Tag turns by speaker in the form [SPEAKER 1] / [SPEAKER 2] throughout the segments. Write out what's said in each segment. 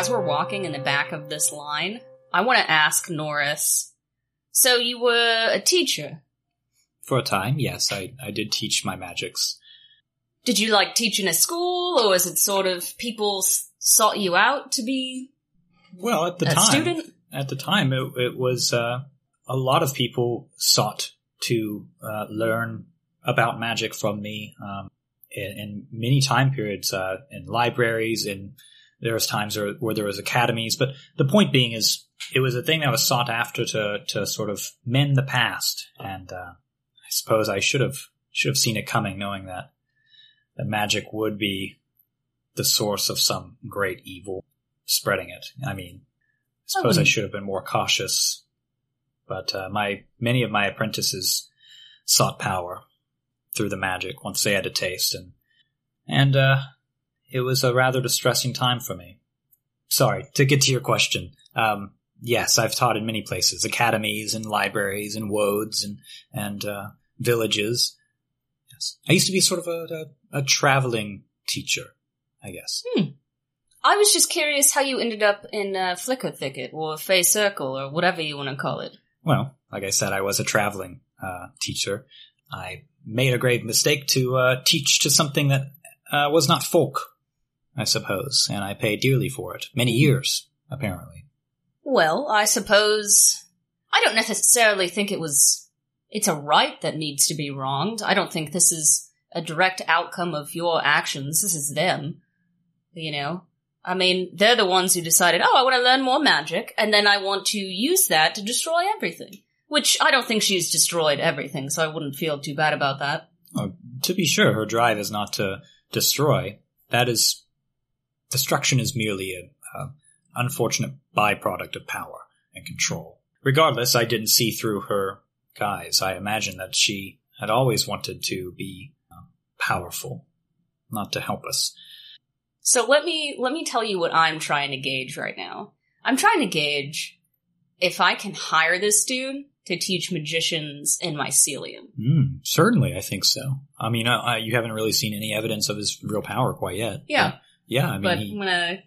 [SPEAKER 1] talking in the back of this line, I want to ask Norris. So you were a teacher.
[SPEAKER 2] For a time, yes, I, I did teach my magics.
[SPEAKER 1] Did you like teach in a school, or is it sort of people s- sought you out to be
[SPEAKER 2] Well, at the
[SPEAKER 1] a
[SPEAKER 2] time,
[SPEAKER 1] student?
[SPEAKER 2] at the time, it, it was uh, a lot of people sought to uh, learn about magic from me um, in, in many time periods, uh, in libraries, and there was times where, where there was academies. But the point being is, it was a thing that was sought after to to sort of mend the past, and uh, I suppose I should have should have seen it coming, knowing that the magic would be the source of some great evil spreading it. I mean, I suppose I
[SPEAKER 1] Mhm.
[SPEAKER 2] should have been more cautious, but uh, my many of my apprentices sought power through the magic once they had a taste, and and uh, it was a rather distressing time for me. Sorry to get to your question. Um, yes, I've taught in many places, academies and libraries and wodes and and uh, villages. Yes, I used to be sort of a, a, a traveling teacher, I guess.
[SPEAKER 1] I was just curious how you ended up in uh, Flicker Thicket or Fey Circle or whatever you want to call it.
[SPEAKER 2] Well, like I said, I was a traveling uh, teacher. I made a grave mistake to uh, teach to something that uh, was not folk, I suppose, and I paid dearly for it. Many years, apparently.
[SPEAKER 1] Well, I suppose I don't necessarily think it was it's a right that needs to be wronged. I don't think this is a direct outcome of your actions. This is them. You know? I mean, they're the ones who decided, "Oh, I want to learn more magic and then I want to use that to destroy everything." Which I don't think she's destroyed everything, so I wouldn't feel too bad about that.
[SPEAKER 2] Oh, to be sure, her drive is not to destroy. That is, destruction is merely an unfortunate byproduct of power and control. Regardless, I didn't see through her guise. I imagine that she had always wanted to be uh, powerful, not to help us.
[SPEAKER 1] So let me let me tell you what I'm trying to gauge right now. I'm trying to gauge if I can hire this dude to teach magicians in mycelium.
[SPEAKER 2] Mm, certainly, I think so. I mean, uh, I, I, you haven't really seen any evidence of his real power quite yet.
[SPEAKER 1] Yeah.
[SPEAKER 2] yeah. I mean,
[SPEAKER 1] but
[SPEAKER 2] he-
[SPEAKER 1] I'm gonna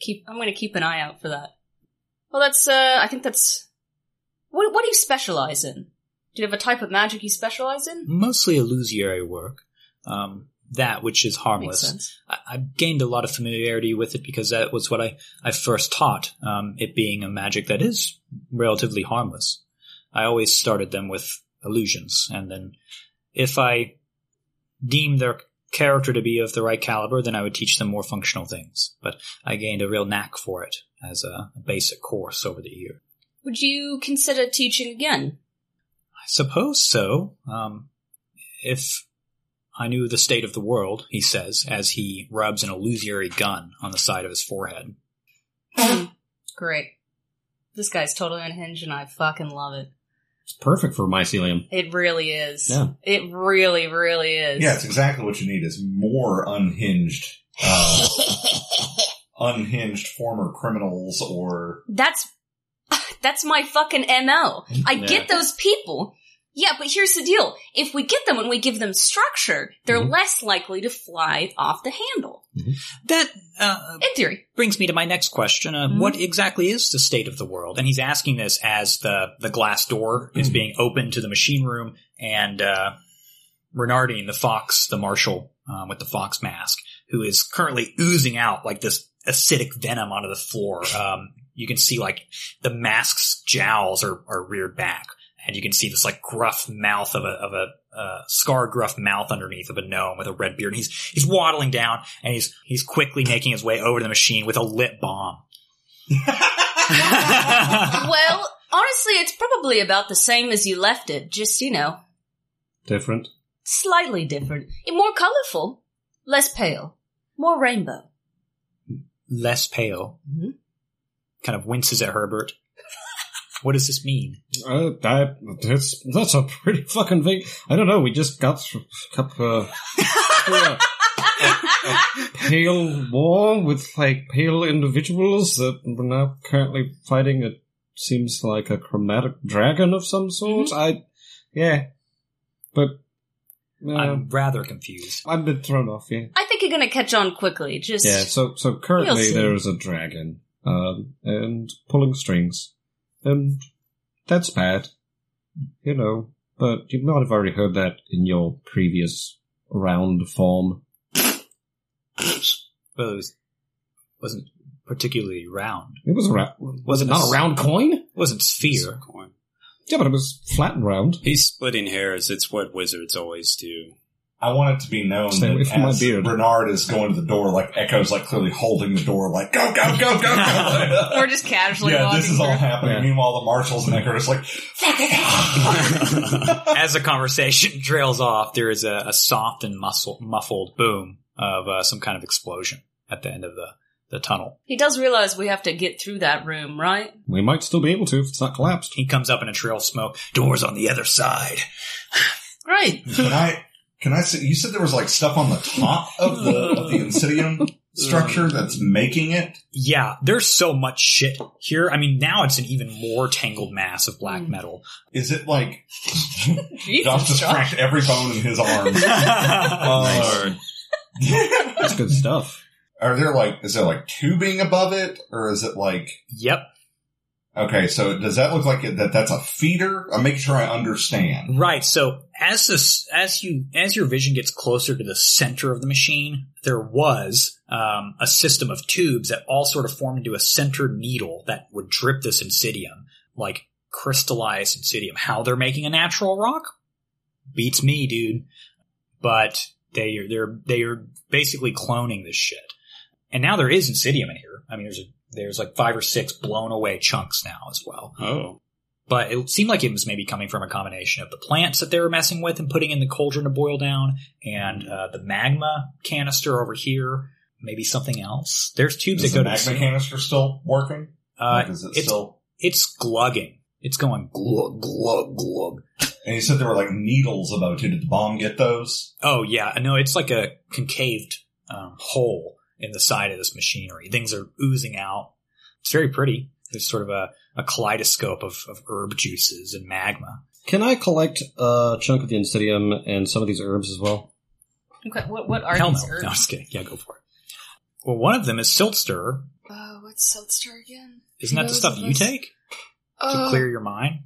[SPEAKER 1] keep I'm gonna keep an eye out for that. Well, that's uh, I think that's what what do you specialize in? Do you have a type of magic you specialize in?
[SPEAKER 2] mostly illusory work. Um, that which is
[SPEAKER 1] Makes
[SPEAKER 2] harmless.
[SPEAKER 1] sense.
[SPEAKER 2] I, I gained a lot of familiarity with it because that was what I, I first taught, um, it being a magic that is relatively harmless. I always started them with illusions, and then if I deemed their character to be of the right caliber, then I would teach them more functional things. But I gained a real knack for it as a basic course over the year.
[SPEAKER 1] Would you consider teaching again?
[SPEAKER 2] I suppose so. Um, if I knew the state of the world, he says, as he rubs an illusory gun on the side of his forehead.
[SPEAKER 1] Great. This guy's totally unhinged, and I fucking love it.
[SPEAKER 3] It's perfect for mycelium.
[SPEAKER 1] It really is.
[SPEAKER 3] Yeah.
[SPEAKER 1] It really, really is.
[SPEAKER 4] Yeah, it's exactly what you need. It's more unhinged, uh, unhinged former criminals or
[SPEAKER 1] That's that's my fucking MO. I
[SPEAKER 3] Yeah.
[SPEAKER 1] get those people. Yeah, but here's the deal. If we get them and we give them structure, they're
[SPEAKER 3] Mhm.
[SPEAKER 1] less likely to fly off the handle.
[SPEAKER 2] That uh,
[SPEAKER 1] In theory.
[SPEAKER 2] brings me to my next question: uh,
[SPEAKER 1] Mhm.
[SPEAKER 2] What exactly is the state of the world? And he's asking this as the the glass door
[SPEAKER 3] Mm-hmm.
[SPEAKER 2] is
[SPEAKER 4] Mhm.
[SPEAKER 2] being opened to the machine room, and uh, Renardine, the fox, the marshal um, with the fox mask, who is currently oozing out like this acidic venom onto the floor. Um, you can see like the mask's jowls are, are reared back, and you can see this like gruff mouth of a of a uh, scar gruff mouth underneath of a gnome with a red beard. And he's he's waddling down, and he's he's quickly making his way over to the machine with a lit bomb.
[SPEAKER 1] well, honestly, it's probably about the same as you left it. Just, you know,
[SPEAKER 3] Different.
[SPEAKER 1] slightly different. And More colorful, less pale, more rainbow.
[SPEAKER 2] Less pale,
[SPEAKER 5] Mm-hmm.
[SPEAKER 1] Mhm.
[SPEAKER 2] kind of winces at Herbert. What does this mean?
[SPEAKER 3] Uh, I, that's that's a pretty fucking thing. I don't know. We just got through a couple, uh, through a pale war with like pale individuals that we're now currently fighting. It seems like a chromatic dragon of some sort. I, yeah, but uh, I'm,
[SPEAKER 2] I'm rather confused.
[SPEAKER 3] a bit thrown off. Yeah,
[SPEAKER 1] I think you're gonna catch on quickly. Just
[SPEAKER 3] yeah. So so
[SPEAKER 1] You'll
[SPEAKER 3] currently
[SPEAKER 1] see.
[SPEAKER 3] there is a dragon
[SPEAKER 6] um, and pulling strings. And that's bad, you know, but you might have already heard that in your previous round form.
[SPEAKER 2] Well, it was, wasn't particularly round.
[SPEAKER 6] It was a round.
[SPEAKER 2] Was it
[SPEAKER 6] Not a round coin?
[SPEAKER 2] Wasn't sphere.
[SPEAKER 5] Coin.
[SPEAKER 6] Yeah, but it was flat and round.
[SPEAKER 5] He's splitting hairs. It's what wizards always do.
[SPEAKER 4] I want it to be known
[SPEAKER 6] Stay away
[SPEAKER 4] that
[SPEAKER 6] from my
[SPEAKER 4] as
[SPEAKER 6] beard.
[SPEAKER 4] Bernard is going to the door, like Echo's like clearly holding the door, like go go go go go.
[SPEAKER 1] Or just casually
[SPEAKER 4] yeah,
[SPEAKER 1] walking
[SPEAKER 4] this is all
[SPEAKER 1] through.
[SPEAKER 4] happening.
[SPEAKER 6] Yeah.
[SPEAKER 4] Meanwhile, the marshals and Echo are just like fucking. hell.
[SPEAKER 2] As the conversation trails off, there is a, a soft and muscle, muffled boom of uh, some kind of explosion at the end of the, the tunnel.
[SPEAKER 1] He does realize we have to get through that room, right?
[SPEAKER 6] We might still be able to if it's not collapsed.
[SPEAKER 2] He comes up in a trail of smoke. Doors on the other side.
[SPEAKER 1] Great.
[SPEAKER 4] can I? Can I see? You said there was like stuff on the top of the of the Insidium structure that's making it.
[SPEAKER 2] Yeah, there's so much shit here. I mean, now it's an even more tangled mass of black
[SPEAKER 1] Mm.
[SPEAKER 2] metal.
[SPEAKER 4] Is it like Josh
[SPEAKER 1] Jesus,
[SPEAKER 4] just
[SPEAKER 1] Josh.
[SPEAKER 4] cracked every bone in his arm?
[SPEAKER 2] Uh,
[SPEAKER 5] Lord.
[SPEAKER 6] That's good stuff.
[SPEAKER 4] Are there like is there like tubing above it, or is it like
[SPEAKER 2] yep.
[SPEAKER 4] okay? So does that look like it, that that's a feeder? I'm making sure I understand.
[SPEAKER 2] Right. So as this, as you, as your vision gets closer to the center of the machine, there was um, a system of tubes that all sort of formed into a center needle that would drip this insidium, like crystallized insidium. How they're making a natural rock beats me, dude. But they are they're they are basically cloning this shit. And now there is insidium in here. I mean, there's a there's like five or six blown away chunks now as well
[SPEAKER 5] Oh.
[SPEAKER 2] but it seemed like it was maybe coming from a combination of the plants that they were messing with and putting in the cauldron to boil down, and uh, the magma canister over here. Maybe something else. There's tubes
[SPEAKER 4] Is
[SPEAKER 2] that
[SPEAKER 4] the
[SPEAKER 2] go to.
[SPEAKER 4] magma canister still working?
[SPEAKER 2] uh,
[SPEAKER 4] Like, is it
[SPEAKER 2] it's
[SPEAKER 4] still?
[SPEAKER 2] it's glugging. It's going glug glug glug.
[SPEAKER 4] And you said there were like needles above it. too. Did the bomb get those?
[SPEAKER 2] Oh yeah, no, it's like a concaved um, hole in the side of this machinery. Things are oozing out. It's very pretty. There's sort of a, a kaleidoscope of, of herb juices and magma.
[SPEAKER 6] Can I collect a chunk of the Insidium and some of these herbs as well?
[SPEAKER 1] Okay, what, what are
[SPEAKER 2] Hell no.
[SPEAKER 1] these herbs?
[SPEAKER 2] No, I'm just kidding. Yeah, go for it. Well, one of them is silt stir.
[SPEAKER 1] Oh, what's Seltzer again?
[SPEAKER 2] Isn't that the
[SPEAKER 1] Those
[SPEAKER 2] stuff
[SPEAKER 1] of
[SPEAKER 2] you
[SPEAKER 1] us-
[SPEAKER 2] take to
[SPEAKER 1] Oh,
[SPEAKER 2] clear your mind?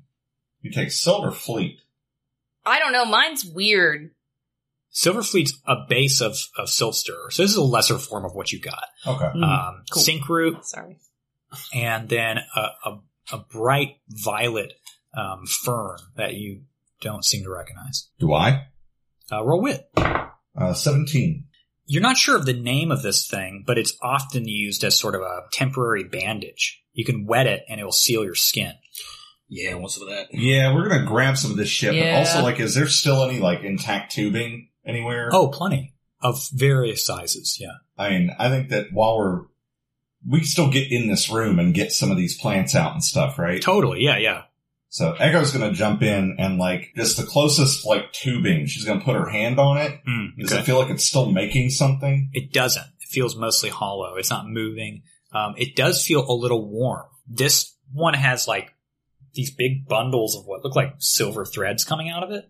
[SPEAKER 4] You take silver fleet.
[SPEAKER 1] I don't know. Mine's weird.
[SPEAKER 2] Silverfleet's a base of, of silt stir. So this is a lesser form of what you got.
[SPEAKER 4] Okay.
[SPEAKER 1] Mm,
[SPEAKER 2] um,
[SPEAKER 1] cool.
[SPEAKER 2] Sink root
[SPEAKER 1] Sorry.
[SPEAKER 2] and then a, a, a bright violet um, fern that you don't seem to recognize.
[SPEAKER 4] Do I?
[SPEAKER 2] Uh, roll wit.
[SPEAKER 4] Uh, Seventeen.
[SPEAKER 2] You're not sure of the name of this thing, but it's often used as sort of a temporary bandage. You can wet it and it will seal your skin.
[SPEAKER 6] Yeah, what's some of that?
[SPEAKER 4] Yeah, we're gonna grab some of this shit.
[SPEAKER 1] Yeah.
[SPEAKER 4] But also, like, is there still any like intact tubing anywhere?
[SPEAKER 2] Oh, plenty of various sizes. Yeah.
[SPEAKER 4] I mean, I think that while we're we can still get in this room and get some of these plants out and stuff, right?
[SPEAKER 2] Totally. Yeah. Yeah.
[SPEAKER 4] So Echo's gonna jump in and like just the closest like tubing, she's gonna put her hand on it.
[SPEAKER 2] Mm,
[SPEAKER 4] Does it feel like it's still making something?
[SPEAKER 2] It doesn't. It feels mostly hollow. It's not moving. Um, it does feel a little warm. This one has like these big bundles of what look like silver threads coming out of it.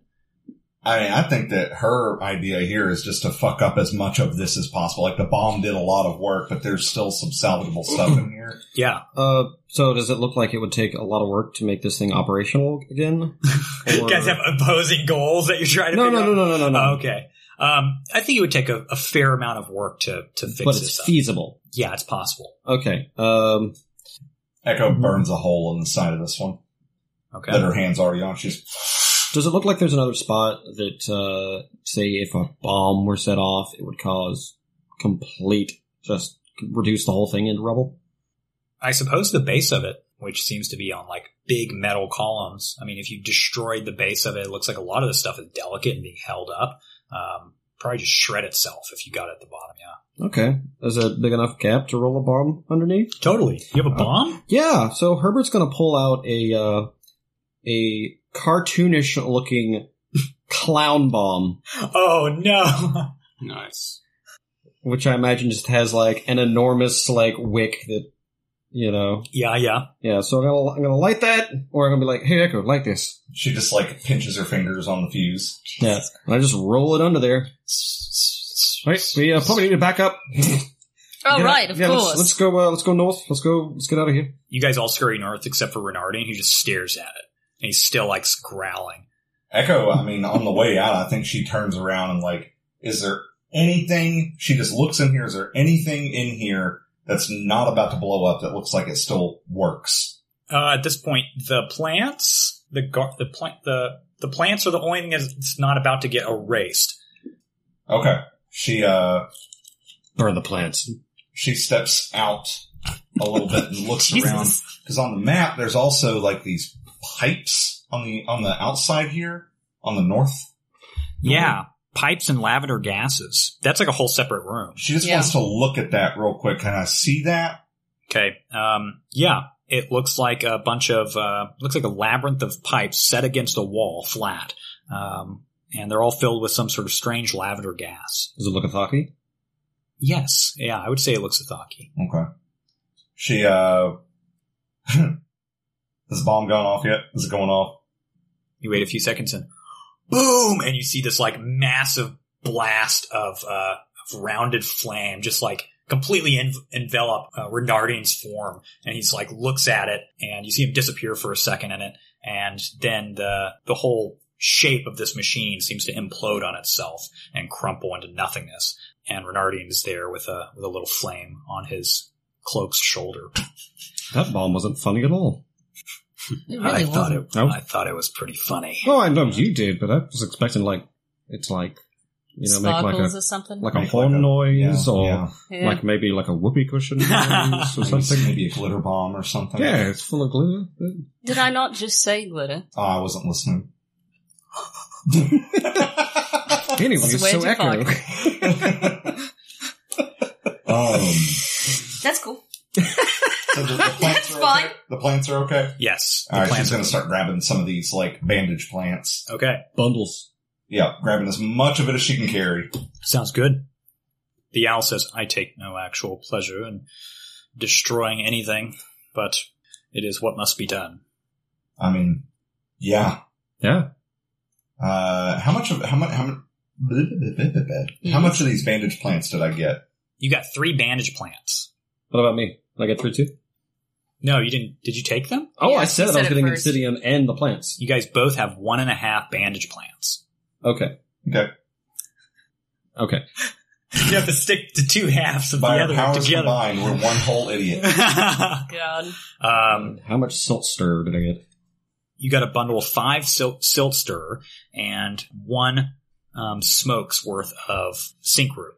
[SPEAKER 4] I mean, I think that her idea here is just to fuck up as much of this as possible. Like the bomb did a lot of work, but there's still some salvageable stuff in here.
[SPEAKER 2] Yeah.
[SPEAKER 6] Uh, so does it look like it would take a lot of work to make this thing operational again?
[SPEAKER 2] You
[SPEAKER 6] Or-
[SPEAKER 2] guys have opposing goals that you're trying to
[SPEAKER 6] no,
[SPEAKER 2] figure
[SPEAKER 6] no,
[SPEAKER 2] out?
[SPEAKER 6] no, no, no, no, no.
[SPEAKER 2] Oh, okay. Um, I think it would take a, a fair amount of work to, to fix
[SPEAKER 6] But
[SPEAKER 2] this
[SPEAKER 6] it's
[SPEAKER 2] up.
[SPEAKER 6] feasible.
[SPEAKER 2] yeah, it's possible.
[SPEAKER 6] Okay. Um,
[SPEAKER 4] Echo burns a hole in the side of this one
[SPEAKER 2] Okay.
[SPEAKER 4] that her hand's already on. She's
[SPEAKER 6] does it look like there's another spot that, uh, say if a bomb were set off, it would cause complete, just reduce the whole thing into rubble?
[SPEAKER 2] I suppose the base of it, which seems to be on like big metal columns. I mean, if you destroyed the base of it, it looks like a lot of the stuff is delicate and being held up. Um, probably just shred itself if you got it at the bottom. Yeah,
[SPEAKER 6] Okay. Is it big enough gap to roll a bomb underneath?
[SPEAKER 2] totally. You have a
[SPEAKER 6] Uh,
[SPEAKER 2] bomb?
[SPEAKER 6] Yeah, so Herbert's gonna pull out a uh, a cartoonish looking clown bomb,
[SPEAKER 2] Oh no!
[SPEAKER 5] Nice.
[SPEAKER 6] which I imagine just has like an enormous like wick that you know.
[SPEAKER 2] yeah, yeah.
[SPEAKER 6] Yeah, so I'm gonna I'm gonna light that, or I'm gonna be like, hey Echo, light this.
[SPEAKER 4] she just like pinches her fingers on the fuse.
[SPEAKER 6] Yeah, and I just roll it under there. Wait, we uh, probably need to back up.
[SPEAKER 1] Oh,
[SPEAKER 3] Yeah,
[SPEAKER 1] right, of
[SPEAKER 3] yeah,
[SPEAKER 1] course.
[SPEAKER 3] Let's, let's go. Uh, let's go north. Let's go. Let's get out of here.
[SPEAKER 2] You guys all scurry north except for Renardi, who just stares at it. And he's still like growling.
[SPEAKER 4] Echo, I mean, on the way out, I think she turns around and like, is there anything? She just looks in here. Is there anything in here that's not about to blow up that looks like it still works?
[SPEAKER 2] Uh, at this point, the plants, the gar- the plant, the the plants are the only thing that's not about to get erased.
[SPEAKER 4] Okay. She, uh,
[SPEAKER 3] Burn the plants.
[SPEAKER 4] she steps out a little bit and looks around because on the map, there's also like these pipes on the, on the outside here on the north.
[SPEAKER 2] Yeah, pipes and lavender gases. That's like a whole separate room.
[SPEAKER 4] She just
[SPEAKER 1] Yeah.
[SPEAKER 4] wants to look at that real quick. Can I see that?
[SPEAKER 2] Okay. Um, yeah, it looks like a bunch of uh, looks like a labyrinth of pipes set against a wall, flat, um, and they're all filled with some sort of strange lavender gas.
[SPEAKER 3] Does it look athaki?
[SPEAKER 2] Yes, yeah, I would say it looks athaki.
[SPEAKER 4] Okay. She, uh, has the bomb gone off yet? Is it going off?
[SPEAKER 2] You wait a few seconds and boom, and you see this like massive blast of uh, of rounded flame, just like completely en- envelop uh, Renardian's form, and he's like looks at it, and you see him disappear for a second in it, and then the the whole shape of this machine seems to implode on itself and crumple into nothingness, and Renardian is there with a with a little flame on his cloak's shoulder.
[SPEAKER 3] That bomb wasn't funny at all.
[SPEAKER 1] It really
[SPEAKER 2] I thought
[SPEAKER 1] wasn't.
[SPEAKER 2] it
[SPEAKER 3] Nope.
[SPEAKER 2] I thought it was pretty funny.
[SPEAKER 3] Oh, I know you did, but I was expecting like it's like you know make like
[SPEAKER 1] Sparkles
[SPEAKER 3] a
[SPEAKER 1] or something.
[SPEAKER 3] like a
[SPEAKER 4] Make
[SPEAKER 3] horn
[SPEAKER 4] like a-
[SPEAKER 3] noise or
[SPEAKER 1] yeah.
[SPEAKER 3] like maybe like a whoopee cushion noise or
[SPEAKER 4] Maybe,
[SPEAKER 3] something.
[SPEAKER 4] maybe a glitter bomb or something.
[SPEAKER 3] Yeah, it's full of glitter.
[SPEAKER 1] Did I not just say glitter?
[SPEAKER 4] Oh, I wasn't listening.
[SPEAKER 3] Anyway,
[SPEAKER 1] It's way
[SPEAKER 3] so
[SPEAKER 1] too
[SPEAKER 3] echo.
[SPEAKER 4] um,
[SPEAKER 1] That's cool.
[SPEAKER 4] so the, the plants
[SPEAKER 1] That's
[SPEAKER 4] are
[SPEAKER 1] fine.
[SPEAKER 4] Okay? The plants are okay.
[SPEAKER 2] Yes, the
[SPEAKER 4] All right,
[SPEAKER 2] plants
[SPEAKER 4] she's going
[SPEAKER 2] are-
[SPEAKER 4] to start grabbing some of these like bandage plants.
[SPEAKER 2] Okay.
[SPEAKER 3] Bundles.
[SPEAKER 4] Yeah, grabbing as much of it as she can carry.
[SPEAKER 2] Sounds good. The owl says, I take no actual pleasure in destroying anything, but it is what must be done.
[SPEAKER 4] I mean, yeah.
[SPEAKER 3] Yeah.
[SPEAKER 4] Uh, how much of how much how much how much of these bandage plants did I get?
[SPEAKER 2] You got three bandage plants.
[SPEAKER 3] What about me? Did I get through too?
[SPEAKER 2] No, you didn't. Did you take them?
[SPEAKER 3] Oh,
[SPEAKER 1] Yeah,
[SPEAKER 3] I said
[SPEAKER 1] he
[SPEAKER 3] that I was
[SPEAKER 1] said it
[SPEAKER 3] getting
[SPEAKER 1] first.
[SPEAKER 3] obsidian and the plants.
[SPEAKER 2] You guys both have one and a half bandage plants.
[SPEAKER 3] Okay.
[SPEAKER 4] Okay.
[SPEAKER 3] Okay.
[SPEAKER 2] you have to stick to two halves of
[SPEAKER 4] By
[SPEAKER 2] the
[SPEAKER 4] our
[SPEAKER 2] other
[SPEAKER 4] powers
[SPEAKER 2] together.
[SPEAKER 4] combined, we're one whole idiot.
[SPEAKER 1] God.
[SPEAKER 2] um,
[SPEAKER 3] How much salt stir did I get?
[SPEAKER 2] you got a bundle of five silt, silt stir and one um, smokes worth of sink root.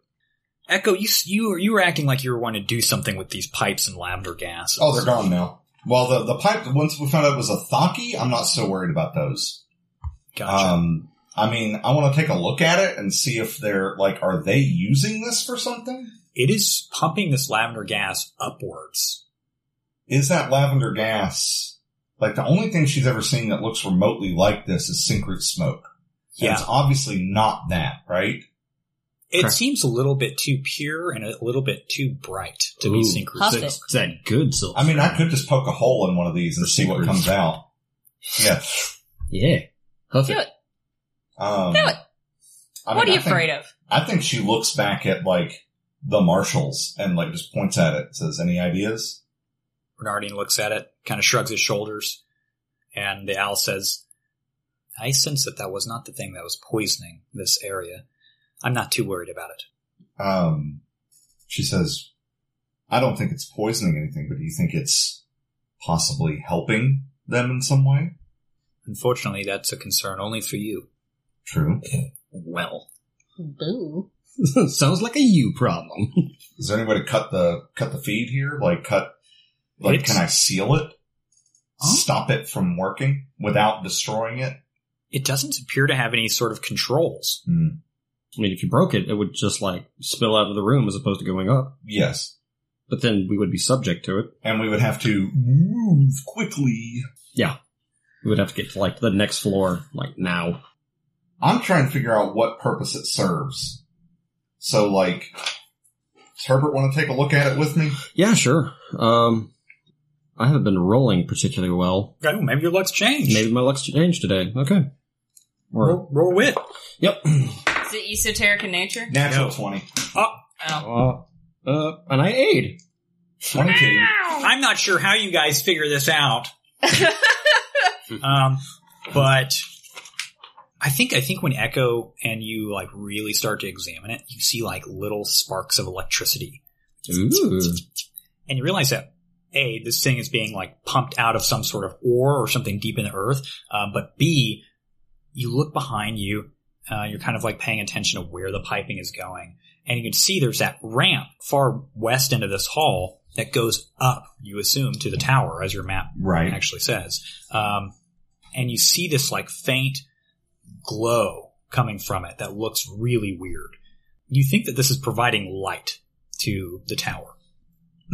[SPEAKER 2] Echo, you s- you were- you were acting like you were wanting to do something with these pipes and lavender gases.
[SPEAKER 4] Oh, they're gone now. Well, the the pipe. Once we found out it was a thaki, I'm not so worried about those.
[SPEAKER 2] Gotcha.
[SPEAKER 4] Um, I mean, I want to take a look at it and see if they're like, are they using this for something?
[SPEAKER 2] it is pumping this lavender gas upwards.
[SPEAKER 4] Is that lavender gas? Like the only thing she's ever seen that looks remotely like this is syncrude smoke. And
[SPEAKER 2] Yeah.
[SPEAKER 4] it's obviously not that, right?
[SPEAKER 2] It
[SPEAKER 3] Okay.
[SPEAKER 2] seems a little bit too pure and a little bit too bright to be
[SPEAKER 3] Ooh.
[SPEAKER 1] Huff
[SPEAKER 2] synchronous.
[SPEAKER 1] it.
[SPEAKER 3] Is that good salt?
[SPEAKER 4] I mean, I could just poke a hole in one of these and see what
[SPEAKER 3] Syncrude.
[SPEAKER 4] comes out. Yeah.
[SPEAKER 3] Yeah. Huff
[SPEAKER 1] Do it.
[SPEAKER 4] Um,
[SPEAKER 1] Do it.
[SPEAKER 4] I
[SPEAKER 1] what are
[SPEAKER 4] mean,
[SPEAKER 1] you
[SPEAKER 4] I think-
[SPEAKER 1] afraid of?
[SPEAKER 4] I think she looks back at like the marshals and like just points at it and says, any ideas?
[SPEAKER 2] Bernardine looks at it, kind of shrugs his shoulders, and the owl says, I sense that that was not the thing that was poisoning this area. I'm not too worried about it.
[SPEAKER 4] Um, she says, I don't think it's poisoning anything, but do you think it's possibly helping them in some way?
[SPEAKER 2] Unfortunately, that's a concern only for you.
[SPEAKER 4] True.
[SPEAKER 3] Well,
[SPEAKER 1] Boo.
[SPEAKER 3] sounds like a you problem.
[SPEAKER 4] Is there any way to cut the, cut the feed here? Like cut, like
[SPEAKER 2] It's-
[SPEAKER 4] can I seal it?
[SPEAKER 2] Huh?
[SPEAKER 4] Stop it from working without destroying it?
[SPEAKER 2] It doesn't appear to have any sort of controls.
[SPEAKER 4] Hmm.
[SPEAKER 3] I mean, if you broke it, it would just like spill out of the room as opposed to going up.
[SPEAKER 4] Yes.
[SPEAKER 3] But then we would be subject to it.
[SPEAKER 4] And we would have to move quickly.
[SPEAKER 3] We would have to get to like the next floor, like now.
[SPEAKER 4] I'm trying to figure out what purpose it serves. So, like, does Herbert want to take a look at it with me?
[SPEAKER 3] Yeah, sure. Um, I haven't been rolling particularly well.
[SPEAKER 2] I don't know, Oh, maybe your luck's changed.
[SPEAKER 3] Maybe my luck's changed today. Okay. Or,
[SPEAKER 2] Roll, roll wit.
[SPEAKER 3] yep.
[SPEAKER 1] Is it esoteric in nature?
[SPEAKER 4] Natural
[SPEAKER 2] No.
[SPEAKER 4] 20.
[SPEAKER 1] Oh.
[SPEAKER 3] Uh, Uh, and I aid.
[SPEAKER 4] 22.
[SPEAKER 2] I'm not sure how you guys figure this out. um, but I think I think when Echo and you like really start to examine it, you see like little sparks of electricity,
[SPEAKER 3] Ooh.
[SPEAKER 2] and you realize that a this thing is being like pumped out of some sort of ore or something deep in the earth. Um, but b you look behind you, uh, you're kind of like paying attention to where the piping is going, and you can see there's that ramp far west end of this hall that goes up. You assume to the tower as your map
[SPEAKER 4] Right.
[SPEAKER 2] actually says. Um, and you see this like faint glow coming from it that looks really weird. You think that this is providing light to the tower.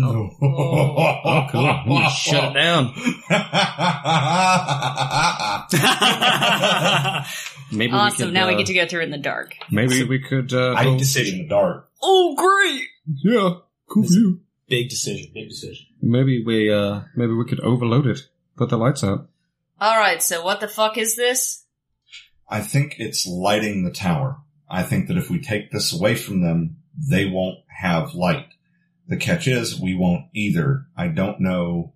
[SPEAKER 4] Oh,
[SPEAKER 3] Oh, come on. You shut it down. Maybe we
[SPEAKER 1] awesome.
[SPEAKER 3] could,
[SPEAKER 1] now we
[SPEAKER 3] uh,
[SPEAKER 1] get to go through in the dark.
[SPEAKER 3] Maybe we could, uh,
[SPEAKER 4] I
[SPEAKER 3] go-
[SPEAKER 4] need to sit in the dark.
[SPEAKER 2] oh, great!
[SPEAKER 3] Yeah. Cool
[SPEAKER 2] This-
[SPEAKER 3] view.
[SPEAKER 2] Big decision. Big decision.
[SPEAKER 3] Maybe we, uh, maybe we could overload it. Put the lights out.
[SPEAKER 1] All right. So what the fuck is this?
[SPEAKER 4] I think it's lighting the tower. I think that if we take this away from them, they won't have light. The catch is we won't either. I don't know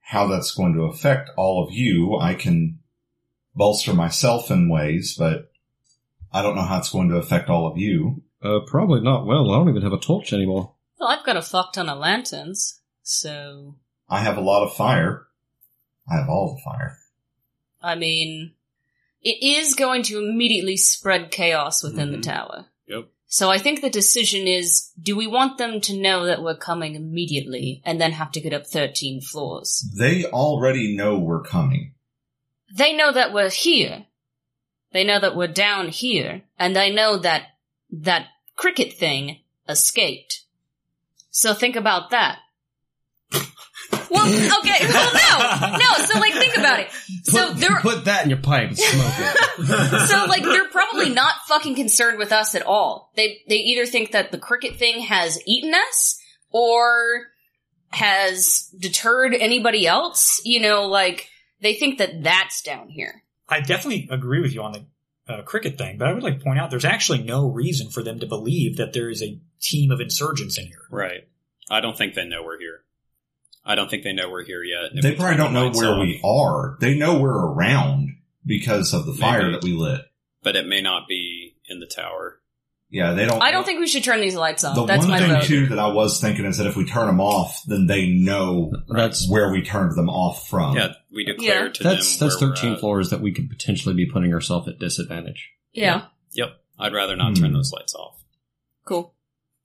[SPEAKER 4] how that's going to affect all of you. I can bolster myself in ways, but I don't know how it's going to affect all of you.
[SPEAKER 3] Uh, probably not. Well, I don't even have a torch anymore.
[SPEAKER 1] Well, I've got a fuck ton of lanterns, so
[SPEAKER 4] I have a lot of fire. I have all the fire.
[SPEAKER 1] I mean, it is going to immediately spread chaos within
[SPEAKER 7] Mhm.
[SPEAKER 1] the tower.
[SPEAKER 7] Yep.
[SPEAKER 1] So I think the decision is, do we want them to know that we're coming immediately and then have to get up 13 floors?
[SPEAKER 4] They already know we're coming.
[SPEAKER 1] They know that we're here. They know that we're down here. And they know that that cricket thing escaped. So think about that. Well, okay. Well, no, no. So like, think about it. So
[SPEAKER 3] put,
[SPEAKER 1] there,
[SPEAKER 3] put that in your pipe and smoke it.
[SPEAKER 1] so like they're probably not fucking concerned with us at all. They they either think that the cricket thing has eaten us or has deterred anybody else. You know, like they think that that's down here.
[SPEAKER 2] I definitely agree with you on the uh, cricket thing, but I would like to point out there's actually no reason for them to believe that there is a team of insurgents in here.
[SPEAKER 7] Right. I don't think they know we're here. I don't think they know we're here yet. If
[SPEAKER 4] They
[SPEAKER 7] we
[SPEAKER 4] probably don't
[SPEAKER 7] turn the
[SPEAKER 4] know
[SPEAKER 7] lights
[SPEAKER 4] where
[SPEAKER 7] off-
[SPEAKER 4] we are. They know we're around because of the fire
[SPEAKER 7] Maybe.
[SPEAKER 4] that we lit.
[SPEAKER 7] But it may not be in the tower.
[SPEAKER 4] Yeah, they don't.
[SPEAKER 1] I don't think we should turn these lights on.
[SPEAKER 4] The
[SPEAKER 1] that's
[SPEAKER 4] one
[SPEAKER 1] my
[SPEAKER 4] thing
[SPEAKER 1] vote.
[SPEAKER 4] too that I was thinking is that if we turn them off, then they know
[SPEAKER 3] That's
[SPEAKER 4] where we turned them off from.
[SPEAKER 7] Yeah, we declare
[SPEAKER 1] Yeah.
[SPEAKER 7] to
[SPEAKER 3] that's
[SPEAKER 7] them
[SPEAKER 3] that's
[SPEAKER 7] where we're
[SPEAKER 3] thirteen
[SPEAKER 7] at.
[SPEAKER 3] floors that we could potentially be putting ourselves at disadvantage.
[SPEAKER 1] yeah,
[SPEAKER 7] Yep. I'd rather not
[SPEAKER 4] Hmm.
[SPEAKER 7] turn those lights off.
[SPEAKER 1] cool.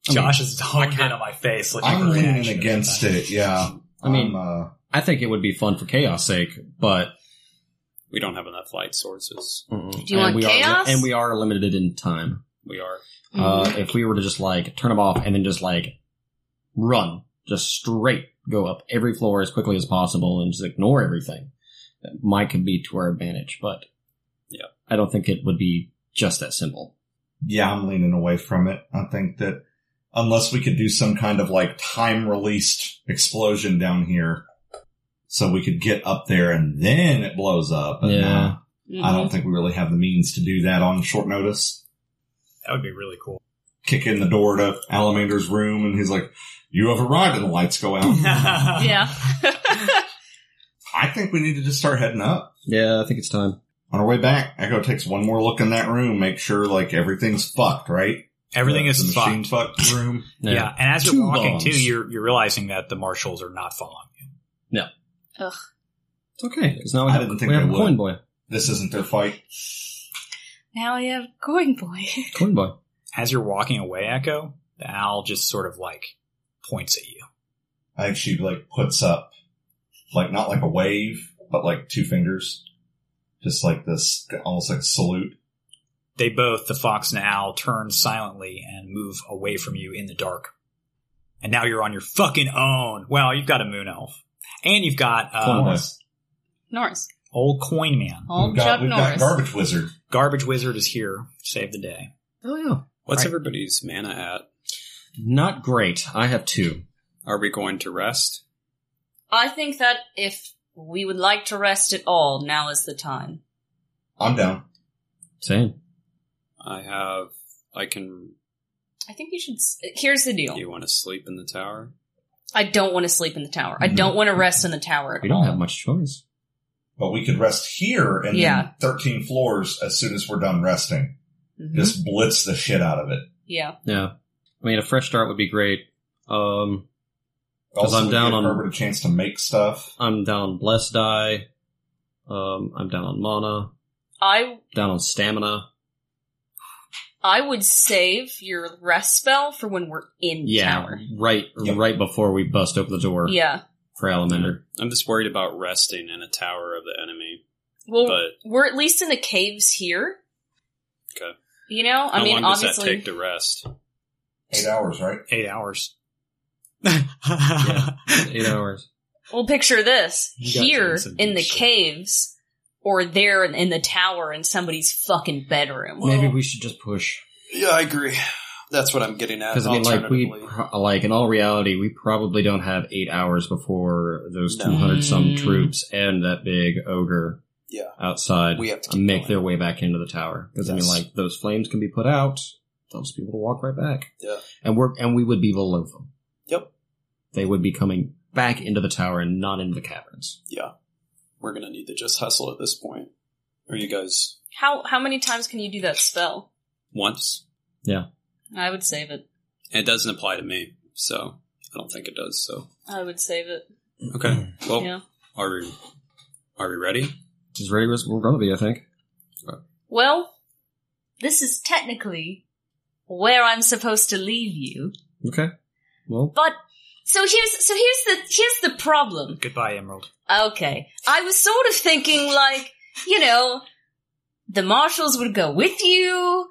[SPEAKER 4] I mean,
[SPEAKER 2] Josh is hogging in on my face. looking
[SPEAKER 4] I'm
[SPEAKER 2] for
[SPEAKER 4] leaning
[SPEAKER 2] reaction.
[SPEAKER 4] against it. Yeah,
[SPEAKER 3] I mean-
[SPEAKER 4] I'm, uh,
[SPEAKER 3] I think it would be fun for chaos sake, but
[SPEAKER 7] We don't have enough light sources.
[SPEAKER 3] do
[SPEAKER 1] you want
[SPEAKER 3] we
[SPEAKER 1] chaos?
[SPEAKER 3] Are, and we are limited in time.
[SPEAKER 7] We are.
[SPEAKER 3] Uh, if we were to just like turn them off and then just like run, just straight go up every floor as quickly as possible and just ignore everything, that might could be to our advantage. But
[SPEAKER 7] Yeah.
[SPEAKER 3] I don't think it would be just that simple.
[SPEAKER 4] yeah, I'm leaning away from it. I think that unless we could do some kind of like time released explosion down here, so we could get up there and then it blows up. But
[SPEAKER 3] Yeah.
[SPEAKER 4] nah,
[SPEAKER 1] Mhm.
[SPEAKER 4] I don't think we really have the means to do that on short notice.
[SPEAKER 2] That would be really cool.
[SPEAKER 4] kick in the door to Alamander's room, and he's like, "You have arrived," and the lights go out.
[SPEAKER 1] Mm-hmm. yeah.
[SPEAKER 4] I think we need to just start heading up.
[SPEAKER 3] Yeah, I think it's time.
[SPEAKER 4] On our way back, Echo takes one more look in that room, make sure like everything's fucked, right?
[SPEAKER 2] Everything
[SPEAKER 4] The-
[SPEAKER 2] is
[SPEAKER 4] the machine
[SPEAKER 2] fucked.
[SPEAKER 4] fucked room.
[SPEAKER 2] Yeah. and as you're
[SPEAKER 3] Two
[SPEAKER 2] walking
[SPEAKER 3] bombs.
[SPEAKER 2] too, you're you're realizing that the marshals are not following you.
[SPEAKER 3] It's okay because now we
[SPEAKER 4] I
[SPEAKER 3] have,
[SPEAKER 4] didn't think
[SPEAKER 3] we have
[SPEAKER 4] they
[SPEAKER 3] a coin
[SPEAKER 4] would.
[SPEAKER 3] boy.
[SPEAKER 4] this isn't their fight.
[SPEAKER 1] now I have coin boy.
[SPEAKER 3] Coin boy.
[SPEAKER 2] As you're walking away, Echo, the owl just sort of like points at you.
[SPEAKER 4] I think she like puts up, like not like a wave, but like two fingers, just like this, almost like salute.
[SPEAKER 2] They both, the fox and the owl, turn silently and move away from you in the dark. And now you're on your fucking own. Well, you've got a moon elf, and you've got
[SPEAKER 3] Coin
[SPEAKER 2] uh,
[SPEAKER 3] boy.
[SPEAKER 1] Norris.
[SPEAKER 2] old coin man.
[SPEAKER 1] All
[SPEAKER 4] we've got,
[SPEAKER 1] Chuck
[SPEAKER 4] we've got
[SPEAKER 1] Norris.
[SPEAKER 4] garbage wizard.
[SPEAKER 2] Garbage wizard is here. Save the day.
[SPEAKER 3] Oh yeah.
[SPEAKER 7] What's
[SPEAKER 2] Right.
[SPEAKER 7] everybody's mana at?
[SPEAKER 3] Not great. I have two.
[SPEAKER 7] Are we going to rest?
[SPEAKER 1] I think that if we would like to rest at all, now is the time.
[SPEAKER 4] I'm down.
[SPEAKER 3] Same.
[SPEAKER 7] I have. I can
[SPEAKER 1] I think you should. s- Here's the deal.
[SPEAKER 7] You want to sleep in the tower?
[SPEAKER 1] I don't want to sleep in the tower. I
[SPEAKER 7] Mm-hmm.
[SPEAKER 6] Mhm.
[SPEAKER 1] don't want to rest in the tower at
[SPEAKER 6] We don't
[SPEAKER 1] all.
[SPEAKER 6] have much choice.
[SPEAKER 4] But we could rest here and
[SPEAKER 1] Yeah.
[SPEAKER 4] then 13 floors as soon as we're done resting.
[SPEAKER 1] Mhm.
[SPEAKER 4] Just blitz the shit out of it.
[SPEAKER 1] yeah.
[SPEAKER 6] Yeah. I mean, a fresh start would be great. Um, 'Cause
[SPEAKER 4] Also,
[SPEAKER 6] I'm
[SPEAKER 4] we
[SPEAKER 6] down
[SPEAKER 4] give
[SPEAKER 6] on-
[SPEAKER 4] Herbert a chance to make stuff.
[SPEAKER 6] I'm down on blessed die. Um, I'm down on mana.
[SPEAKER 1] I
[SPEAKER 6] Down on stamina.
[SPEAKER 1] I would save your rest spell for when we're in the
[SPEAKER 6] Yeah,
[SPEAKER 1] tower.
[SPEAKER 6] right,
[SPEAKER 4] Yep.
[SPEAKER 6] right before we bust open the door
[SPEAKER 1] Yeah.
[SPEAKER 6] for Alamender.
[SPEAKER 7] I'm just worried about resting in a tower of the enemy.
[SPEAKER 1] Well,
[SPEAKER 7] But
[SPEAKER 1] we're at least in the caves here.
[SPEAKER 7] Okay.
[SPEAKER 1] You know, I
[SPEAKER 7] how
[SPEAKER 1] mean,
[SPEAKER 7] long does
[SPEAKER 1] obviously,
[SPEAKER 7] that take to rest?
[SPEAKER 4] Eight hours, right?
[SPEAKER 2] Eight hours.
[SPEAKER 6] Eight hours.
[SPEAKER 1] well, picture this
[SPEAKER 2] You got
[SPEAKER 1] here
[SPEAKER 2] Jensen
[SPEAKER 1] in the
[SPEAKER 2] Beach.
[SPEAKER 1] caves, or there in, in the tower in somebody's fucking bedroom.
[SPEAKER 6] Maybe we should just push.
[SPEAKER 7] Yeah, I agree. That's what I'm getting at.
[SPEAKER 6] Because I mean, like we, pro- like in all reality, we probably don't have eight hours before those
[SPEAKER 7] No.
[SPEAKER 6] two hundred some
[SPEAKER 1] Mm.
[SPEAKER 6] troops and that big ogre
[SPEAKER 7] Yeah.
[SPEAKER 6] outside
[SPEAKER 7] We have to keep
[SPEAKER 6] make
[SPEAKER 7] going.
[SPEAKER 6] their way back into the tower. Because I mean,
[SPEAKER 7] Yes.
[SPEAKER 6] like those flames can be put out; they'll just be able to walk right back.
[SPEAKER 7] Yeah.
[SPEAKER 6] and we're and we would be below them.
[SPEAKER 7] Yep.
[SPEAKER 6] they would be coming back into the tower and not into the caverns.
[SPEAKER 7] We're gonna need to just hustle at this point. Are you guys
[SPEAKER 1] How how many times can you do that spell?
[SPEAKER 7] once?
[SPEAKER 1] I would save it.
[SPEAKER 7] It doesn't apply to me, so I don't think it does. So
[SPEAKER 1] I would save it.
[SPEAKER 7] okay.
[SPEAKER 6] Mm-hmm.
[SPEAKER 7] Well,
[SPEAKER 1] Yeah.
[SPEAKER 7] are we are we ready?
[SPEAKER 6] Which is ready as we're going to be, I think.
[SPEAKER 1] Well, this is technically where I'm supposed to leave you.
[SPEAKER 6] Okay. Well,
[SPEAKER 1] But so here's so here's the here's the problem.
[SPEAKER 2] Goodbye, Emerald.
[SPEAKER 1] Okay. I was sort of thinking like, you know, the marshals would go with you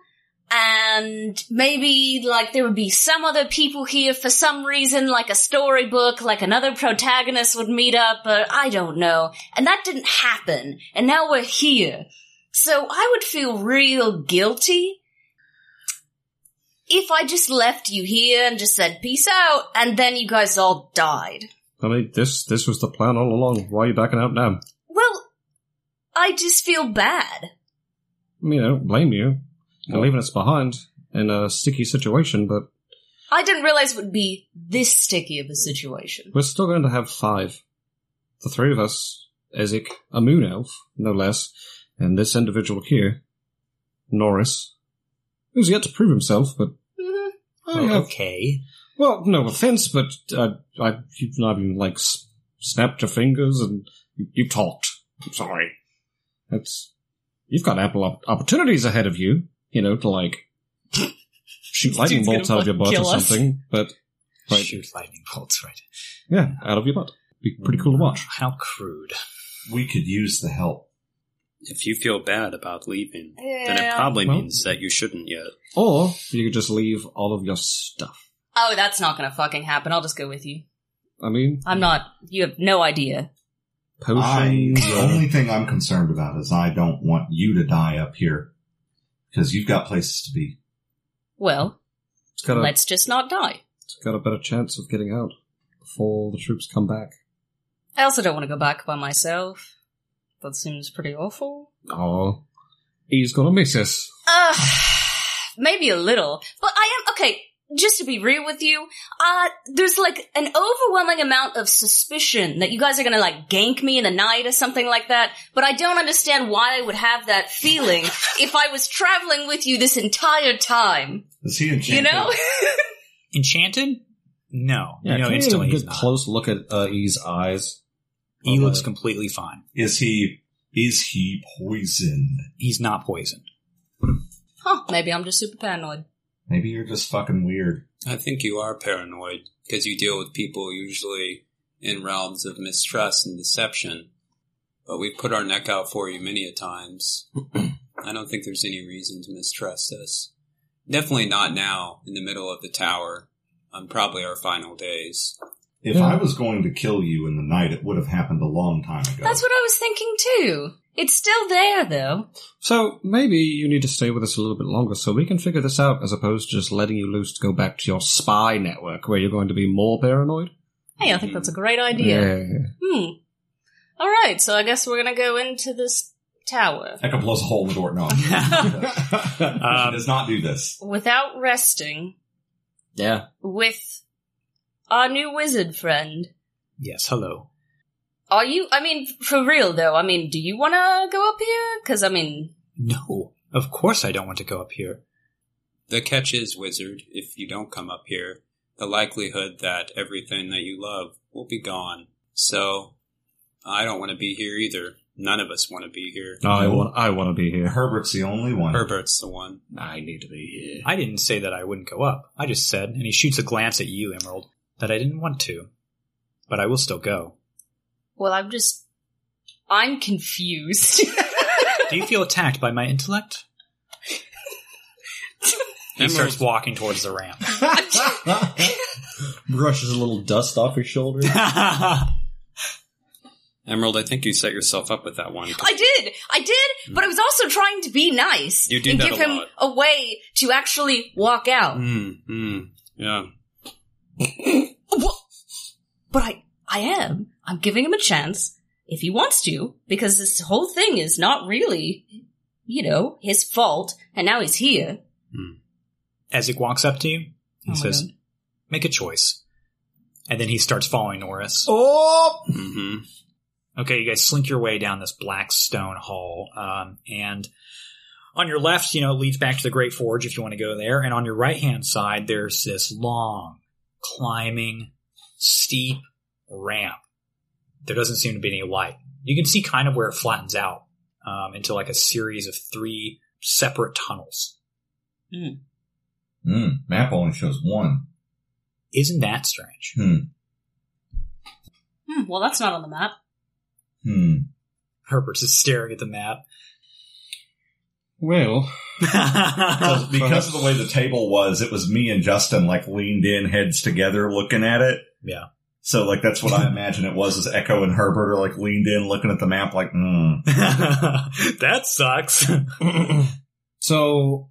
[SPEAKER 1] and maybe like there would be some other people here for some reason like a storybook like another protagonist would meet up but I don't know and that didn't happen and now we're here so I would feel real guilty if I just left you here and just said peace out and then you guys all died
[SPEAKER 6] I mean, this this was the plan all along. Why are you backing out now?
[SPEAKER 1] Well, I just feel bad.
[SPEAKER 6] I mean, I don't blame you. for
[SPEAKER 7] Well-
[SPEAKER 6] leaving us behind in a sticky situation, but
[SPEAKER 1] I didn't realize it would be this sticky of a situation.
[SPEAKER 6] we're still going to have five. The three of us, Ezek, a moon elf, no less, and this individual here, Norris, who's yet to prove himself, but,
[SPEAKER 1] Mhm.
[SPEAKER 2] Oh,
[SPEAKER 6] I have-
[SPEAKER 2] okay.
[SPEAKER 6] well, no offense, but uh, I, you've not even, like, s- snapped your fingers and you, you talked. I'm sorry. That's, you've got ample op- opportunities ahead of you, you know, to, like, shoot lightning
[SPEAKER 1] Dude's gonna
[SPEAKER 6] bolts out of your butt
[SPEAKER 1] fucking
[SPEAKER 6] or
[SPEAKER 1] kill us.
[SPEAKER 6] something, but Right.
[SPEAKER 2] Shoot lightning bolts, right? Mm,
[SPEAKER 6] Yeah, out of your butt. Be pretty cool to watch.
[SPEAKER 2] How crude.
[SPEAKER 4] We could use the help.
[SPEAKER 7] If you feel bad about leaving, then it
[SPEAKER 1] Yeah.
[SPEAKER 7] probably
[SPEAKER 6] Well-
[SPEAKER 7] means that you shouldn't yet.
[SPEAKER 6] Or you could just leave all of your stuff.
[SPEAKER 1] Oh, that's not gonna fucking happen. I'll just go with you.
[SPEAKER 6] I mean,
[SPEAKER 1] I'm not. You have no idea.
[SPEAKER 4] I,
[SPEAKER 6] potions.
[SPEAKER 4] the only thing I'm concerned about is I don't want you to die up here because you've got places to be.
[SPEAKER 1] Well,
[SPEAKER 6] It's got a,
[SPEAKER 1] let's just not die.
[SPEAKER 6] it's got a better chance of getting out before the troops come back.
[SPEAKER 1] I also don't want to go back by myself. That seems pretty awful.
[SPEAKER 6] Oh, he's gonna miss us.
[SPEAKER 1] Uh, maybe a little, but I am okay. Just to be real with you, uh, there's like an overwhelming amount of suspicion that you guys are gonna like gank me in the night or something like that. But I don't understand why I would have that feeling if I was traveling with you this entire time.
[SPEAKER 4] Is he enchanted?
[SPEAKER 1] You know?
[SPEAKER 2] Enchanted? No.
[SPEAKER 6] Yeah,
[SPEAKER 2] no,
[SPEAKER 6] can we get
[SPEAKER 2] instantly
[SPEAKER 6] a
[SPEAKER 2] he's
[SPEAKER 6] good
[SPEAKER 2] not.
[SPEAKER 6] close look at uh, E's eyes?
[SPEAKER 2] he
[SPEAKER 6] Oh,
[SPEAKER 2] looks
[SPEAKER 6] uh,
[SPEAKER 2] completely fine.
[SPEAKER 4] Is he, is he poisoned?
[SPEAKER 2] He's not poisoned.
[SPEAKER 1] huh? Maybe I'm just super paranoid.
[SPEAKER 4] Maybe you're just fucking weird.
[SPEAKER 7] I think you are paranoid because you deal with people usually in realms of mistrust and deception. But we've put our neck out for you many a times. I don't think there's any reason to mistrust us. Definitely not now, in the middle of the tower, on probably our final days.
[SPEAKER 4] If
[SPEAKER 6] Yeah.
[SPEAKER 4] I was going to kill you in the night, it would have happened a long time ago.
[SPEAKER 1] That's what I was thinking too. It's still there though.
[SPEAKER 6] So maybe you need to stay with us a little bit longer so we can figure this out, as opposed to just letting you loose to go back to your spy network where you're going to be more paranoid.
[SPEAKER 1] Hey, I think that's a great idea. Hmm. All right, so I guess we're gonna go into this tower.
[SPEAKER 4] Echo blows a hole in the door. No, she
[SPEAKER 2] Um,
[SPEAKER 4] does not do this.
[SPEAKER 1] without resting
[SPEAKER 3] Yeah.
[SPEAKER 1] with our new wizard friend.
[SPEAKER 2] Yes, hello.
[SPEAKER 1] Are you, I mean, for real though, I mean, do you want to go up here? Because, I mean,
[SPEAKER 2] No, of course I don't want to go up here.
[SPEAKER 7] The catch is, wizard, if you don't come up here, the likelihood that everything that you love will be gone. So, I don't want to be here either. None of us want to be here.
[SPEAKER 3] I
[SPEAKER 6] Mm-hmm.
[SPEAKER 3] want. I want to be here.
[SPEAKER 4] Herbert's the only one.
[SPEAKER 7] Herbert's the one.
[SPEAKER 3] I need to be
[SPEAKER 2] I didn't say that I wouldn't go up. I just said, and he shoots a glance at you, Emerald, that I didn't want to. But I will still go.
[SPEAKER 1] well, I'm just, I'm confused.
[SPEAKER 2] Do you feel attacked by my intellect? He starts walking towards the ramp.
[SPEAKER 6] Brushes a little dust off his shoulder.
[SPEAKER 7] Emerald, I think you set yourself up with that one.
[SPEAKER 1] I did, I did, but I was also trying to be nice
[SPEAKER 7] You do
[SPEAKER 1] and
[SPEAKER 7] that
[SPEAKER 1] give
[SPEAKER 7] a
[SPEAKER 1] him
[SPEAKER 7] lot.
[SPEAKER 1] a way to actually walk out.
[SPEAKER 2] Hmm,
[SPEAKER 7] Mm, mm, yeah.
[SPEAKER 1] What? But I, I am. I'm giving him a chance if he wants to, because this whole thing is not really, you know, his fault, and now he's here.
[SPEAKER 2] Ezek walks up to you. He
[SPEAKER 1] Oh my
[SPEAKER 2] says,
[SPEAKER 1] God.
[SPEAKER 2] make a choice. And then he starts following Norris.
[SPEAKER 6] Oh!
[SPEAKER 7] hmm
[SPEAKER 2] Okay, you guys slink your way down this black stone hall. Um, and on your left, you know, it leads back to the Great Forge if you want to go there. And on your right hand side, there's this long, climbing, steep ramp. There doesn't seem to be any light. You can see kind of where it flattens out um, into like a series of three separate tunnels.
[SPEAKER 4] Mm, map only shows one.
[SPEAKER 2] Isn't that strange?
[SPEAKER 4] Hmm.
[SPEAKER 1] Hmm, well, that's not on the map.
[SPEAKER 4] Hmm.
[SPEAKER 2] Herbert's just staring at the map.
[SPEAKER 3] Well,
[SPEAKER 4] Because, because of the way the table was, it was me and Justin like leaned in, heads together, looking at it.
[SPEAKER 2] Yeah.
[SPEAKER 4] So like that's what I imagine it was. Is Echo and Herbert are like leaned in, looking at the map, like, mm.
[SPEAKER 2] that sucks.
[SPEAKER 3] so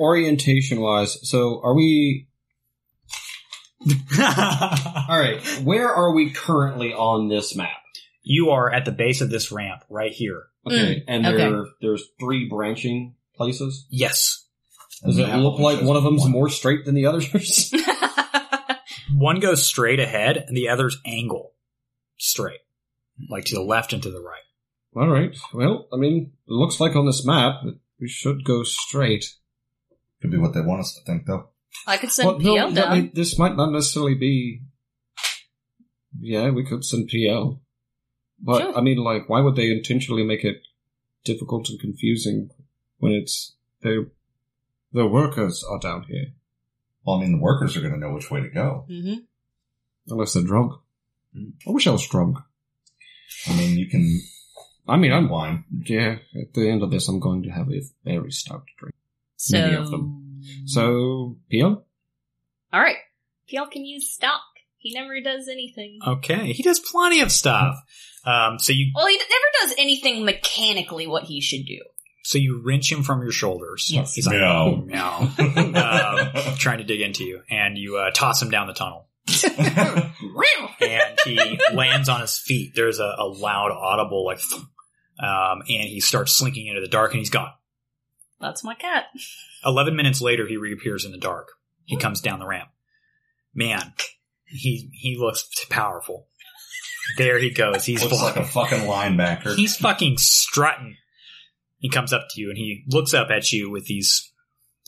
[SPEAKER 3] orientation wise, so are we? All right. Where are we currently on this map?
[SPEAKER 2] you are at the base of this ramp right here.
[SPEAKER 3] Okay, and
[SPEAKER 1] Mm, okay.
[SPEAKER 3] there there's three branching places.
[SPEAKER 2] Yes.
[SPEAKER 3] Does
[SPEAKER 4] The
[SPEAKER 3] it
[SPEAKER 4] map
[SPEAKER 3] look
[SPEAKER 4] only
[SPEAKER 3] like
[SPEAKER 4] shows
[SPEAKER 3] one of them's more straight than the others?
[SPEAKER 2] One goes straight ahead and the other's angle straight, like to the left and to the right.
[SPEAKER 3] All right. Well, I mean, it looks like on this map that we should go straight.
[SPEAKER 4] Could be what they want us to think, though.
[SPEAKER 1] I could send
[SPEAKER 3] Well, no,
[SPEAKER 1] PL
[SPEAKER 3] no,
[SPEAKER 1] down.
[SPEAKER 3] it- this might not necessarily be. Yeah, we could send PL, but
[SPEAKER 1] Sure.
[SPEAKER 3] I mean, like, why would they intentionally make it difficult and confusing when it's their their workers are down here,
[SPEAKER 4] Well, I mean, the workers are going to know which way to go.
[SPEAKER 1] hmm
[SPEAKER 3] unless they're drunk.
[SPEAKER 6] Hmm.
[SPEAKER 3] I wish I was drunk.
[SPEAKER 4] I mean, you can.
[SPEAKER 3] I mean, I'm
[SPEAKER 4] wine.
[SPEAKER 3] yeah. At the end of this, I'm going to have a very stout drink.
[SPEAKER 1] So,
[SPEAKER 3] Many of So PL,
[SPEAKER 1] all right, PL can use stock. He never does anything.
[SPEAKER 2] Okay. He does plenty of stuff. Um, so you,
[SPEAKER 1] well, he never does anything mechanically what he should do.
[SPEAKER 2] so you wrench him from your shoulders.
[SPEAKER 1] Yes.
[SPEAKER 2] He's like, "Oh,
[SPEAKER 4] No.
[SPEAKER 2] no, um, trying to dig into you and you, uh, toss him down the tunnel and he lands on his feet. There's a, a loud audible like, thump. um, and he starts slinking into the dark and he's gone.
[SPEAKER 1] That's my cat.
[SPEAKER 2] 11 minutes later, he reappears in the dark. He comes down the ramp. Man, he he looks powerful. There he goes. He's
[SPEAKER 4] Looks like a
[SPEAKER 2] fucking,
[SPEAKER 4] fucking linebacker.
[SPEAKER 2] he's fucking strutting. He comes up to you and he looks up at you with these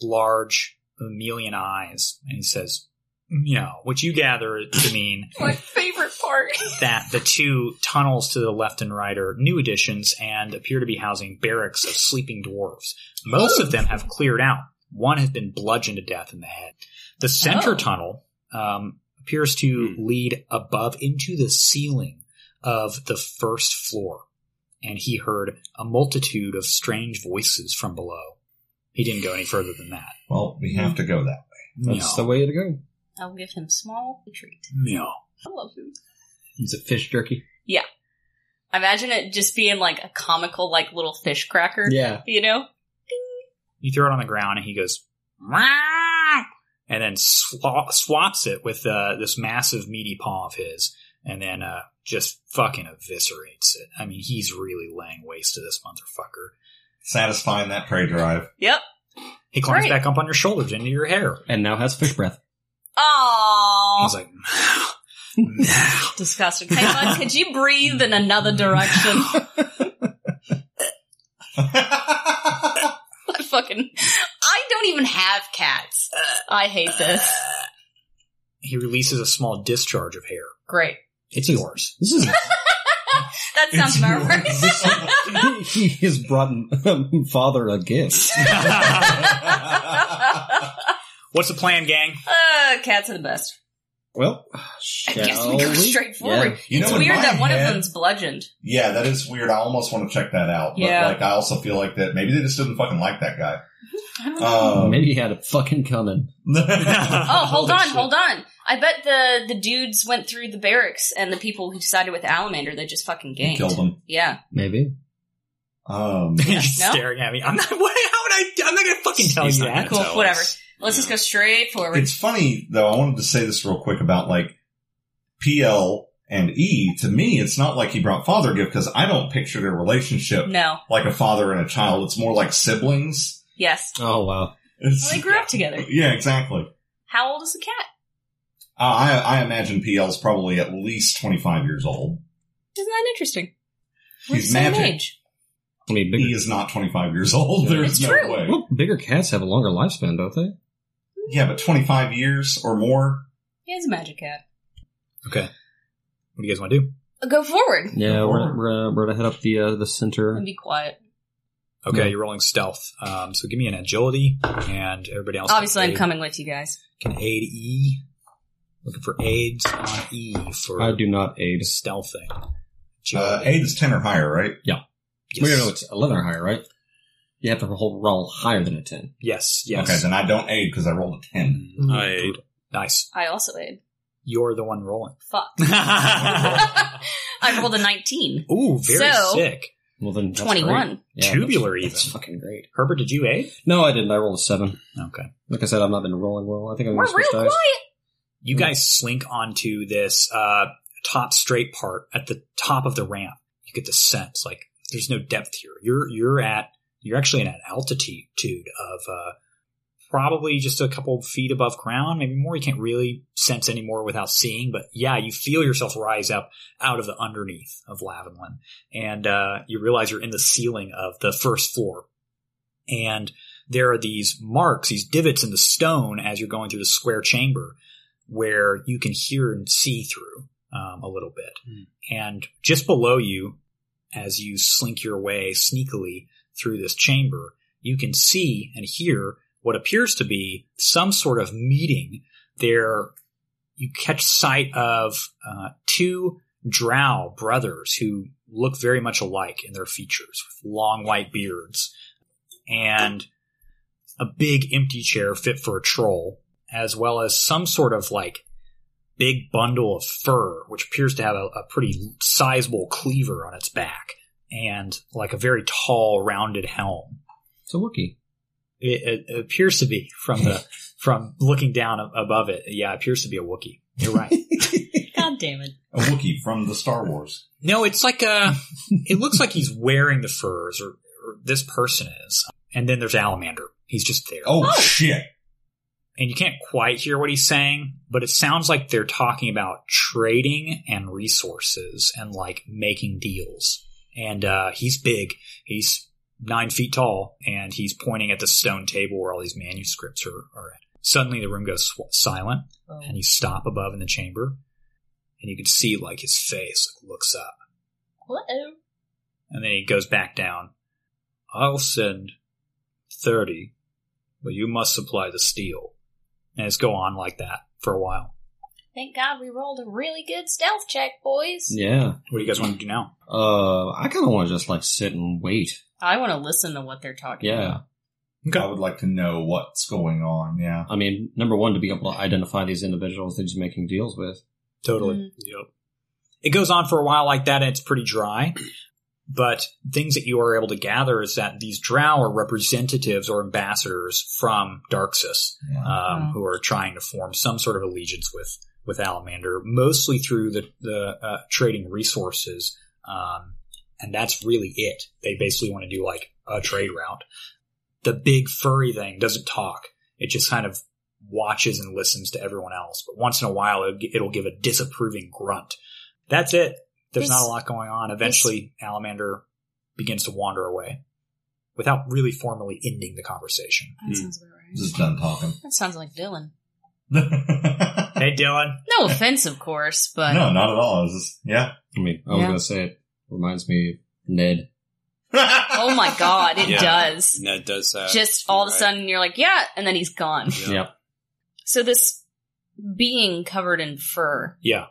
[SPEAKER 2] large mammalian eyes and he says, you know, what you gather it to mean
[SPEAKER 1] My favorite part.
[SPEAKER 2] that the two tunnels to the left and right are new additions and appear to be housing barracks of sleeping dwarves. Most of them have cleared out. One has been bludgeoned to death in the head. The center
[SPEAKER 1] Oh.
[SPEAKER 2] tunnel um, appears to lead above into the ceiling of the first floor, and he heard a multitude of strange voices from below. He didn't go any further than that.
[SPEAKER 4] well, we have to go that way.
[SPEAKER 3] that's
[SPEAKER 2] Meow.
[SPEAKER 3] the way to go.
[SPEAKER 1] I'll give him small treat.
[SPEAKER 2] Meow.
[SPEAKER 1] I love him.
[SPEAKER 6] Is it fish jerky?
[SPEAKER 1] Imagine it just being like a comical, like little fish cracker.
[SPEAKER 6] Yeah.
[SPEAKER 1] You know?
[SPEAKER 2] You throw it on the ground, and he goes, "Wah!" and then swa- swats it with uh, this massive meaty paw of his, and then uh, just fucking eviscerates it. I mean, he's really laying waste to this motherfucker.
[SPEAKER 4] Satisfying that prey drive.
[SPEAKER 1] Yep.
[SPEAKER 2] He climbs
[SPEAKER 1] Great.
[SPEAKER 2] back up on your shoulders into your hair.
[SPEAKER 6] And now has fish breath.
[SPEAKER 1] Aww.
[SPEAKER 2] He's like, now.
[SPEAKER 1] Disgusting. Hey, bud, could you breathe in another direction? I fucking. I don't even have cats. I hate this.
[SPEAKER 2] He releases a small discharge of hair.
[SPEAKER 1] Great.
[SPEAKER 2] It's yours.
[SPEAKER 6] This is
[SPEAKER 1] That sounds murderous.
[SPEAKER 6] he has brought um, father a gift.
[SPEAKER 2] What's the plan, gang?
[SPEAKER 1] uh, cats are the best.
[SPEAKER 6] Well,
[SPEAKER 1] I
[SPEAKER 6] shall
[SPEAKER 1] guess we go straight forward.
[SPEAKER 4] You know,
[SPEAKER 1] It's
[SPEAKER 4] in
[SPEAKER 1] weird
[SPEAKER 4] my
[SPEAKER 1] that one
[SPEAKER 4] head-
[SPEAKER 1] of them's bludgeoned.
[SPEAKER 4] Yeah, that is weird. I almost want to check that out. But
[SPEAKER 1] Yeah.
[SPEAKER 4] like I also feel like that maybe they just didn't fucking like that guy.
[SPEAKER 1] I don't know.
[SPEAKER 4] Um,
[SPEAKER 6] uh, Maybe he had a fucking coming.
[SPEAKER 1] Oh, hold
[SPEAKER 2] Holy
[SPEAKER 1] on,
[SPEAKER 2] shit.
[SPEAKER 1] hold on. I bet the the dudes went through the barracks and the people who decided with Alamander, they just fucking ganked.
[SPEAKER 4] killed him.
[SPEAKER 1] Yeah.
[SPEAKER 6] Maybe.
[SPEAKER 4] Um
[SPEAKER 2] He's
[SPEAKER 1] No?
[SPEAKER 2] staring at me. I'm not. What, how would I? I'm not gonna fucking tell
[SPEAKER 7] He's
[SPEAKER 2] you
[SPEAKER 7] not
[SPEAKER 2] that.
[SPEAKER 1] Cool,
[SPEAKER 7] tell us.
[SPEAKER 1] whatever. Let's just go straight forward.
[SPEAKER 4] It's funny though. I wanted to say this real quick about like PL and E. To me, it's not like he brought father gift because I don't picture their relationship
[SPEAKER 1] no.
[SPEAKER 4] like a father and a child. It's more like siblings.
[SPEAKER 1] Yes.
[SPEAKER 6] Oh wow.
[SPEAKER 4] It's,
[SPEAKER 1] Well, they grew up together.
[SPEAKER 4] yeah, exactly.
[SPEAKER 1] How old is the cat?
[SPEAKER 4] Uh, I I imagine PL's probably at least twenty five years old.
[SPEAKER 1] Isn't that interesting? We're
[SPEAKER 4] He's
[SPEAKER 1] the same
[SPEAKER 4] magic.
[SPEAKER 1] age.
[SPEAKER 6] I mean,
[SPEAKER 4] He
[SPEAKER 6] bigger,
[SPEAKER 4] is not twenty five years old.
[SPEAKER 6] Yeah.
[SPEAKER 4] There's
[SPEAKER 1] It's
[SPEAKER 4] no
[SPEAKER 1] true.
[SPEAKER 4] way.
[SPEAKER 6] well, bigger cats have a longer lifespan, don't they?
[SPEAKER 4] Yeah, but twenty five years or more.
[SPEAKER 1] He is a magic cat.
[SPEAKER 2] Okay. What do you guys want to do?
[SPEAKER 1] Uh, Go forward
[SPEAKER 6] Yeah,
[SPEAKER 4] Of
[SPEAKER 6] we're
[SPEAKER 4] course.
[SPEAKER 6] we're, gonna, we're gonna head up the uh, the center.
[SPEAKER 1] and be quiet. Mm.
[SPEAKER 2] Okay,
[SPEAKER 6] Yeah.
[SPEAKER 2] you're rolling stealth. Um, so give me an agility, and everybody else.
[SPEAKER 1] Obviously,
[SPEAKER 2] can
[SPEAKER 1] I'm
[SPEAKER 2] aid,
[SPEAKER 1] coming with you guys.
[SPEAKER 2] Can aid E. Looking for aids on E for
[SPEAKER 6] I do not aid.
[SPEAKER 2] stealthing.
[SPEAKER 4] Uh,
[SPEAKER 2] Agility.
[SPEAKER 4] eight is ten or higher, right?
[SPEAKER 2] Yes.
[SPEAKER 6] Wait, no, it's eleven or higher, right? You have to roll, roll higher than a ten.
[SPEAKER 2] yes. Yes.
[SPEAKER 4] Okay, then I don't aid because I rolled a ten.
[SPEAKER 1] Hmm.
[SPEAKER 2] Mm,
[SPEAKER 7] I-
[SPEAKER 2] brutal. nice.
[SPEAKER 1] I also aid.
[SPEAKER 2] You're the one rolling.
[SPEAKER 1] Fuck. I rolled a 19.
[SPEAKER 2] Ooh, very
[SPEAKER 1] So-
[SPEAKER 2] sick.
[SPEAKER 6] Well, then that's great.
[SPEAKER 1] 21.
[SPEAKER 6] Yeah,
[SPEAKER 2] Tubular
[SPEAKER 6] that's, that's
[SPEAKER 2] even.
[SPEAKER 6] fucking great.
[SPEAKER 2] Herbert, did you aid?
[SPEAKER 6] No, I didn't. I rolled a seven.
[SPEAKER 2] Okay.
[SPEAKER 6] Like I said, I've not been rolling well. I think I'm
[SPEAKER 1] We're
[SPEAKER 6] gonna
[SPEAKER 1] real
[SPEAKER 6] switch
[SPEAKER 1] quiet.
[SPEAKER 6] dice.
[SPEAKER 2] you guys slink onto this uh, top straight part at the top of the ramp. You get the sense like there's no depth here. You're you're at you're actually at an altitude of uh, probably just a couple feet above ground, maybe more. You can't really sense anymore without seeing, but yeah, you feel yourself rise up out of the underneath of Lavinland, and uh, you realize you're in the ceiling of the first floor, and there are these marks, these divots in the stone as you're going through the square chamber where you can hear and see through um, a little bit. And just below you, as you slink your way sneakily through this chamber, you can see and hear what appears to be some sort of meeting. There, you catch sight of uh, two drow brothers who look very much alike in their features, with long white beards, and a big empty chair fit for a troll as well as some sort of like big bundle of fur, which appears to have a, a pretty sizable cleaver on its back and like a very tall, rounded helm.
[SPEAKER 6] It's a Wookiee.
[SPEAKER 2] It, it appears to be from the from looking down a- above it. Yeah, it appears to be a Wookiee. You're right.
[SPEAKER 1] God damn it.
[SPEAKER 4] A Wookiee from the Star Wars.
[SPEAKER 2] No, it's like a. It looks like he's wearing the furs, or, or this person is. And then there's Alamander. He's just there.
[SPEAKER 4] Oh, shit!
[SPEAKER 2] and you can't quite hear what he's saying, but it sounds like they're talking about trading and resources and like making deals. And uh, he's big. He's nine feet tall, and he's pointing at the stone table where all these manuscripts are, are at. Suddenly, the room goes sw- silent,
[SPEAKER 1] Oh.
[SPEAKER 2] and you stop above in the chamber, and you can see like his face like, looks up.
[SPEAKER 1] Hello.
[SPEAKER 2] And then he goes back down. I'll send 30, but you must supply the steel. And it's go on like that for a while.
[SPEAKER 1] Thank God we rolled a really good stealth check, boys.
[SPEAKER 6] Yeah.
[SPEAKER 2] What do you guys want to do now?
[SPEAKER 6] Uh, I kind of want to just like sit and wait.
[SPEAKER 1] I want to listen to what they're talking
[SPEAKER 6] Yeah.
[SPEAKER 1] about.
[SPEAKER 4] I would like to know what's going on. Yeah.
[SPEAKER 6] I mean, number one, to be able to identify these individuals that he's making deals with.
[SPEAKER 2] Totally.
[SPEAKER 1] Mm.
[SPEAKER 2] Yep. It goes on for a while like that and it's pretty dry. But things that you are able to gather is that these drow are representatives or ambassadors from Darksis.
[SPEAKER 4] Yeah.
[SPEAKER 2] um,
[SPEAKER 1] Oh.
[SPEAKER 2] who are trying to form some sort of allegiance with with Alamander, mostly through the the uh, trading resources, um, and that's really it. They basically want to do like a trade route. The big furry thing doesn't talk; it just kind of watches and listens to everyone else, but once in a while it'll, gi- it'll give a disapproving grunt. That's it. There's
[SPEAKER 1] This-
[SPEAKER 2] not a lot going on. Eventually, Alamander begins to wander away without really formally ending the conversation.
[SPEAKER 6] Hmm.
[SPEAKER 1] That sounds about right.
[SPEAKER 4] Just done talking.
[SPEAKER 1] That sounds like Dylan.
[SPEAKER 4] no,
[SPEAKER 2] Hey, Dylan.
[SPEAKER 1] No offense, of course, but
[SPEAKER 4] not at all. It's just, yeah.
[SPEAKER 3] I mean, I was
[SPEAKER 1] Yeah.
[SPEAKER 3] gonna say it reminds me of Ned.
[SPEAKER 1] oh my god, it
[SPEAKER 7] Yeah.
[SPEAKER 1] does.
[SPEAKER 7] And that does that.
[SPEAKER 1] Just all of a
[SPEAKER 7] Right.
[SPEAKER 1] sudden you're like, yeah, and then he's gone.
[SPEAKER 7] Yeah.
[SPEAKER 1] So this being covered in fur,
[SPEAKER 2] Yeah.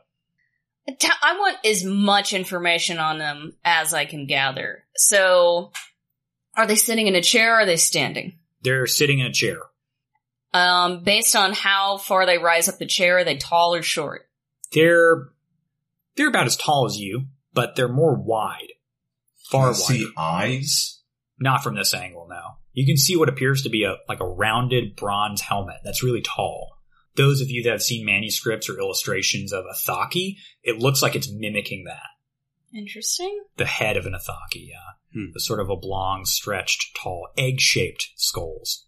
[SPEAKER 1] t- I want as much information on them as I can gather. So, are they sitting in a chair? Or are they standing?
[SPEAKER 2] They're sitting in a chair.
[SPEAKER 1] Um, based on how far they rise up the chair, are they tall or short?
[SPEAKER 2] They're they're about as tall as you, but they're more wide. Far
[SPEAKER 4] I
[SPEAKER 2] wider.
[SPEAKER 4] see eyes.
[SPEAKER 2] Not from this angle now. You can see what appears to be a like a rounded bronze helmet that's really tall. Those of you that have seen manuscripts or illustrations of Athaki, it looks like it's mimicking that.
[SPEAKER 1] Interesting.
[SPEAKER 2] The head of an Athaki, yeah.
[SPEAKER 7] Hmm.
[SPEAKER 2] The sort of oblong, stretched, tall, egg-shaped skulls.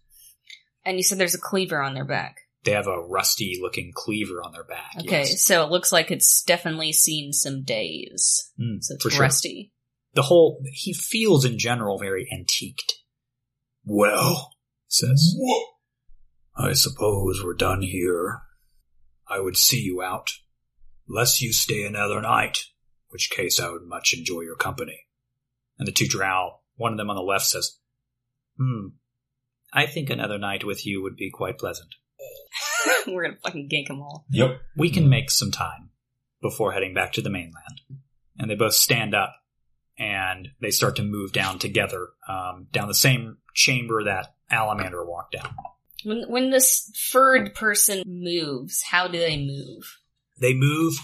[SPEAKER 1] And you said there's a cleaver on their back.
[SPEAKER 2] They have a rusty looking cleaver on their back.
[SPEAKER 1] Okay,
[SPEAKER 2] yes.
[SPEAKER 1] so it looks like it's definitely seen some days.
[SPEAKER 2] Mm,
[SPEAKER 1] So it's
[SPEAKER 2] for sure.
[SPEAKER 1] rusty.
[SPEAKER 2] the whole he feels in general very antiqued. Well, says I suppose we're done here. I would see you out, lest you stay another night, which case I would much enjoy your company. And the two drow, one of them on the left says, Hmm, I think another night with you would be quite pleasant.
[SPEAKER 1] We're gonna fucking gank them all.
[SPEAKER 4] Yep.
[SPEAKER 2] We can make some time before heading back to the mainland. And they both stand up and they start to move down together, um, down the same chamber that Alamander walked down.
[SPEAKER 1] When when this furred person moves, how do they move?
[SPEAKER 2] They move,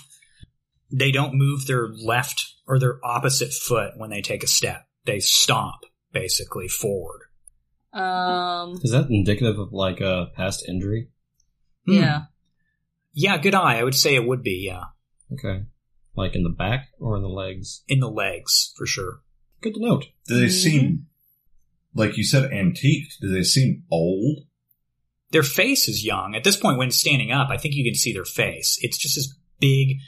[SPEAKER 2] they don't move their left or their opposite foot when they take a step. They stomp basically forward.
[SPEAKER 1] Um,
[SPEAKER 6] Is that indicative of like a past injury?
[SPEAKER 2] Hmm.
[SPEAKER 1] yeah.
[SPEAKER 2] Yeah, good eye. I would say it would be, yeah.
[SPEAKER 6] Okay. Like in the back or in the legs?
[SPEAKER 2] In the legs, for sure.
[SPEAKER 6] Good to note.
[SPEAKER 4] Do they
[SPEAKER 1] Mm-hmm.
[SPEAKER 4] seem, like you said, antique? Do they seem old?
[SPEAKER 2] their face is young. At this point, when standing up, I think you can see their face. It's just this big,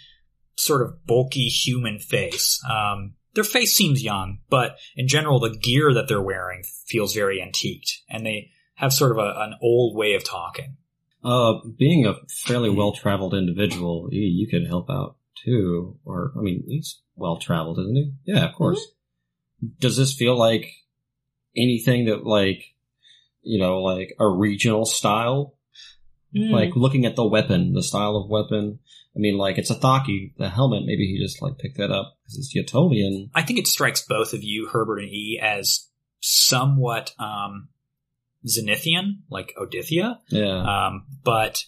[SPEAKER 2] sort of bulky human face. Um, their face seems young, but in general, the gear that they're wearing feels very antiqued, and they have sort of a, an old way of talking.
[SPEAKER 6] Uh, being a fairly well traveled individual, you, you could help out too. Or, I mean, he's well traveled, isn't he? Yeah, of course. Does this feel like anything that, like, you know, like a regional style?
[SPEAKER 1] Mm.
[SPEAKER 6] Like looking at the weapon, the style of weapon. I mean, like it's a Thaki, the helmet. Maybe he just like picked that up because it's Yatolian.
[SPEAKER 2] I think it strikes both of you, Herbert and E, as somewhat um, Zenithian, like Odithia.
[SPEAKER 6] Yeah.
[SPEAKER 2] um, but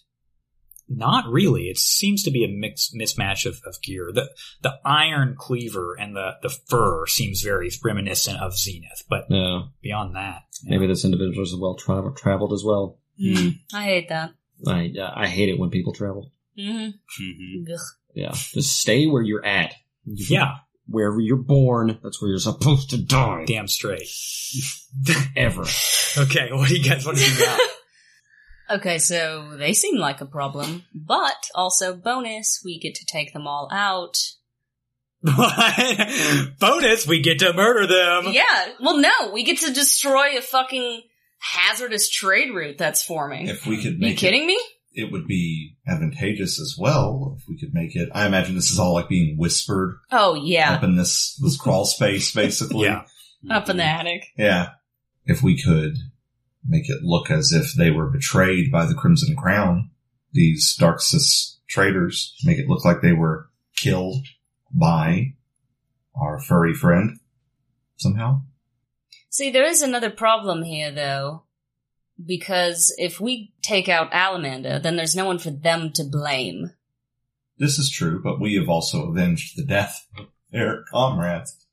[SPEAKER 2] not really. It seems to be a mix mismatch of, of gear. The the iron cleaver and the the fur seems very reminiscent of Zenith, but
[SPEAKER 6] yeah.
[SPEAKER 2] beyond that,
[SPEAKER 6] Maybe this individual is well tra- traveled as well.
[SPEAKER 1] Mm. I hate that.
[SPEAKER 6] I I hate it when people travel.
[SPEAKER 1] hmm
[SPEAKER 7] Mhm.
[SPEAKER 6] Yeah, just stay where you're at.
[SPEAKER 2] yeah,
[SPEAKER 6] wherever you're born, that's where you're supposed to die.
[SPEAKER 2] damn straight.
[SPEAKER 6] Ever.
[SPEAKER 2] okay, what do you guys want to do now?
[SPEAKER 1] Okay, so they seem like a problem, but also bonus, we get to take them all out.
[SPEAKER 2] What? Bonus, we get to murder them.
[SPEAKER 1] yeah. Well, no, we get to destroy a fucking hazardous trade route that's forming.
[SPEAKER 4] If we could
[SPEAKER 1] Are you
[SPEAKER 4] make it
[SPEAKER 1] kidding me?
[SPEAKER 4] it would be advantageous as well if we could make it. I imagine this is all like being whispered
[SPEAKER 1] Oh yeah,
[SPEAKER 4] up in this this crawl space, basically.
[SPEAKER 2] Yeah.
[SPEAKER 1] up in the attic.
[SPEAKER 4] Yeah. If we could make it look as if they were betrayed by the Crimson Crown, these Darksis traitors, make it look like they were killed by our furry friend somehow.
[SPEAKER 1] See, there is another problem here, though, because if we take out Alamanda, then there's no one for them to blame.
[SPEAKER 4] This is true, but we have also avenged the death of their comrades.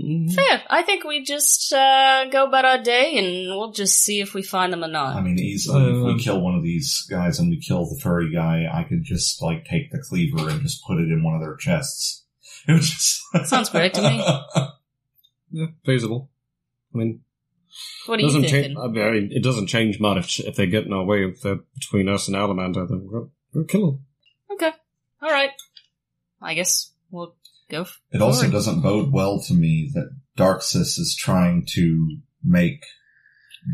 [SPEAKER 4] Hmm.
[SPEAKER 1] Fair. I think we just uh, go about our day, and we'll just see if we find them or not.
[SPEAKER 4] I mean, easily. if
[SPEAKER 6] Um,
[SPEAKER 4] we kill one of these guys and we kill the furry guy, I could just like take the cleaver and just put it in one of their chests. It would just
[SPEAKER 1] Sounds great to me.
[SPEAKER 3] Yeah, feasible. I mean,
[SPEAKER 1] What are you
[SPEAKER 3] doesn't
[SPEAKER 1] thinking?
[SPEAKER 3] change. I mean, it doesn't change much if they get in our way. If they're between us and Alamander, then we'll, we'll kill them.
[SPEAKER 1] Okay. All right. I guess we'll go. f-
[SPEAKER 4] It also
[SPEAKER 1] forward.
[SPEAKER 4] doesn't bode well to me that Darksis is trying to make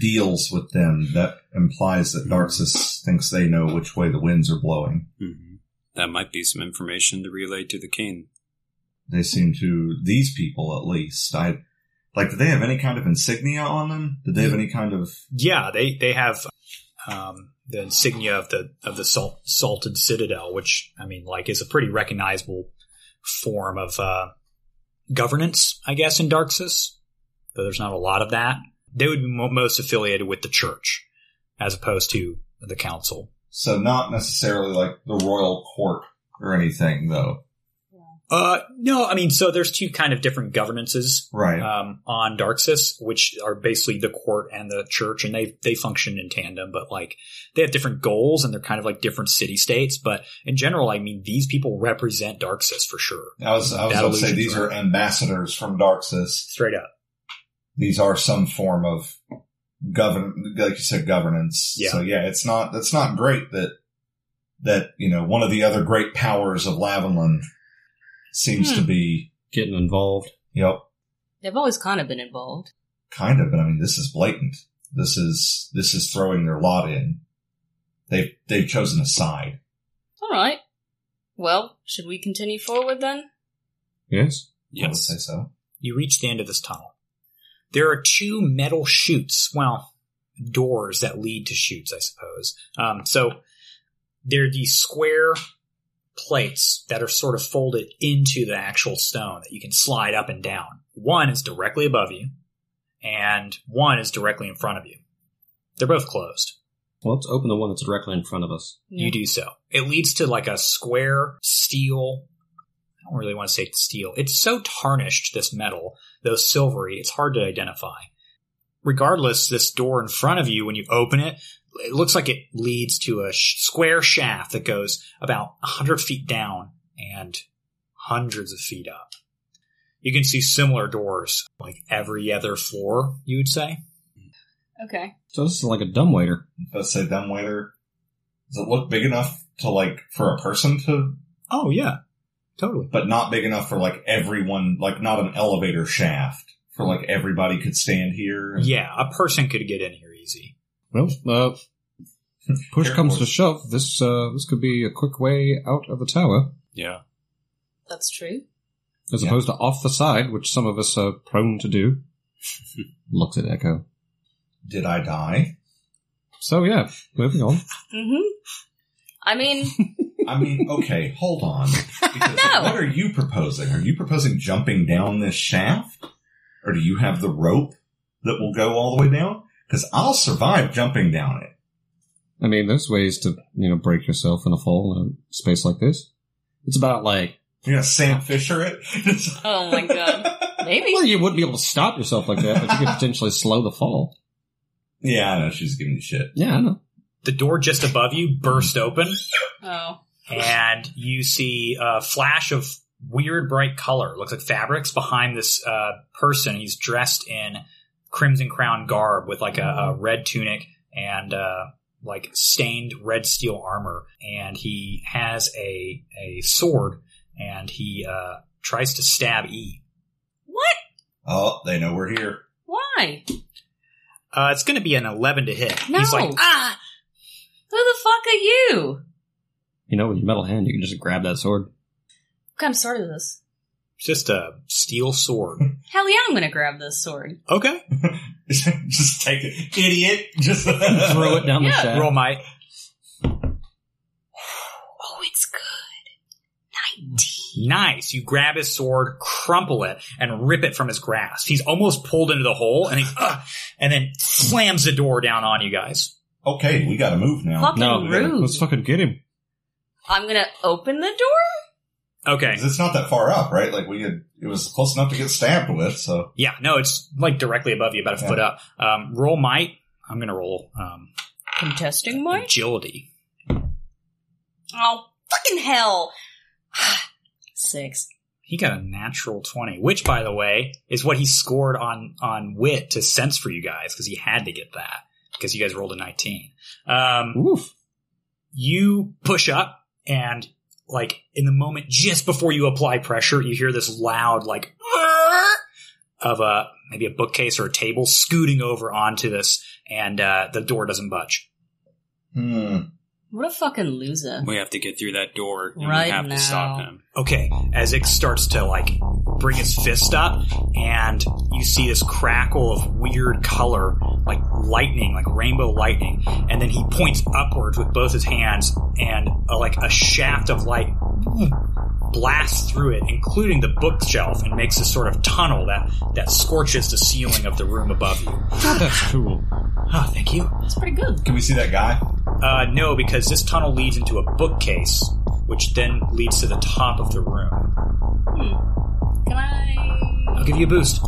[SPEAKER 4] deals with them that implies that Darksis thinks they know which way the winds are blowing.
[SPEAKER 7] hmm That might be some information to relay to the king.
[SPEAKER 4] They seem to these people at least. I like did they have any kind of insignia on them? Did they have any kind of
[SPEAKER 2] Yeah, they they have um, the insignia of the of the salt, salted citadel, which I mean, like, is a pretty recognizable form of uh, governance, I guess, in Darksis. Though there's not a lot of that. They would be mo- most affiliated with the church as opposed to the council.
[SPEAKER 4] so not necessarily like the royal court or anything though.
[SPEAKER 2] Uh, no, I mean, so there's two kind of different governances
[SPEAKER 4] Right.
[SPEAKER 2] um, on Darksis, which are basically the court and the church, and they they function in tandem. But like they have different goals, and they're kind of like different city states. But in general, I mean, these people represent Darksis for sure,
[SPEAKER 4] I was I was
[SPEAKER 2] that
[SPEAKER 4] going to say
[SPEAKER 2] illusion,
[SPEAKER 4] these
[SPEAKER 2] right.
[SPEAKER 4] are ambassadors from Darksis.
[SPEAKER 2] straight up.
[SPEAKER 4] These are some form of govern like you said governance.
[SPEAKER 2] Yeah.
[SPEAKER 4] So yeah, it's not that's not great that that you know one of the other great powers of Lavalin seems
[SPEAKER 1] Hmm.
[SPEAKER 4] to be
[SPEAKER 6] Getting involved.
[SPEAKER 4] yep
[SPEAKER 1] They've always kind of been involved.
[SPEAKER 4] kind of but I mean this is blatant. This is this is throwing their lot in. They they've chosen a side.
[SPEAKER 1] All right. Well, should we continue forward then?
[SPEAKER 3] Yes.
[SPEAKER 4] I would say so.
[SPEAKER 2] You reach the end of this tunnel. There are two metal chutes, well, doors that lead to chutes, I suppose. Um, so they're these square plates that are sort of folded into the actual stone that you can slide up and down. One is directly above you, and one is directly in front of you. They're both closed.
[SPEAKER 6] Well, let's open the one that's directly in front of us.
[SPEAKER 2] You do so. It leads to like a square steel. I don't really want to say steel. It's so tarnished, this metal, though silvery, it's hard to identify. Regardless, this door in front of you, when you open it, it looks like it leads to a sh- square shaft that goes about 100 feet down and hundreds of feet up. You can see similar doors, like every other floor, you would say.
[SPEAKER 1] Okay.
[SPEAKER 6] So this is like a dumbwaiter.
[SPEAKER 4] Let's say dumbwaiter. Does it look big enough to like for a person to
[SPEAKER 2] Oh, yeah. Totally.
[SPEAKER 4] but not big enough for like everyone, like not an elevator shaft for like everybody could stand here.
[SPEAKER 2] Yeah, a person could get in here easy.
[SPEAKER 3] Well, uh, push
[SPEAKER 4] Fair
[SPEAKER 3] comes to
[SPEAKER 4] point.
[SPEAKER 3] shove. This uh, this could be a quick way out of the tower,
[SPEAKER 7] Yeah.
[SPEAKER 1] That's true.
[SPEAKER 3] as
[SPEAKER 4] Yeah.
[SPEAKER 3] opposed to off the side, which some of us are prone to do. Looks at Echo.
[SPEAKER 4] Did I die?
[SPEAKER 3] So yeah, moving on.
[SPEAKER 1] Mm-hmm. I mean,
[SPEAKER 4] I mean, okay, hold on. Because
[SPEAKER 1] No.
[SPEAKER 4] What are you proposing? Are you proposing jumping down this shaft? Or do you have the rope that will go all the way down? Because I'll survive jumping down it.
[SPEAKER 3] I mean, there's ways to you know break yourself in a fall in a space like this.
[SPEAKER 6] It's about like,
[SPEAKER 4] You're gonna Sam Fisher it?
[SPEAKER 1] oh my god. Maybe.
[SPEAKER 6] well, you wouldn't be able to stop yourself like that, but you could potentially slow the fall.
[SPEAKER 4] yeah, I know she's giving you shit.
[SPEAKER 6] Yeah, I know.
[SPEAKER 2] the door just above you burst open
[SPEAKER 1] Oh.
[SPEAKER 2] and you see a flash of weird bright color looks like fabrics behind this uh, person he's dressed in crimson crown garb with like a, a red tunic and uh, like stained red steel armor and he has a, a sword and he uh, tries to stab e
[SPEAKER 1] What?
[SPEAKER 4] Oh, they know we're here.
[SPEAKER 1] Why?
[SPEAKER 2] uh, it's going to be an 11 to hit
[SPEAKER 1] No.
[SPEAKER 2] he's like ah
[SPEAKER 1] Who the fuck are you?
[SPEAKER 6] You know, with your metal hand, you can just grab that sword.
[SPEAKER 1] What kind of sword is this?
[SPEAKER 2] it's just a steel sword
[SPEAKER 1] Hell yeah, I'm gonna grab this sword.
[SPEAKER 2] okay
[SPEAKER 4] Just take it. Idiot. Just
[SPEAKER 6] Throw it down
[SPEAKER 1] Yeah.
[SPEAKER 6] the shaft.
[SPEAKER 2] roll my
[SPEAKER 1] Oh, it's good. Nineteen.
[SPEAKER 2] Nice. You grab his sword, crumple it, and rip it from his grasp. He's almost pulled into the hole, and he's, uh, and then slams the door down on you guys.
[SPEAKER 4] Okay, we gotta move now.
[SPEAKER 1] Fucking
[SPEAKER 6] No,
[SPEAKER 1] rude.
[SPEAKER 3] Let's fucking get him.
[SPEAKER 1] I'm gonna open the door?
[SPEAKER 2] Okay.
[SPEAKER 4] 'Cause it's not that far up, right? Like we had, it was close enough to get stabbed with. So
[SPEAKER 2] Yeah. No, it's like directly above you, about a
[SPEAKER 4] Yeah.
[SPEAKER 2] foot up. Um, roll might. I'm gonna roll um,
[SPEAKER 1] Contesting Mike?
[SPEAKER 2] agility.
[SPEAKER 1] Oh, fucking hell. Six.
[SPEAKER 2] He got a natural 20, which by the way is what he scored on, on wit to sense for you guys. Cause he had to get that because you guys rolled a 19. Um,
[SPEAKER 6] Oof.
[SPEAKER 2] you push up and like in the moment just before you apply pressure, you hear this loud like of a maybe a bookcase or a table scooting over onto this and uh, the door doesn't budge.
[SPEAKER 4] Hmm.
[SPEAKER 1] What a fucking loser.
[SPEAKER 7] We have to get through that door and
[SPEAKER 1] Right
[SPEAKER 7] we have
[SPEAKER 1] now.
[SPEAKER 7] to stop him.
[SPEAKER 2] Okay, as it starts to like bring his fist up and you see this crackle of weird color like lightning, like rainbow lightning, and then he points upwards with both his hands and uh, like a shaft of light blasts through it, including the bookshelf, and makes this sort of tunnel that, that scorches the ceiling of the room above you.
[SPEAKER 6] God, that's cool.
[SPEAKER 2] Oh, thank you.
[SPEAKER 1] That's pretty good.
[SPEAKER 4] Can we see that guy?
[SPEAKER 2] Uh, no, because this tunnel leads into a bookcase, which then leads to the top of the room.
[SPEAKER 1] Can I?
[SPEAKER 2] I'll give you a boost.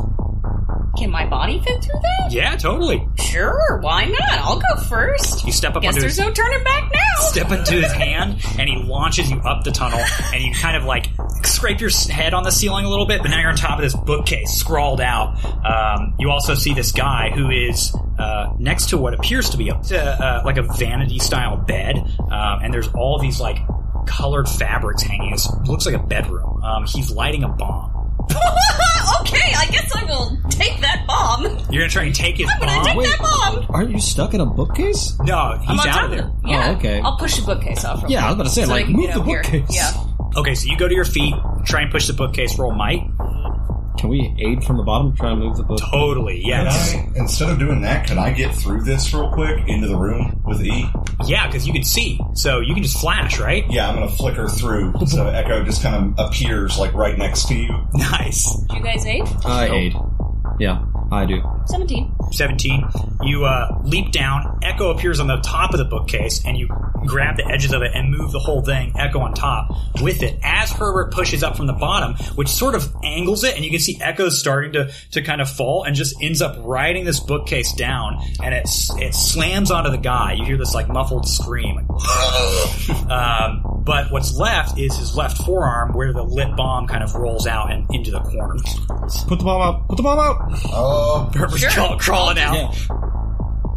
[SPEAKER 1] Can my body fit through that?
[SPEAKER 2] Yeah, totally.
[SPEAKER 1] Sure. Why not? I'll go first.
[SPEAKER 2] You step up
[SPEAKER 1] Guess
[SPEAKER 2] onto his
[SPEAKER 1] there's no turning back now.
[SPEAKER 2] step into his hand, and he launches you up the tunnel, and you kind of like scrape your s- head on the ceiling a little bit, but now you're on top of this bookcase, scrawled out. Um, you also see this guy who is uh, next to what appears to be a, uh, uh, like a vanity style bed, um, and there's all these like colored fabrics hanging. It looks like a bedroom. Um, he's lighting a bomb.
[SPEAKER 1] okay, I guess I will take that bomb. I'm
[SPEAKER 2] You're gonna try and take his
[SPEAKER 1] gonna take
[SPEAKER 2] bomb?
[SPEAKER 1] that bomb.
[SPEAKER 6] Aren't you stuck in a bookcase?
[SPEAKER 2] No,
[SPEAKER 1] I'm
[SPEAKER 2] he's
[SPEAKER 1] on
[SPEAKER 2] out
[SPEAKER 1] top
[SPEAKER 2] of there.
[SPEAKER 1] it. Yeah.
[SPEAKER 6] Oh, okay.
[SPEAKER 1] I'll push the bookcase off. real
[SPEAKER 6] Yeah, I
[SPEAKER 1] quick
[SPEAKER 6] was about to say,
[SPEAKER 1] so
[SPEAKER 6] like,
[SPEAKER 1] they can
[SPEAKER 6] move
[SPEAKER 1] get
[SPEAKER 6] the
[SPEAKER 1] up here.
[SPEAKER 6] bookcase.
[SPEAKER 1] Yeah.
[SPEAKER 2] Okay, so you go to your feet, try and push the bookcase, roll might.
[SPEAKER 6] Can we aid from the bottom? Try to move the book.
[SPEAKER 2] Totally,
[SPEAKER 4] Can
[SPEAKER 2] yes.
[SPEAKER 4] I, instead of doing that, can I get through this real quick into the room with E?
[SPEAKER 2] Yeah, because you can see. So you can just flash, right?
[SPEAKER 4] Yeah, I'm gonna flicker through so Echo just kind of appears like right next to you.
[SPEAKER 2] Nice.
[SPEAKER 1] Did you guys aid?
[SPEAKER 6] I aid. Yeah, I do.
[SPEAKER 1] Seventeen.
[SPEAKER 2] 17. You uh, leap down. Echo appears on the top of the bookcase, and you grab the edges of it and move the whole thing, Echo on top, with it. As Herbert pushes up from the bottom, which sort of angles it, and you can see Echo starting to, to kind of fall and just ends up riding this bookcase down, and it, s- it slams onto the guy. You hear this like muffled scream. um, but what's left is his left forearm where the lit bomb kind of rolls out and into the corner.
[SPEAKER 6] Put the bomb out. Put the bomb out.
[SPEAKER 4] Oh,
[SPEAKER 2] Herbert's crawl- crawling out.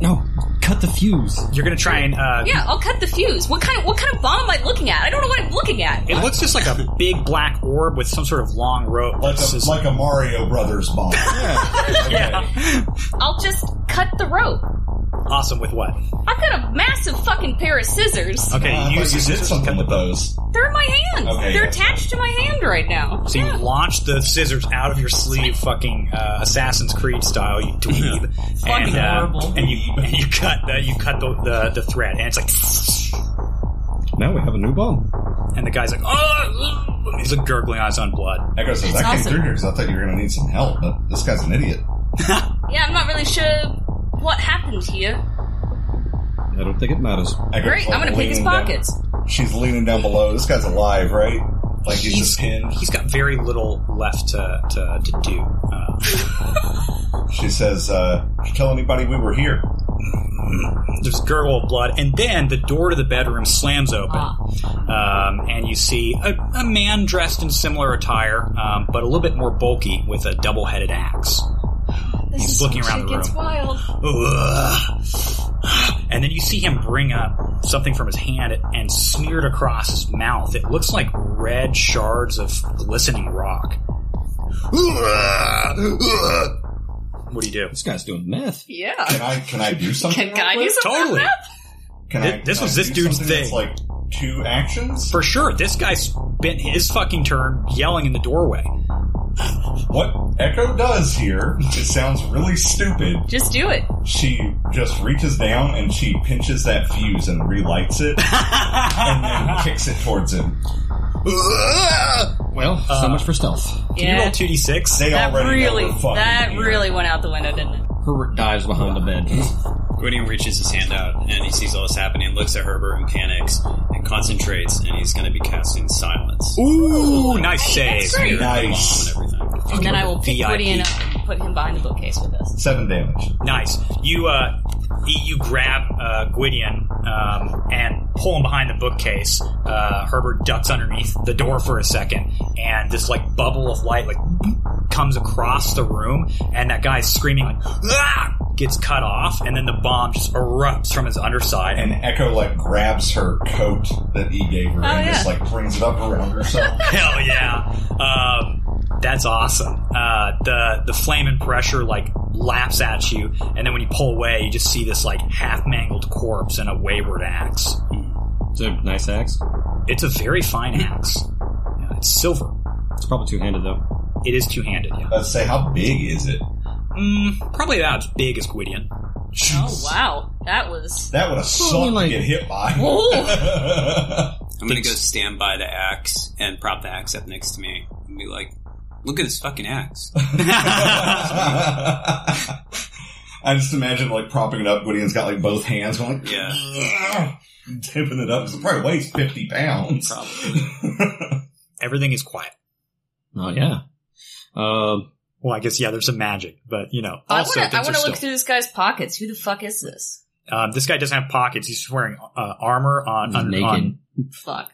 [SPEAKER 6] No, cut the fuse.
[SPEAKER 2] You're going to try and uh,
[SPEAKER 1] Yeah, I'll cut the fuse. What kind? What kind of bomb am I looking at? I don't know what I'm looking at.
[SPEAKER 2] It looks just like a big black orb with some sort of long rope.
[SPEAKER 4] like
[SPEAKER 2] This
[SPEAKER 4] a,
[SPEAKER 2] is-
[SPEAKER 4] like a Mario Brothers bomb. Okay.
[SPEAKER 2] yeah.
[SPEAKER 1] I'll just cut the rope.
[SPEAKER 2] Awesome with what?
[SPEAKER 1] I've got a massive fucking pair of scissors.
[SPEAKER 2] Okay,
[SPEAKER 4] Uh, I
[SPEAKER 2] you
[SPEAKER 4] thought
[SPEAKER 2] use
[SPEAKER 4] you
[SPEAKER 2] this
[SPEAKER 4] did
[SPEAKER 2] to cut
[SPEAKER 4] something
[SPEAKER 2] the
[SPEAKER 4] with those.
[SPEAKER 1] They're in my hand.
[SPEAKER 4] Okay,
[SPEAKER 1] They're
[SPEAKER 4] yeah.
[SPEAKER 1] attached to my hand right now.
[SPEAKER 2] So you launch the scissors out of your sleeve, fucking uh, Assassin's Creed style, you dweeb, and, uh,
[SPEAKER 1] Fucking horrible.
[SPEAKER 2] and you and you cut the you cut the, the the thread, and it's like,
[SPEAKER 6] Now we have a new bomb.
[SPEAKER 2] and the guy's like, oh, ugh," he's like gurgling eyes on blood.
[SPEAKER 4] Echo says,
[SPEAKER 1] It's
[SPEAKER 4] I came
[SPEAKER 1] awesome.
[SPEAKER 4] through here because I thought you were gonna need some help, but this guy's an idiot.
[SPEAKER 1] Yeah, I'm not really sure what happened here.
[SPEAKER 6] I don't think it matters.
[SPEAKER 4] Echo's
[SPEAKER 1] Great,
[SPEAKER 4] like
[SPEAKER 1] I'm gonna pick his
[SPEAKER 4] leaning down-
[SPEAKER 1] pockets.
[SPEAKER 4] She's leaning down below. This guy's alive, right? Like he's, a skin.
[SPEAKER 2] He's got very little left to to, to do. Uh,
[SPEAKER 4] She says, uh, "Did you tell anybody we were here.
[SPEAKER 2] there's a gurgle of blood, and then the door to the bedroom slams open.
[SPEAKER 1] Ah,
[SPEAKER 2] um, and you see a, a man dressed in similar attire, um, but a little bit more bulky, with a double-headed axe.
[SPEAKER 1] this
[SPEAKER 2] He's
[SPEAKER 1] is
[SPEAKER 2] looking
[SPEAKER 1] when
[SPEAKER 2] around
[SPEAKER 1] shit
[SPEAKER 2] the
[SPEAKER 1] gets
[SPEAKER 2] room.
[SPEAKER 1] wild.
[SPEAKER 2] Ugh. And then you see him bring up something from his hand and smeared across his mouth. It looks like red shards of glistening rock. What do you do?
[SPEAKER 6] This guy's doing meth.
[SPEAKER 1] Yeah.
[SPEAKER 4] Can I? Can I do something?
[SPEAKER 1] Can, can I do something?
[SPEAKER 2] Totally.
[SPEAKER 4] Can
[SPEAKER 2] Thi-
[SPEAKER 4] I,
[SPEAKER 2] this
[SPEAKER 4] can
[SPEAKER 2] was
[SPEAKER 4] I
[SPEAKER 2] this
[SPEAKER 4] do
[SPEAKER 2] dude's
[SPEAKER 4] something that's
[SPEAKER 2] thing.
[SPEAKER 4] like two actions.
[SPEAKER 2] For sure, this guy spent his fucking turn yelling in the doorway.
[SPEAKER 4] what Echo does here, it sounds really stupid.
[SPEAKER 1] Just do it.
[SPEAKER 4] She just reaches down and she pinches that fuse and relights it, and then kicks it towards him.
[SPEAKER 6] Well,
[SPEAKER 2] Uh,
[SPEAKER 6] so much for stealth.
[SPEAKER 2] Can you roll 2d6?
[SPEAKER 4] They
[SPEAKER 1] That
[SPEAKER 4] already
[SPEAKER 1] really,
[SPEAKER 4] know we're fucking
[SPEAKER 1] that
[SPEAKER 4] here.
[SPEAKER 1] really went out the window, didn't it?
[SPEAKER 6] Herbert dives behind the bed.
[SPEAKER 7] Gwynny reaches his hand out and he sees all this happening, looks at Herbert and panics and concentrates, and he's going to be casting silence.
[SPEAKER 2] Ooh, nice save.
[SPEAKER 1] that's great.
[SPEAKER 4] Nice.
[SPEAKER 7] Bomb and everything.
[SPEAKER 1] And then I will pick
[SPEAKER 2] VIP.
[SPEAKER 1] Woody up and put him behind the bookcase with us.
[SPEAKER 4] Seven damage.
[SPEAKER 2] Nice. You uh, you, you grab uh, Gwydion um, and pull him behind the bookcase. Uh, Herbert ducks underneath the door for a second, and this like bubble of light like comes across the room, and that guy screaming like "Ah!" gets cut off, and then the bomb just erupts from his underside.
[SPEAKER 4] And Echo like grabs her coat that he gave her
[SPEAKER 1] Oh,
[SPEAKER 4] and just
[SPEAKER 1] yeah.
[SPEAKER 4] like brings it up around herself.
[SPEAKER 2] Hell yeah. Um, that's awesome. Uh, the the flame and pressure like laps at you, and then when you pull away, you just see this like half mangled corpse and a wayward axe.
[SPEAKER 6] It's a nice axe.
[SPEAKER 2] It's a very fine axe. Yeah, it's silver.
[SPEAKER 6] It's probably two handed though.
[SPEAKER 2] It is two handed. Yeah.
[SPEAKER 4] Let's say, how big is it?
[SPEAKER 2] Mm, probably about as big as Gwydion.
[SPEAKER 1] Oh wow, that was
[SPEAKER 4] That would have
[SPEAKER 6] Well, I
[SPEAKER 4] sucked
[SPEAKER 6] mean,
[SPEAKER 4] to
[SPEAKER 6] like-
[SPEAKER 4] get hit by.
[SPEAKER 7] I'm gonna go stand by the axe and prop the axe up next to me and be like, "Look at this fucking axe."
[SPEAKER 4] I just imagine like propping it up. Gwydion's got like both hands going, yeah, tipping it up. 'cause It probably weighs fifty pounds.
[SPEAKER 7] Probably.
[SPEAKER 2] Everything is quiet.
[SPEAKER 6] Oh yeah. Um,
[SPEAKER 2] Well, I guess yeah, there's some magic, but you know,
[SPEAKER 1] I
[SPEAKER 2] also
[SPEAKER 1] want to. I
[SPEAKER 2] things
[SPEAKER 1] want
[SPEAKER 2] are
[SPEAKER 1] to look
[SPEAKER 2] still-
[SPEAKER 1] through this guy's pockets. Who the fuck is this?
[SPEAKER 2] Um, this guy doesn't have pockets. He's wearing uh, armor on,
[SPEAKER 6] He's
[SPEAKER 2] on,
[SPEAKER 6] naked.
[SPEAKER 2] on
[SPEAKER 1] Fuck.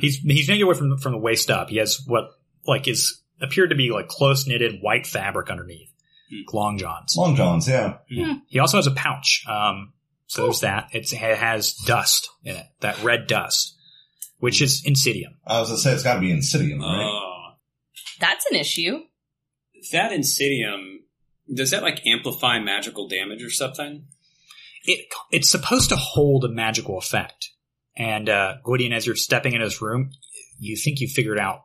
[SPEAKER 2] He's he's naked away from from the waist up. He has what like is appeared to be like close knitted white fabric underneath,
[SPEAKER 7] Hmm.
[SPEAKER 2] like long johns.
[SPEAKER 4] Long John's, yeah.
[SPEAKER 2] He also has a pouch. Um, so there's that. It's, it has dust in it, that red dust, which is insidium.
[SPEAKER 4] I was gonna say it's got to be Insidium, right?
[SPEAKER 7] Oh,
[SPEAKER 1] That's an issue.
[SPEAKER 7] that insidium does that like amplify magical damage or something?
[SPEAKER 2] It it's supposed to hold a magical effect. And uh, Gwydion, as you're stepping in his room, you think you figured out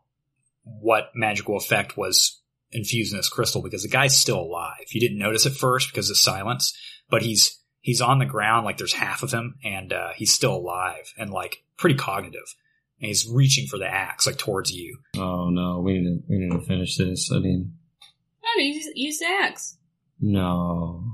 [SPEAKER 2] what magical effect was infused in this crystal because the guy's still alive. You didn't notice at first because of silence, but he's he's on the ground like there's half of him, and uh, he's still alive and like pretty cognitive. And he's reaching for the axe like towards you.
[SPEAKER 6] oh no, we need to we need to finish this. I mean,
[SPEAKER 1] I don't know, use, use the axe.
[SPEAKER 6] no.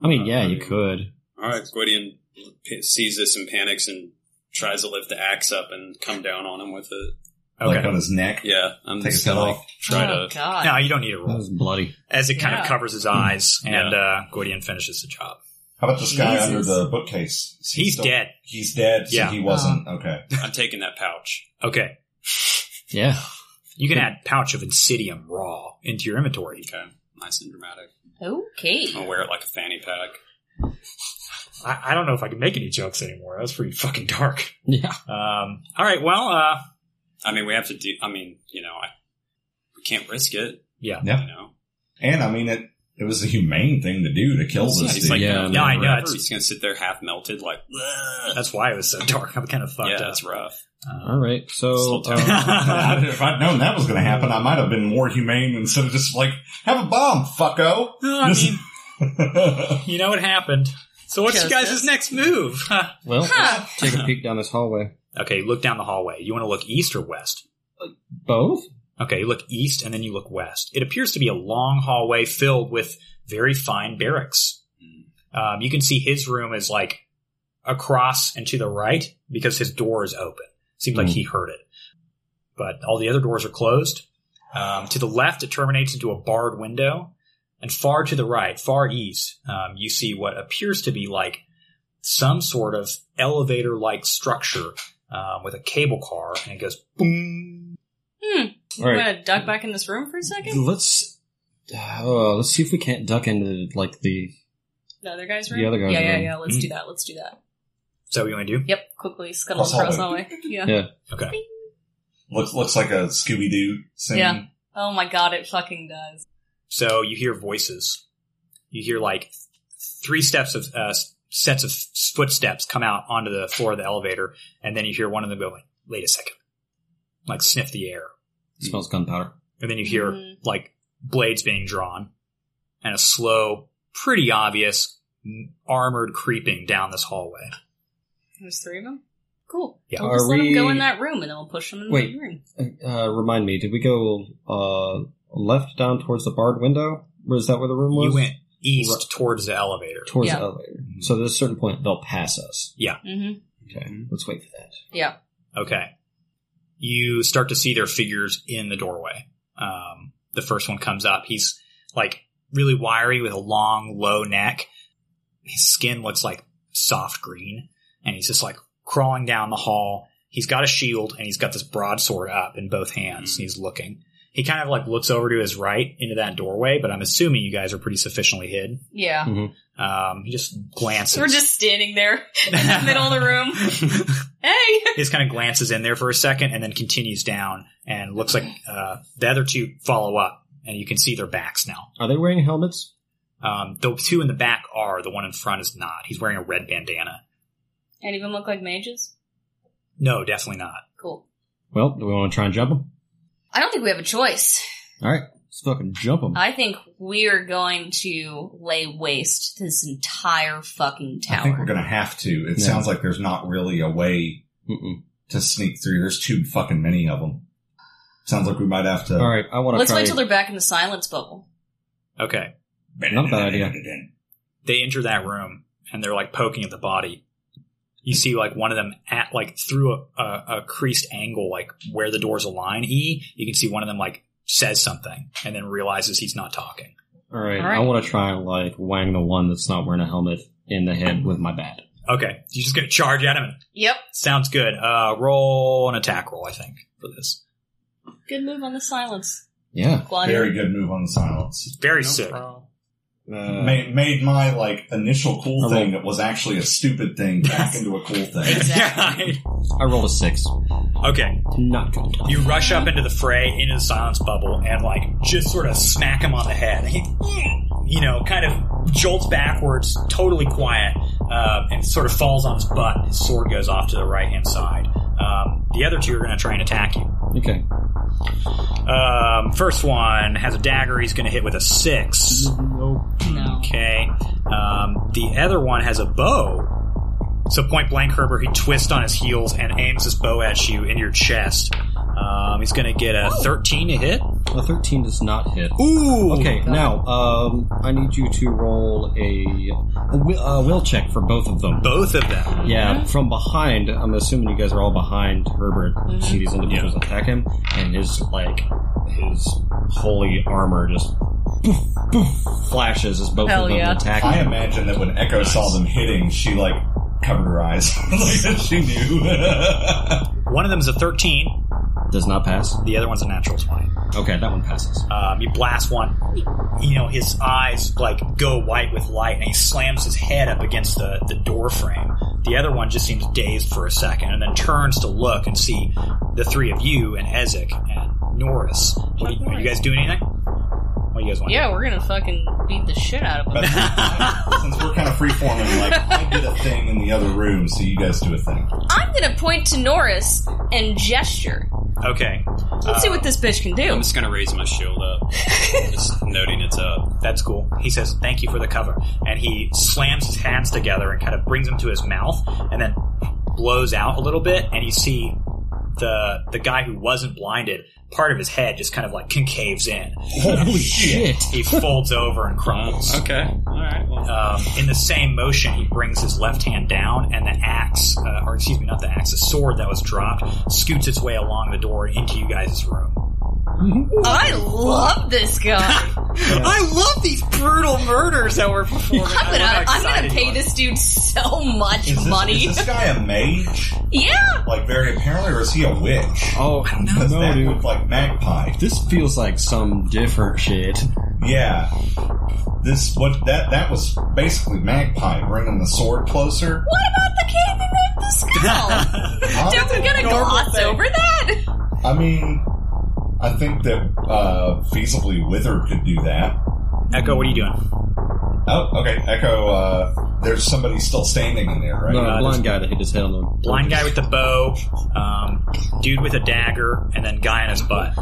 [SPEAKER 6] I mean, yeah, you could.
[SPEAKER 7] All right, Gwydion p- sees this and panics and tries to lift the axe up and come down on him with it.
[SPEAKER 2] Uh,
[SPEAKER 4] Like on his neck.
[SPEAKER 7] Yeah, I'm
[SPEAKER 4] Take his
[SPEAKER 7] just
[SPEAKER 4] head
[SPEAKER 7] gonna like,
[SPEAKER 4] off.
[SPEAKER 7] try
[SPEAKER 1] oh
[SPEAKER 7] to.
[SPEAKER 1] god.
[SPEAKER 2] No, you don't need a
[SPEAKER 6] That
[SPEAKER 2] roll.
[SPEAKER 6] was bloody.
[SPEAKER 2] As it kind
[SPEAKER 1] Yeah.
[SPEAKER 2] of covers his eyes,
[SPEAKER 7] Yeah.
[SPEAKER 2] and uh, Gwydion finishes the job.
[SPEAKER 4] How about this guy
[SPEAKER 1] Jesus.
[SPEAKER 4] under the bookcase? Is he
[SPEAKER 2] He's
[SPEAKER 4] still-
[SPEAKER 2] dead.
[SPEAKER 4] He's dead. So
[SPEAKER 2] Yeah.
[SPEAKER 4] he wasn't. Okay.
[SPEAKER 7] I'm taking that pouch.
[SPEAKER 2] Okay.
[SPEAKER 6] Yeah.
[SPEAKER 2] You can add pouch of insidium raw into your inventory.
[SPEAKER 7] Okay, nice and dramatic.
[SPEAKER 1] Okay.
[SPEAKER 7] I'll wear it like a fanny pack.
[SPEAKER 2] I, I don't know if I can make any jokes anymore. That was pretty fucking dark.
[SPEAKER 6] Yeah.
[SPEAKER 2] Um, all right. Well, uh,
[SPEAKER 7] I mean, we have to do. I mean, you know, I we can't risk it.
[SPEAKER 2] yeah.
[SPEAKER 4] Yeah.
[SPEAKER 7] You know,
[SPEAKER 4] And I mean it. It was a humane thing to do to kill
[SPEAKER 7] yeah,
[SPEAKER 4] this
[SPEAKER 7] he's
[SPEAKER 4] dude.
[SPEAKER 7] like,
[SPEAKER 6] Yeah,
[SPEAKER 7] yeah,
[SPEAKER 6] man,
[SPEAKER 7] yeah, I know.
[SPEAKER 2] it's-
[SPEAKER 7] He's gonna sit there half melted, like, "Ugh."
[SPEAKER 2] That's why it was so dark. I'm kind of fucked
[SPEAKER 7] yeah,
[SPEAKER 2] up.
[SPEAKER 7] that's rough.
[SPEAKER 6] All right. So,
[SPEAKER 7] Still
[SPEAKER 6] um,
[SPEAKER 4] Yeah, if I'd known that was going to happen, I might have been more humane instead of just like have a bomb, fucko.
[SPEAKER 2] No, I mean, you know what happened. So what's
[SPEAKER 1] Joseph.
[SPEAKER 2] you guys' next move? Huh.
[SPEAKER 6] well,
[SPEAKER 1] Huh.
[SPEAKER 6] let's take a peek down this hallway.
[SPEAKER 2] okay. Look down the hallway. You want to look east or west?
[SPEAKER 6] Both?
[SPEAKER 2] Okay. You look east and then you look west. It appears to be a long hallway filled with very fine barracks. Um, you can see his room is like across and to the right because his door is open. Seemed like
[SPEAKER 6] Hmm.
[SPEAKER 2] he heard it. But all the other doors are closed. Um, to the left, it terminates into a barred window. And far to the right, far east, um, you see what appears to be like some sort of elevator like structure um, with a cable car. And it goes,
[SPEAKER 1] Hmm.
[SPEAKER 6] All
[SPEAKER 1] I'm
[SPEAKER 6] right.
[SPEAKER 1] gonna duck back in this room for a second.
[SPEAKER 6] Let's uh, let's see if we can't duck into like the
[SPEAKER 1] The other guy's
[SPEAKER 6] The
[SPEAKER 1] room.
[SPEAKER 6] other guy's
[SPEAKER 1] yeah, yeah,
[SPEAKER 6] room.
[SPEAKER 1] yeah. Let's do that. Let's do that.
[SPEAKER 2] Is that what you want to do?
[SPEAKER 1] Yep. Quickly scuttle
[SPEAKER 4] Cross hallway.
[SPEAKER 1] across the hallway. Yeah.
[SPEAKER 6] Yeah.
[SPEAKER 2] Okay.
[SPEAKER 4] looks looks like a Scooby Doo scene.
[SPEAKER 1] Yeah. Oh my god, it fucking does.
[SPEAKER 2] So you hear voices. You hear like three steps of uh, s- sets of footsteps come out onto the floor of the elevator, and then you hear one of them go like, "Wait a second. like sniff the air,
[SPEAKER 6] it smells gunpowder.
[SPEAKER 2] and then you hear
[SPEAKER 1] Mhm.
[SPEAKER 2] like blades being drawn, and a slow, pretty obvious m- armored creeping down this hallway.
[SPEAKER 1] There's three of them. Cool.
[SPEAKER 2] Yeah.
[SPEAKER 1] We'll just
[SPEAKER 6] Are
[SPEAKER 1] let them go
[SPEAKER 6] we-
[SPEAKER 1] in that room, and then we'll push them in
[SPEAKER 6] Wait.
[SPEAKER 1] the room.
[SPEAKER 6] Uh, remind me, did we go uh, left down towards the barred window? Or is that where the room was?
[SPEAKER 2] You went east
[SPEAKER 6] Right.
[SPEAKER 2] towards the elevator.
[SPEAKER 6] towards
[SPEAKER 1] Yeah.
[SPEAKER 6] the elevator. So at a certain point, they'll pass us.
[SPEAKER 1] Mm-hmm.
[SPEAKER 6] Okay, let's wait for that.
[SPEAKER 1] Yeah.
[SPEAKER 2] Okay. You start to see their figures in the doorway. Um, the first one comes up. He's like really wiry with a long, low neck, his skin looks like soft green, and he's just like crawling down the hall. He's got a shield and he's got this broadsword up in both hands.
[SPEAKER 7] Mhm.
[SPEAKER 2] and He's looking. He kind of like looks over to his right into that doorway, but I'm assuming you guys are pretty sufficiently hid.
[SPEAKER 1] Yeah.
[SPEAKER 2] Um, he just glances.
[SPEAKER 1] We're just standing there in the middle of the room. Hey!
[SPEAKER 2] He just kind of glances in there for a second and then continues down and looks like uh, the other two follow up and you can see their backs now.
[SPEAKER 6] Are they wearing helmets?
[SPEAKER 2] Um, the two in the back are, the one in front is not. He's wearing a red bandana.
[SPEAKER 1] Any of them look like mages?
[SPEAKER 2] No, definitely not.
[SPEAKER 1] Cool.
[SPEAKER 6] Well, do we want to try and jump them?
[SPEAKER 1] I don't think we have a choice.
[SPEAKER 6] All right, let's fucking jump them.
[SPEAKER 1] I think we're going to lay waste to this entire fucking tower.
[SPEAKER 4] I think we're gonna have to. It
[SPEAKER 6] Yeah.
[SPEAKER 4] sounds like there's not really a way
[SPEAKER 6] Mm-mm.
[SPEAKER 4] to sneak through. There's too fucking many of them. Sounds like we might have to.
[SPEAKER 6] All right, I want to
[SPEAKER 1] Let's
[SPEAKER 6] try.
[SPEAKER 1] wait till they're back in the silence bubble.
[SPEAKER 2] Okay.
[SPEAKER 6] Not a bad idea.
[SPEAKER 2] They enter that room and they're like poking at the body. You see like one of them at like through a, a, a creased angle, like where the doors align E, you can see one of them like says something and then realizes he's not talking.
[SPEAKER 6] all, right,
[SPEAKER 1] All right.
[SPEAKER 6] I want to try like wang the one that's not wearing a helmet in the head with my bat.
[SPEAKER 2] Okay. You're just going to charge at him and
[SPEAKER 1] Yep.
[SPEAKER 2] Sounds good. Uh, roll an attack roll, I think, for this.
[SPEAKER 1] Good move on the silence.
[SPEAKER 6] Yeah,
[SPEAKER 1] Claudia.
[SPEAKER 4] Very good move on the silence.
[SPEAKER 2] Very sick.
[SPEAKER 4] made, made my like initial cool
[SPEAKER 6] I
[SPEAKER 4] thing
[SPEAKER 6] rolled-
[SPEAKER 4] that was actually a stupid thing back into a cool thing.
[SPEAKER 1] Exactly.
[SPEAKER 6] I rolled a six.
[SPEAKER 2] Yeah. okay.
[SPEAKER 6] Not good.
[SPEAKER 2] You rush up into the fray, into the silence bubble, and like just sort of smack him on the head. He, you know, kind of jolts backwards, totally quiet, um, and sort of falls on his butt. His sword goes off to the right hand side. Um, the other two are going to try and attack you.
[SPEAKER 6] Okay,
[SPEAKER 2] Um, first one has a dagger. He's going to hit with a six.
[SPEAKER 1] no.
[SPEAKER 2] Okay. Um, the other one has a bow. So point blank, Herber, he twists on his heels and aims his bow at you in your chest. Um, he's going to get a 13 to hit.
[SPEAKER 6] a thirteen does not hit.
[SPEAKER 2] Ooh.
[SPEAKER 6] Okay,
[SPEAKER 1] Oh, God.
[SPEAKER 6] now um, I need you to roll a, a, wi- a will check for both of them.
[SPEAKER 2] Both of them.
[SPEAKER 6] Yeah, from behind. I'm assuming you guys are all behind Herbert.
[SPEAKER 1] Mhm.
[SPEAKER 6] See these individuals attack him, and his like his holy armor just poof, poof, flashes as both
[SPEAKER 1] Hell
[SPEAKER 6] of them
[SPEAKER 1] yeah.
[SPEAKER 6] attack
[SPEAKER 4] I
[SPEAKER 6] him.
[SPEAKER 4] imagine that when Echo saw them hitting, she like covered her eyes. like she knew.
[SPEAKER 2] One of them's a 13.
[SPEAKER 6] Does not pass.
[SPEAKER 2] The other one's a natural 20.
[SPEAKER 6] Okay, that one passes.
[SPEAKER 2] Um, you blast one. You know, his eyes like go white with light and he slams his head up against the, the door frame. The other one just seems dazed for a second and then turns to look and see the three of you and Ezek and Norris. What do you, are you guys doing anything? What do you guys want?
[SPEAKER 1] Yeah, we're gonna fucking beat the shit out of
[SPEAKER 4] But
[SPEAKER 1] them.
[SPEAKER 4] since we're kind of freeforming, like I did a thing in the other room, so you guys do a thing.
[SPEAKER 1] I'm gonna point to Norris and gesture.
[SPEAKER 2] Okay,
[SPEAKER 1] Let's see what this bitch can do.
[SPEAKER 7] I'm just gonna raise my shield up, just noting it's up.
[SPEAKER 2] that's cool. He says, "Thank you for the cover," and he slams his hands together and kind of brings them to his mouth, and then blows out a little bit. And you see the the guy who wasn't blinded, part of his head just kind of like concaves in.
[SPEAKER 6] Holy shit!
[SPEAKER 2] He folds over and crumbles.
[SPEAKER 7] Oh, Okay, all right. Well,
[SPEAKER 2] Um, in the same motion, he brings his left hand down, and the axe, uh, or excuse me, not the axe, the sword that was dropped, scoots its way along the door into you guys' room.
[SPEAKER 6] Mm-hmm.
[SPEAKER 1] I love this guy.
[SPEAKER 2] I love these brutal murders that were performed.
[SPEAKER 1] I'm gonna, I'm gonna pay this dude so much
[SPEAKER 4] Is this,
[SPEAKER 1] money.
[SPEAKER 4] is this guy a mage?
[SPEAKER 1] yeah,
[SPEAKER 4] Like very apparently, or is he a witch?
[SPEAKER 6] Oh
[SPEAKER 4] Because
[SPEAKER 6] no,
[SPEAKER 4] that
[SPEAKER 6] dude.
[SPEAKER 4] looked like magpie.
[SPEAKER 6] This feels like some different shit.
[SPEAKER 4] Yeah. This what that that was basically magpie bringing the sword closer.
[SPEAKER 1] what about the king that made the skull? Dude, we're gonna gloss over that.
[SPEAKER 4] I mean, I think that uh, feasibly Wither could do that.
[SPEAKER 2] Echo, what are you doing?
[SPEAKER 4] Oh, okay. Echo. Uh, there's somebody still standing in there, right?
[SPEAKER 6] No,
[SPEAKER 2] uh,
[SPEAKER 6] the blind guy that hit his head on the
[SPEAKER 2] Blind guy with the bow, um, dude with a dagger, and then guy in his butt.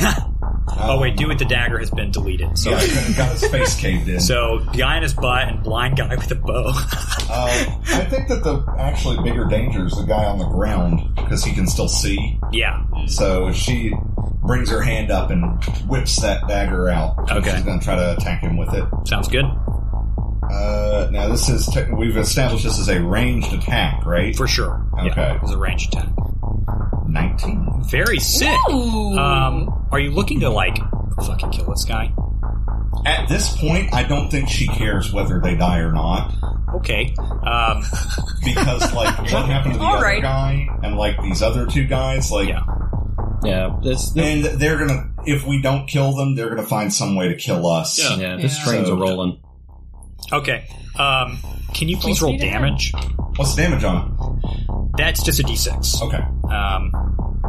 [SPEAKER 2] oh wait, dude with the dagger has been deleted.
[SPEAKER 4] So
[SPEAKER 2] So,
[SPEAKER 4] yeah, he got his face caved in.
[SPEAKER 2] so guy in his butt and blind guy with a bow.
[SPEAKER 4] Uh, I think that the actually bigger danger is the guy on the ground because he can still see.
[SPEAKER 2] yeah.
[SPEAKER 4] So she brings her hand up and whips that dagger out.
[SPEAKER 2] Okay.
[SPEAKER 4] She's gonna try to attack him with it.
[SPEAKER 2] Sounds good
[SPEAKER 4] Uh, now this is tech we've established this is a ranged attack, right?
[SPEAKER 2] for sure. Yeah,
[SPEAKER 4] Okay.
[SPEAKER 2] it's a range attack.
[SPEAKER 4] Nineteen.
[SPEAKER 2] Very sick.
[SPEAKER 1] Ooh.
[SPEAKER 2] Um, are you looking to like fucking kill this guy?
[SPEAKER 4] At this point, I don't think she cares whether they die or not
[SPEAKER 2] Okay. Um,
[SPEAKER 4] because like what happened to the
[SPEAKER 1] All
[SPEAKER 4] other
[SPEAKER 1] right.
[SPEAKER 4] guy and like these other two guys, like
[SPEAKER 2] Yeah.
[SPEAKER 6] Yeah, this, this
[SPEAKER 4] and they're gonna if we don't kill them, they're gonna find some way to kill us.
[SPEAKER 7] Yeah.
[SPEAKER 6] yeah, this
[SPEAKER 1] Yeah.
[SPEAKER 6] train's
[SPEAKER 4] So-
[SPEAKER 6] a rolling.
[SPEAKER 2] okay. Um, can you please
[SPEAKER 1] Roll
[SPEAKER 2] roll
[SPEAKER 1] speed ahead.
[SPEAKER 2] damage?
[SPEAKER 4] What's the damage on
[SPEAKER 2] That's just a d6.
[SPEAKER 4] it? Okay.
[SPEAKER 2] Um,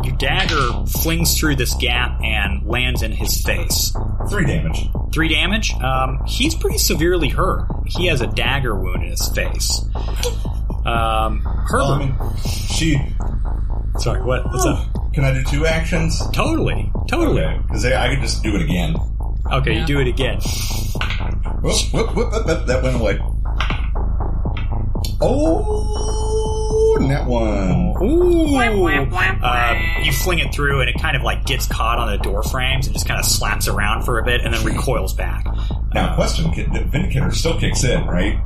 [SPEAKER 2] your dagger flings through this gap and lands in his face.
[SPEAKER 4] Three damage.
[SPEAKER 2] Three damage. Um, he's pretty severely hurt. He has a dagger wound in his face. Um,
[SPEAKER 4] Well, I
[SPEAKER 2] Herbert.
[SPEAKER 4] mean, she
[SPEAKER 2] sorry, what? What's up?
[SPEAKER 4] can I do two actions?
[SPEAKER 2] Oh. Totally, totally. Okay,
[SPEAKER 4] Because I could just do it again.
[SPEAKER 2] you do it again.
[SPEAKER 4] Whoop, whoop, whoop, whoop, whoop, that went away. Oh, and that one.
[SPEAKER 2] Ooh. Um, you fling it through, and it kind of like gets caught on the door frames and just kind of slaps around for a bit, and then recoils back.
[SPEAKER 4] Now, question: kid- the Vindicator still kicks in, right?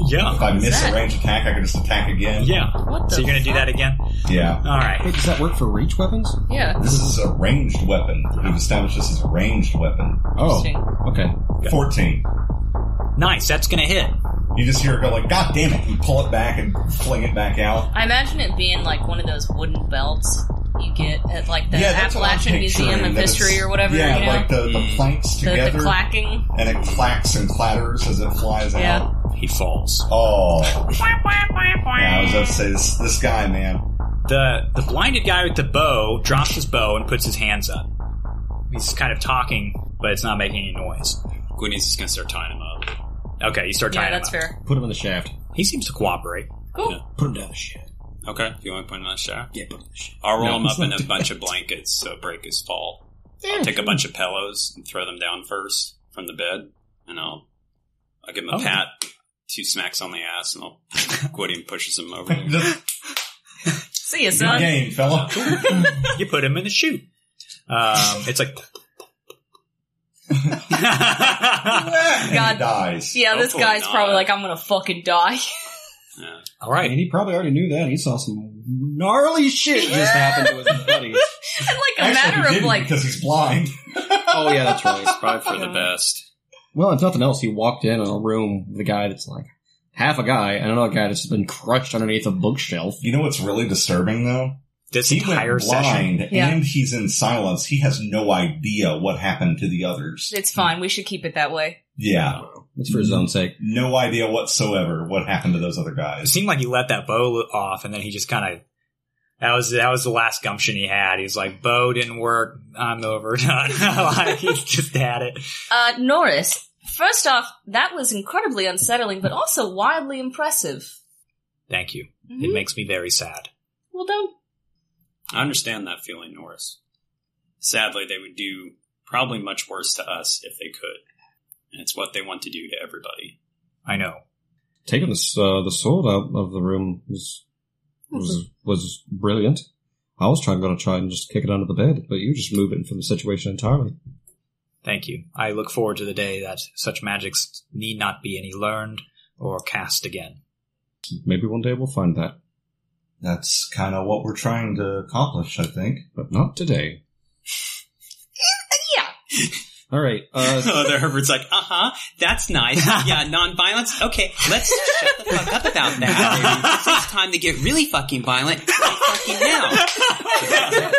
[SPEAKER 4] If
[SPEAKER 2] Yeah,
[SPEAKER 4] I miss
[SPEAKER 1] that?
[SPEAKER 4] a range attack, I can just attack again.
[SPEAKER 2] yeah.
[SPEAKER 1] What the
[SPEAKER 2] So you're gonna do
[SPEAKER 1] fuck?
[SPEAKER 2] that again?
[SPEAKER 4] Yeah.
[SPEAKER 2] All right.
[SPEAKER 6] Wait, does that work for reach weapons?
[SPEAKER 1] Yeah.
[SPEAKER 4] This is a ranged weapon. We've established this is a ranged weapon.
[SPEAKER 6] Oh,
[SPEAKER 1] Interesting.
[SPEAKER 6] okay.
[SPEAKER 2] Yeah.
[SPEAKER 4] Fourteen.
[SPEAKER 2] Nice. That's gonna hit.
[SPEAKER 4] You just hear it go like, "God damn it!" You pull it back and fling it back out.
[SPEAKER 1] I imagine it being like one of those wooden belts you get at like the
[SPEAKER 4] yeah, that's what I'm
[SPEAKER 1] Appalachian
[SPEAKER 4] picturing,
[SPEAKER 1] Museum of
[SPEAKER 4] that it's-
[SPEAKER 1] History or whatever.
[SPEAKER 4] Yeah,
[SPEAKER 1] you know?
[SPEAKER 4] like the, the
[SPEAKER 7] Mm.
[SPEAKER 4] planks
[SPEAKER 1] the,
[SPEAKER 4] together,
[SPEAKER 1] the clacking.
[SPEAKER 4] and it clacks and clatters as it flies
[SPEAKER 1] Yeah.
[SPEAKER 4] out.
[SPEAKER 2] He falls.
[SPEAKER 4] Oh, yeah, I was about to say this, this guy, man.
[SPEAKER 2] The the blinded guy with the bow drops his bow and puts his hands up. He's kind of talking, but it's not making any noise.
[SPEAKER 7] Gwynny's just gonna start tying him up.
[SPEAKER 2] Okay, you start tying
[SPEAKER 1] Yeah,
[SPEAKER 2] him
[SPEAKER 1] that's
[SPEAKER 2] up.
[SPEAKER 1] fair.
[SPEAKER 6] Put him in the shaft.
[SPEAKER 2] He seems to cooperate.
[SPEAKER 1] Cool.
[SPEAKER 7] Yeah.
[SPEAKER 6] Put him down the shaft.
[SPEAKER 7] Okay, you want to put him on a shaft?
[SPEAKER 6] Yeah, put him in the shaft.
[SPEAKER 7] I'll roll
[SPEAKER 6] No,
[SPEAKER 7] him up
[SPEAKER 6] it's
[SPEAKER 7] in
[SPEAKER 6] not
[SPEAKER 7] a
[SPEAKER 6] too
[SPEAKER 7] bunch
[SPEAKER 6] bad.
[SPEAKER 7] of blankets so break his fall. I'll take a bunch of pillows and throw them down first from the bed, and I'll I'll give him a
[SPEAKER 2] Oh.
[SPEAKER 7] pat, two smacks on the ass, and I'll Gwynny pushes him over. there.
[SPEAKER 4] Good
[SPEAKER 1] See you, son.
[SPEAKER 4] game, fella.
[SPEAKER 2] you put him in the chute. Um, it's like.
[SPEAKER 4] and
[SPEAKER 1] God.
[SPEAKER 4] he dies.
[SPEAKER 1] Yeah, this
[SPEAKER 7] Hopefully
[SPEAKER 1] guy's
[SPEAKER 7] not.
[SPEAKER 1] probably like, I'm gonna fucking die.
[SPEAKER 7] Yeah.
[SPEAKER 2] All
[SPEAKER 6] I mean,
[SPEAKER 2] right.
[SPEAKER 6] he probably already knew that. He saw some gnarly shit just happen to his buddies.
[SPEAKER 1] and like a
[SPEAKER 4] Actually, he
[SPEAKER 1] matter of
[SPEAKER 4] didn't
[SPEAKER 1] like,
[SPEAKER 4] because he's blind.
[SPEAKER 6] Oh yeah, that's right.
[SPEAKER 7] Probably for the
[SPEAKER 1] Yeah.
[SPEAKER 7] best.
[SPEAKER 6] Well, if nothing else, he walked in on a room with a guy that's like half a guy and another guy that's been crushed underneath a bookshelf.
[SPEAKER 4] You know what's really disturbing though?
[SPEAKER 2] This
[SPEAKER 4] he
[SPEAKER 2] entire
[SPEAKER 4] went
[SPEAKER 2] session.
[SPEAKER 4] blind
[SPEAKER 1] Yeah.
[SPEAKER 4] and he's in silence. He has no idea what happened to the others.
[SPEAKER 1] it's fine. We should keep it that way.
[SPEAKER 4] Yeah.
[SPEAKER 6] It's for his own sake.
[SPEAKER 4] No idea whatsoever what happened to those other
[SPEAKER 2] It
[SPEAKER 4] guys.
[SPEAKER 2] seemed like he let that bow lo- off, and then he just kind of. That was that was the last gumption he had. He's like, "Bow didn't work. I'm overdone." like he's just had it.
[SPEAKER 1] Uh, Norris, first off, that was incredibly unsettling, but also wildly impressive.
[SPEAKER 2] Thank you.
[SPEAKER 1] Mhm.
[SPEAKER 2] It makes me very sad.
[SPEAKER 1] Well, don't.
[SPEAKER 7] I understand that feeling, Norris. Sadly, they would do probably much worse to us if they could. And it's what they want to do to everybody.
[SPEAKER 2] I know.
[SPEAKER 6] Taking the uh, the sword out of the room was was
[SPEAKER 1] Mm-hmm.
[SPEAKER 6] was brilliant. I was trying going to try and just kick it under the bed, but you just moved it from the situation entirely.
[SPEAKER 2] Thank you. I look forward to the day that such magics need not be any learned or cast again.
[SPEAKER 6] Maybe one day we'll find that,
[SPEAKER 4] That's kind of what we're trying to accomplish, I think.
[SPEAKER 6] but not today.
[SPEAKER 1] Yeah.
[SPEAKER 6] All right. Uh,
[SPEAKER 7] oh, the Herbert's like, uh huh, that's nice. Yeah, nonviolence. Okay, let's shut the fuck up about that. It's it's time to get really fucking violent. Right fucking now. uh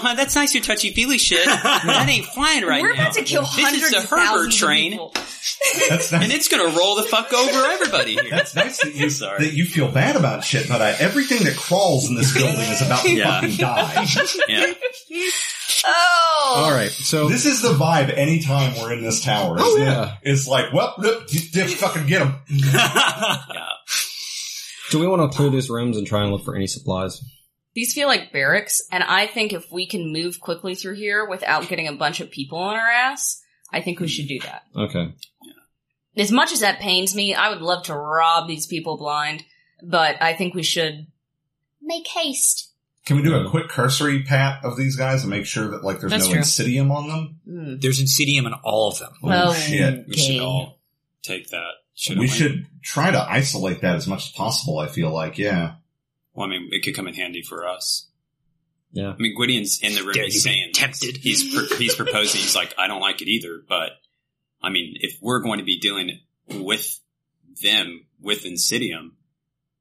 [SPEAKER 7] huh, that's nice, your touchy feely shit. That ain't flying right
[SPEAKER 1] We're
[SPEAKER 7] now.
[SPEAKER 1] about to kill
[SPEAKER 7] This
[SPEAKER 1] hundreds
[SPEAKER 7] is the
[SPEAKER 1] of
[SPEAKER 7] Herbert
[SPEAKER 1] thousands of
[SPEAKER 7] train,
[SPEAKER 1] people.
[SPEAKER 4] That's nice.
[SPEAKER 7] and it's gonna roll the fuck over everybody here.
[SPEAKER 4] That's nice that you,
[SPEAKER 7] Sorry.
[SPEAKER 4] that you feel bad about shit, but I, everything that crawls in this building is about to
[SPEAKER 7] Yeah.
[SPEAKER 4] fucking die.
[SPEAKER 7] yeah.
[SPEAKER 1] Oh.
[SPEAKER 6] all right. So
[SPEAKER 4] This is the vibe anytime we're in this tower.
[SPEAKER 6] Oh,
[SPEAKER 4] isn't it?
[SPEAKER 6] yeah.
[SPEAKER 4] It's like, well, nope, you did fucking get him.
[SPEAKER 7] yeah.
[SPEAKER 6] do we want to clear these rooms and try and look for any supplies?
[SPEAKER 1] These feel like barracks, and I think if we can move quickly through here without getting a bunch of people on our ass, I think we should do that.
[SPEAKER 6] Okay.
[SPEAKER 1] As much as that pains me, I would love to rob these people blind, but I think we should make haste.
[SPEAKER 4] Can we do a quick cursory pat of these guys and make sure that like there's
[SPEAKER 1] That's
[SPEAKER 4] no
[SPEAKER 1] true.
[SPEAKER 4] insidium on them?
[SPEAKER 1] Mm.
[SPEAKER 2] There's Insidium in all of them.
[SPEAKER 4] Oh,
[SPEAKER 1] Oh,
[SPEAKER 4] shit.
[SPEAKER 7] We should
[SPEAKER 1] Okay.
[SPEAKER 7] all take that. shouldn't
[SPEAKER 4] we should try to isolate that as much as possible. I feel like, yeah,
[SPEAKER 7] Well, I mean, it could come in handy for us.
[SPEAKER 6] Yeah.
[SPEAKER 7] I mean, Gwydion's in the room.
[SPEAKER 2] Dare you
[SPEAKER 7] He's
[SPEAKER 2] be
[SPEAKER 7] saying
[SPEAKER 2] tempted.
[SPEAKER 7] He's pro- he's proposing. He's like, I don't like it either. But I mean, if we're going to be dealing with them with Insidium,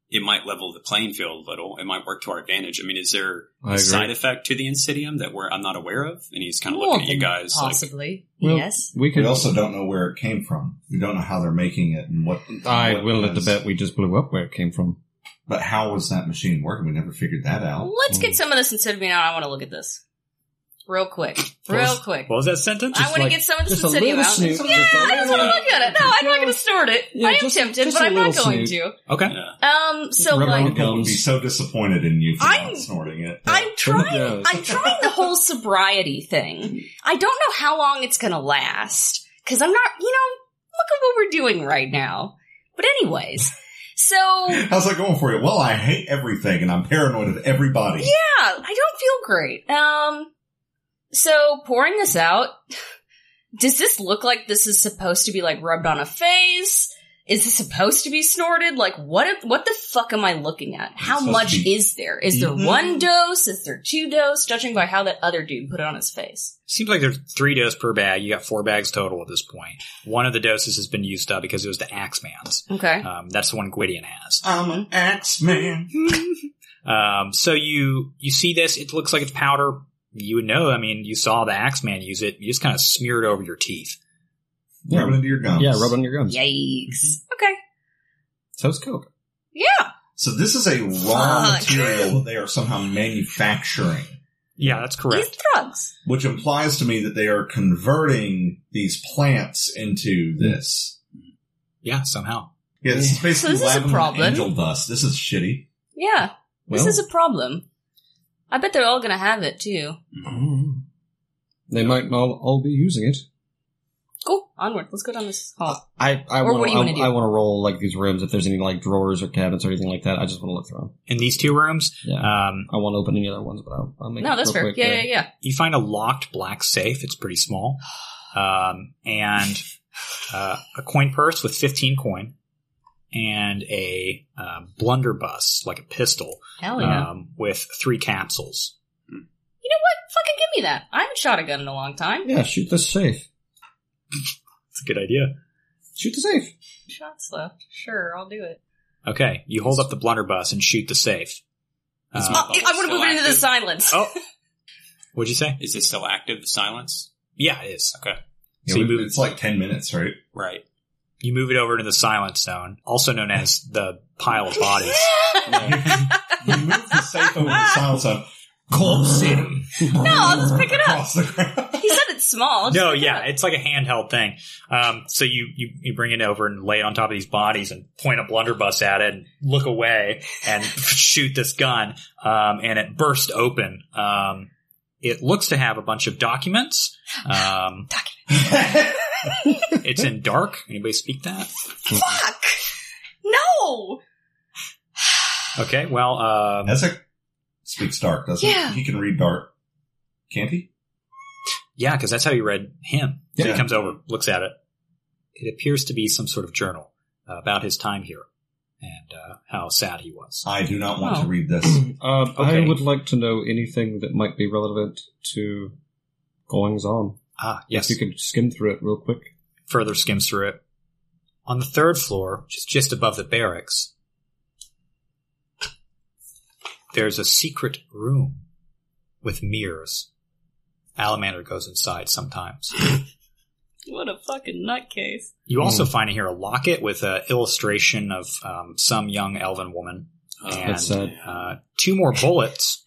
[SPEAKER 7] it might level the playing field a little. It might work to our advantage. I mean, is there
[SPEAKER 3] I
[SPEAKER 7] a
[SPEAKER 3] agree.
[SPEAKER 7] side effect to the Insidium that we're I'm not aware of? And he's kind of
[SPEAKER 1] More
[SPEAKER 7] looking at you
[SPEAKER 1] than
[SPEAKER 7] guys like,
[SPEAKER 1] possibly.
[SPEAKER 3] Well,
[SPEAKER 1] yes.
[SPEAKER 3] We
[SPEAKER 4] We
[SPEAKER 3] could.
[SPEAKER 4] also don't know where it came from. We don't know how they're making it and what.
[SPEAKER 3] I
[SPEAKER 4] what
[SPEAKER 3] will let
[SPEAKER 4] it
[SPEAKER 3] the
[SPEAKER 4] is.
[SPEAKER 3] bet we just blew up where it came from.
[SPEAKER 4] But how was that machine working? We never figured that out.
[SPEAKER 1] Let's get some of this Insidium out. I want to look at this. Real quick.
[SPEAKER 2] What
[SPEAKER 1] Real
[SPEAKER 2] was-
[SPEAKER 1] quick.
[SPEAKER 2] What was that sentence?
[SPEAKER 1] I want to
[SPEAKER 6] like-
[SPEAKER 1] get some of this
[SPEAKER 6] just a
[SPEAKER 1] Insidium
[SPEAKER 6] little
[SPEAKER 1] out.
[SPEAKER 6] snoot,
[SPEAKER 1] yeah,
[SPEAKER 6] just a
[SPEAKER 1] I just want to
[SPEAKER 7] little-
[SPEAKER 1] look at it. No, I'm not
[SPEAKER 6] Yeah.
[SPEAKER 1] going to snort it.
[SPEAKER 6] Yeah,
[SPEAKER 1] I am
[SPEAKER 6] just-
[SPEAKER 1] tempted,
[SPEAKER 6] just
[SPEAKER 1] but
[SPEAKER 6] a
[SPEAKER 1] I'm not
[SPEAKER 6] little
[SPEAKER 1] going
[SPEAKER 6] snoot.
[SPEAKER 2] Okay.
[SPEAKER 7] yeah.
[SPEAKER 1] to. Um, so
[SPEAKER 6] rub it
[SPEAKER 1] like,
[SPEAKER 6] on
[SPEAKER 4] Uncle would be
[SPEAKER 6] Gums.
[SPEAKER 4] so disappointed in you for
[SPEAKER 1] I'm-
[SPEAKER 4] not snorting it.
[SPEAKER 1] I'm trying.
[SPEAKER 6] Yes.
[SPEAKER 1] I'm trying the whole sobriety thing. I don't know how long it's going to last because I'm not. You know, look at what we're doing right now. But anyways, so yeah,
[SPEAKER 4] How's that going for you? Well, I hate everything and I'm paranoid of everybody.
[SPEAKER 1] I don't feel great. Um, so pouring this out, does this look like this is supposed to be like rubbed on a face? Is this supposed to be snorted? Like what? What the fuck am I looking at? How
[SPEAKER 4] supposed to
[SPEAKER 1] much
[SPEAKER 4] be
[SPEAKER 1] is there? Is there
[SPEAKER 4] eaten.
[SPEAKER 1] one dose? Is there two dose? Judging by how that other dude put it on his face.
[SPEAKER 2] Seems like there's three doses per bag. You got four bags total at this point. One of the doses has been used up because it was the Axeman's.
[SPEAKER 1] Okay.
[SPEAKER 2] Um, that's the one Gwydion has.
[SPEAKER 4] I'm an axe man.
[SPEAKER 2] Um, so you you see this? It looks like it's powder. You would know. I mean, you saw the Axeman use it. You just kind of smear it over your teeth.
[SPEAKER 6] Yeah.
[SPEAKER 4] Rub it into your gums.
[SPEAKER 6] Yeah, rub on your gums.
[SPEAKER 1] Yikes. Okay.
[SPEAKER 6] So it's Coke.
[SPEAKER 1] Yeah.
[SPEAKER 4] So this is a raw
[SPEAKER 1] Fuck.
[SPEAKER 4] material that they are somehow manufacturing,
[SPEAKER 2] Yeah, that's correct.
[SPEAKER 1] These drugs.
[SPEAKER 4] which implies to me that they are converting these plants into this.
[SPEAKER 2] Yeah, somehow.
[SPEAKER 4] Yeah, this is
[SPEAKER 1] So
[SPEAKER 4] basically
[SPEAKER 1] this is a
[SPEAKER 4] lavender and
[SPEAKER 1] problem.
[SPEAKER 4] angel dust. This is shitty.
[SPEAKER 1] Yeah.
[SPEAKER 6] Well.
[SPEAKER 1] this is a problem. I bet they're all gonna have it too.
[SPEAKER 6] They might not all be using it.
[SPEAKER 1] Cool. Onward. Let's go down this hall.
[SPEAKER 6] I I
[SPEAKER 1] Or
[SPEAKER 6] want
[SPEAKER 1] what do
[SPEAKER 6] to
[SPEAKER 1] you wanna do?
[SPEAKER 6] I, want to roll like these rooms if there's any like drawers or cabinets or anything like that. I just want to look through them.
[SPEAKER 2] In these two rooms,
[SPEAKER 6] Yeah.
[SPEAKER 2] um,
[SPEAKER 6] I want to open any other ones, but I'll, I'll make
[SPEAKER 1] No,
[SPEAKER 6] it
[SPEAKER 1] that's
[SPEAKER 6] real
[SPEAKER 1] fair.
[SPEAKER 6] quick.
[SPEAKER 1] yeah,
[SPEAKER 6] uh,
[SPEAKER 1] yeah, yeah.
[SPEAKER 2] you find a locked black safe. It's pretty small, um, and uh, a coin purse with fifteen coin, and a uh, blunderbuss like a pistol
[SPEAKER 1] Hell Oh, yeah.
[SPEAKER 2] um, with three capsules.
[SPEAKER 1] you know what? Fucking give me that. I haven't shot a gun in a long time.
[SPEAKER 6] Yeah, shoot the safe.
[SPEAKER 2] It's a good idea.
[SPEAKER 6] Shoot the safe.
[SPEAKER 1] Shots left. Sure, I'll do it.
[SPEAKER 2] Okay, you hold up the blunderbuss and shoot the safe.
[SPEAKER 7] It's
[SPEAKER 2] Um,
[SPEAKER 7] my
[SPEAKER 1] Oh, I want to move it into the
[SPEAKER 7] active.
[SPEAKER 1] silence.
[SPEAKER 2] oh, what'd you say?
[SPEAKER 7] Is it still active? The silence?
[SPEAKER 2] Yeah, it is.
[SPEAKER 7] Okay,
[SPEAKER 2] So you
[SPEAKER 4] Yeah, we-
[SPEAKER 2] move-
[SPEAKER 4] it's like 10 minutes, right?
[SPEAKER 7] right.
[SPEAKER 2] You move it over to the silent zone, also known as the pile of bodies.
[SPEAKER 4] you move the safe over to silent zone. Cold City. no,
[SPEAKER 1] I'll just pick it up.
[SPEAKER 4] Across the ground.
[SPEAKER 1] he said it's small. Just
[SPEAKER 2] no,
[SPEAKER 1] pick it
[SPEAKER 2] yeah,
[SPEAKER 1] up.
[SPEAKER 2] it's like a handheld thing. Um, so you, you you bring it over and lay it on top of these bodies and point a blunderbuss at it and look away and shoot this gun, um, and it bursts open. Um, it looks to have a bunch of documents. Um, it's in dark. Anybody speak that?
[SPEAKER 1] Fuck. No.
[SPEAKER 2] Okay, well, um,
[SPEAKER 4] That's a speaks dark, doesn't
[SPEAKER 1] Yeah.
[SPEAKER 4] he? He can read dark. Can't he?
[SPEAKER 2] yeah, because that's how you read him. So
[SPEAKER 4] Yeah.
[SPEAKER 2] he comes over, looks at it. It appears to be some sort of journal uh, about his time here and uh, how sad he was.
[SPEAKER 4] I do not want
[SPEAKER 1] Oh.
[SPEAKER 4] to read this.
[SPEAKER 6] Um,
[SPEAKER 2] Okay.
[SPEAKER 6] I would like to know anything that might be relevant to goings on.
[SPEAKER 2] Ah, yes.
[SPEAKER 6] If you could skim through it real quick.
[SPEAKER 2] further skims through it. On the third floor, which is just above the barracks, there's a secret room with mirrors. Alamander goes inside sometimes.
[SPEAKER 1] What a fucking nutcase.
[SPEAKER 2] You also find in here a locket with an illustration of um, some young elven woman, and
[SPEAKER 7] Um,
[SPEAKER 6] That's sad.
[SPEAKER 2] uh, two more bullets,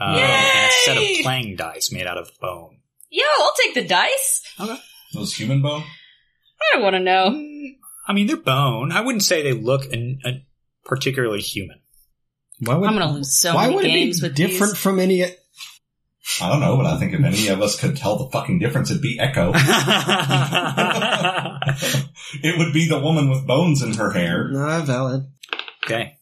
[SPEAKER 2] uh,
[SPEAKER 1] Yay!
[SPEAKER 2] and a set of playing dice made out of bone.
[SPEAKER 1] Yo, I'll take the dice.
[SPEAKER 4] Those human bone?
[SPEAKER 1] I don't want to know.
[SPEAKER 2] Mm, I mean, they're bone. I wouldn't say they look an, an particularly human.
[SPEAKER 6] Why would
[SPEAKER 1] I'm gonna lose so
[SPEAKER 6] why
[SPEAKER 1] many
[SPEAKER 6] would
[SPEAKER 1] games
[SPEAKER 6] it be
[SPEAKER 1] with
[SPEAKER 6] different
[SPEAKER 1] these.
[SPEAKER 6] from any?
[SPEAKER 4] I don't know, but I think if any of us could tell the fucking difference, it'd be Echo. it would be the woman with bones in her hair.
[SPEAKER 6] Not valid.
[SPEAKER 2] okay.